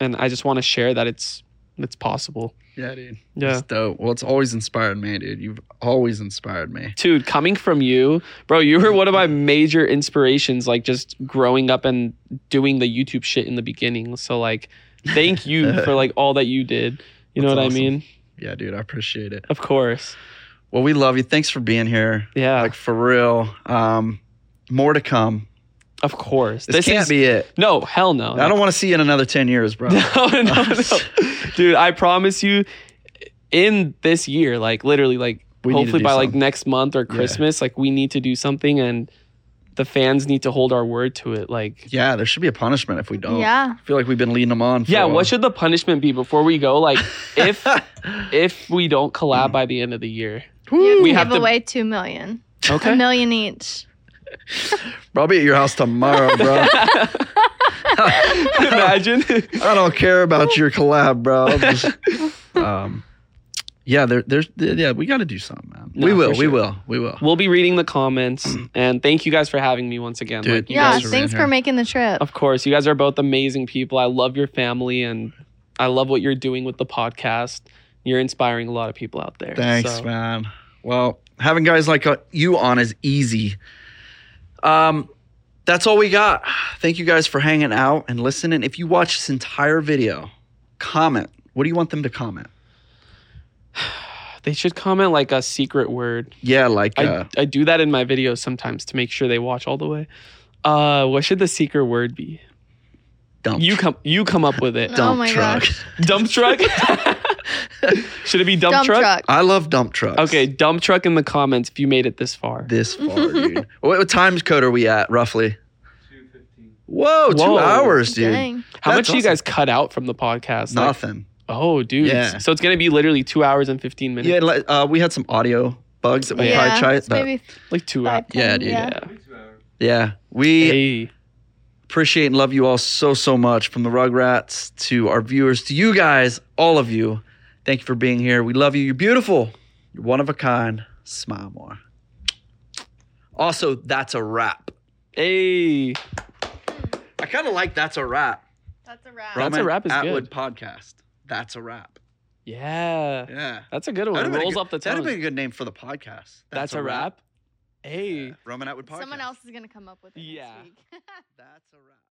Speaker 2: and I just want to share that it's it's possible.
Speaker 1: Yeah, dude.
Speaker 2: Yeah,
Speaker 1: It's dope. Well, it's always inspired me, dude. You've always inspired me.
Speaker 2: dude, coming from you, bro, you were one of my major inspirations. Like just growing up and doing the YouTube shit in the beginning. So like,
Speaker 1: (laughs)
Speaker 2: thank you for like all that you did. You know
Speaker 1: That's
Speaker 2: what
Speaker 1: awesome.
Speaker 2: I mean?
Speaker 1: Yeah, dude. I appreciate it.
Speaker 2: Of course.
Speaker 1: Well, we love you. Thanks for being here.
Speaker 2: Yeah,
Speaker 1: Like for real. Um, more to come.
Speaker 2: of course.
Speaker 1: This, can't
Speaker 2: is,
Speaker 1: be it.
Speaker 2: No, hell no.
Speaker 1: I don't want to see you in another 10 years, bro.
Speaker 2: (laughs) No,
Speaker 1: (laughs)
Speaker 2: no, no. Dude, I promise you, in this year, like literally, like
Speaker 1: We need to
Speaker 2: hopefully
Speaker 1: do
Speaker 2: by like
Speaker 1: something.
Speaker 2: next month or
Speaker 1: Yeah.
Speaker 2: Christmas, like we need to do something and the fans need to hold our word to it. Like,
Speaker 1: yeah, there should be a punishment if we don't.
Speaker 4: Yeah.
Speaker 1: I feel like we've been leading them on. For
Speaker 2: yeah,
Speaker 1: a while.
Speaker 2: what should the punishment be before we go? Like,
Speaker 1: (laughs)
Speaker 2: if if we don't collab by the end of the year,
Speaker 4: You
Speaker 2: We
Speaker 4: give
Speaker 2: have to-
Speaker 4: away two million. A
Speaker 2: okay.
Speaker 4: million each.
Speaker 1: Bro, I'll be at your house tomorrow,
Speaker 2: (laughs)
Speaker 1: bro.
Speaker 2: (laughs)
Speaker 1: (laughs)
Speaker 2: Imagine.
Speaker 1: I don't care about your collab, bro.
Speaker 2: (laughs)
Speaker 1: I'll just- um, yeah, there, there's, yeah, we got to do something, man.
Speaker 2: No,
Speaker 1: we will,
Speaker 2: for
Speaker 1: we
Speaker 2: sure.
Speaker 1: will, we will.
Speaker 2: we'll be reading the comments and thank you guys for having me once again.
Speaker 1: Dude,
Speaker 2: Like, you
Speaker 1: guys
Speaker 4: Yeah.
Speaker 1: are in
Speaker 4: Thanks
Speaker 1: here.
Speaker 4: for making the trip.
Speaker 2: Of course, you guys are both amazing people. I love your family and I love what you're doing with the podcast. You're inspiring a lot of people out there.
Speaker 1: Thanks,
Speaker 2: So,
Speaker 1: man. Well, having guys like uh, you on is easy. Um, that's all we got. Thank you guys for hanging out and listening. If you watch this entire video, comment. What do you want them to comment?
Speaker 2: They should comment like a secret word.
Speaker 1: Yeah, like uh,
Speaker 2: I, I do that in my videos sometimes to make sure they watch all the way. Uh, what should the secret word be?
Speaker 1: dump.
Speaker 2: You come you come up with
Speaker 1: (laughs)
Speaker 2: it.
Speaker 4: No.
Speaker 1: dump
Speaker 4: Oh my
Speaker 1: truck. (laughs)
Speaker 2: dump truck? should it be dump,
Speaker 4: Dump
Speaker 2: truck?
Speaker 4: truck.
Speaker 1: I love dump trucks.
Speaker 2: Okay, dump truck in
Speaker 4: (laughs)
Speaker 2: the comments if you made it this far.
Speaker 1: This far, dude. what, what times code are we at roughly? Whoa, two
Speaker 2: Whoa.
Speaker 1: hours, dude.
Speaker 4: Dang.
Speaker 2: How
Speaker 1: That's
Speaker 2: much do you
Speaker 1: awesome.
Speaker 2: guys cut out from the podcast? Like,
Speaker 1: Nothing.
Speaker 2: oh, dude.
Speaker 1: Yeah.
Speaker 2: So it's gonna be literally two hours and fifteen minutes.
Speaker 1: yeah, like, uh, we had some audio bugs that we
Speaker 4: yeah,
Speaker 1: probably tried.
Speaker 4: it's
Speaker 1: That,
Speaker 4: maybe
Speaker 2: like two hours.
Speaker 4: five,
Speaker 1: Yeah,
Speaker 4: ten,
Speaker 1: dude.
Speaker 4: Yeah.
Speaker 2: Yeah.
Speaker 1: yeah, we
Speaker 2: Hey.
Speaker 1: appreciate and love you all so so much from the Rugrats to our viewers to you guys, all of you. Thank you for being here. We love you. You're beautiful. You're one of a kind. Smile more. Also, that's a wrap.
Speaker 2: Hey.
Speaker 1: I kind of like that's a wrap.
Speaker 4: That's a wrap.
Speaker 2: That's a
Speaker 1: Roman
Speaker 2: wrap is good.
Speaker 1: Atwood podcast. That's a wrap.
Speaker 2: Yeah.
Speaker 1: Yeah.
Speaker 2: That's a good one.
Speaker 1: That'd have been a
Speaker 2: rolls
Speaker 1: good-
Speaker 2: off the
Speaker 1: That'd
Speaker 2: tongue.
Speaker 1: be a good name for the podcast.
Speaker 2: That's, a wrap. Hey.
Speaker 1: Yeah. Roman Atwood podcast.
Speaker 4: Someone else is gonna come up with it.
Speaker 2: Yeah.
Speaker 4: Next week.
Speaker 1: That's a wrap.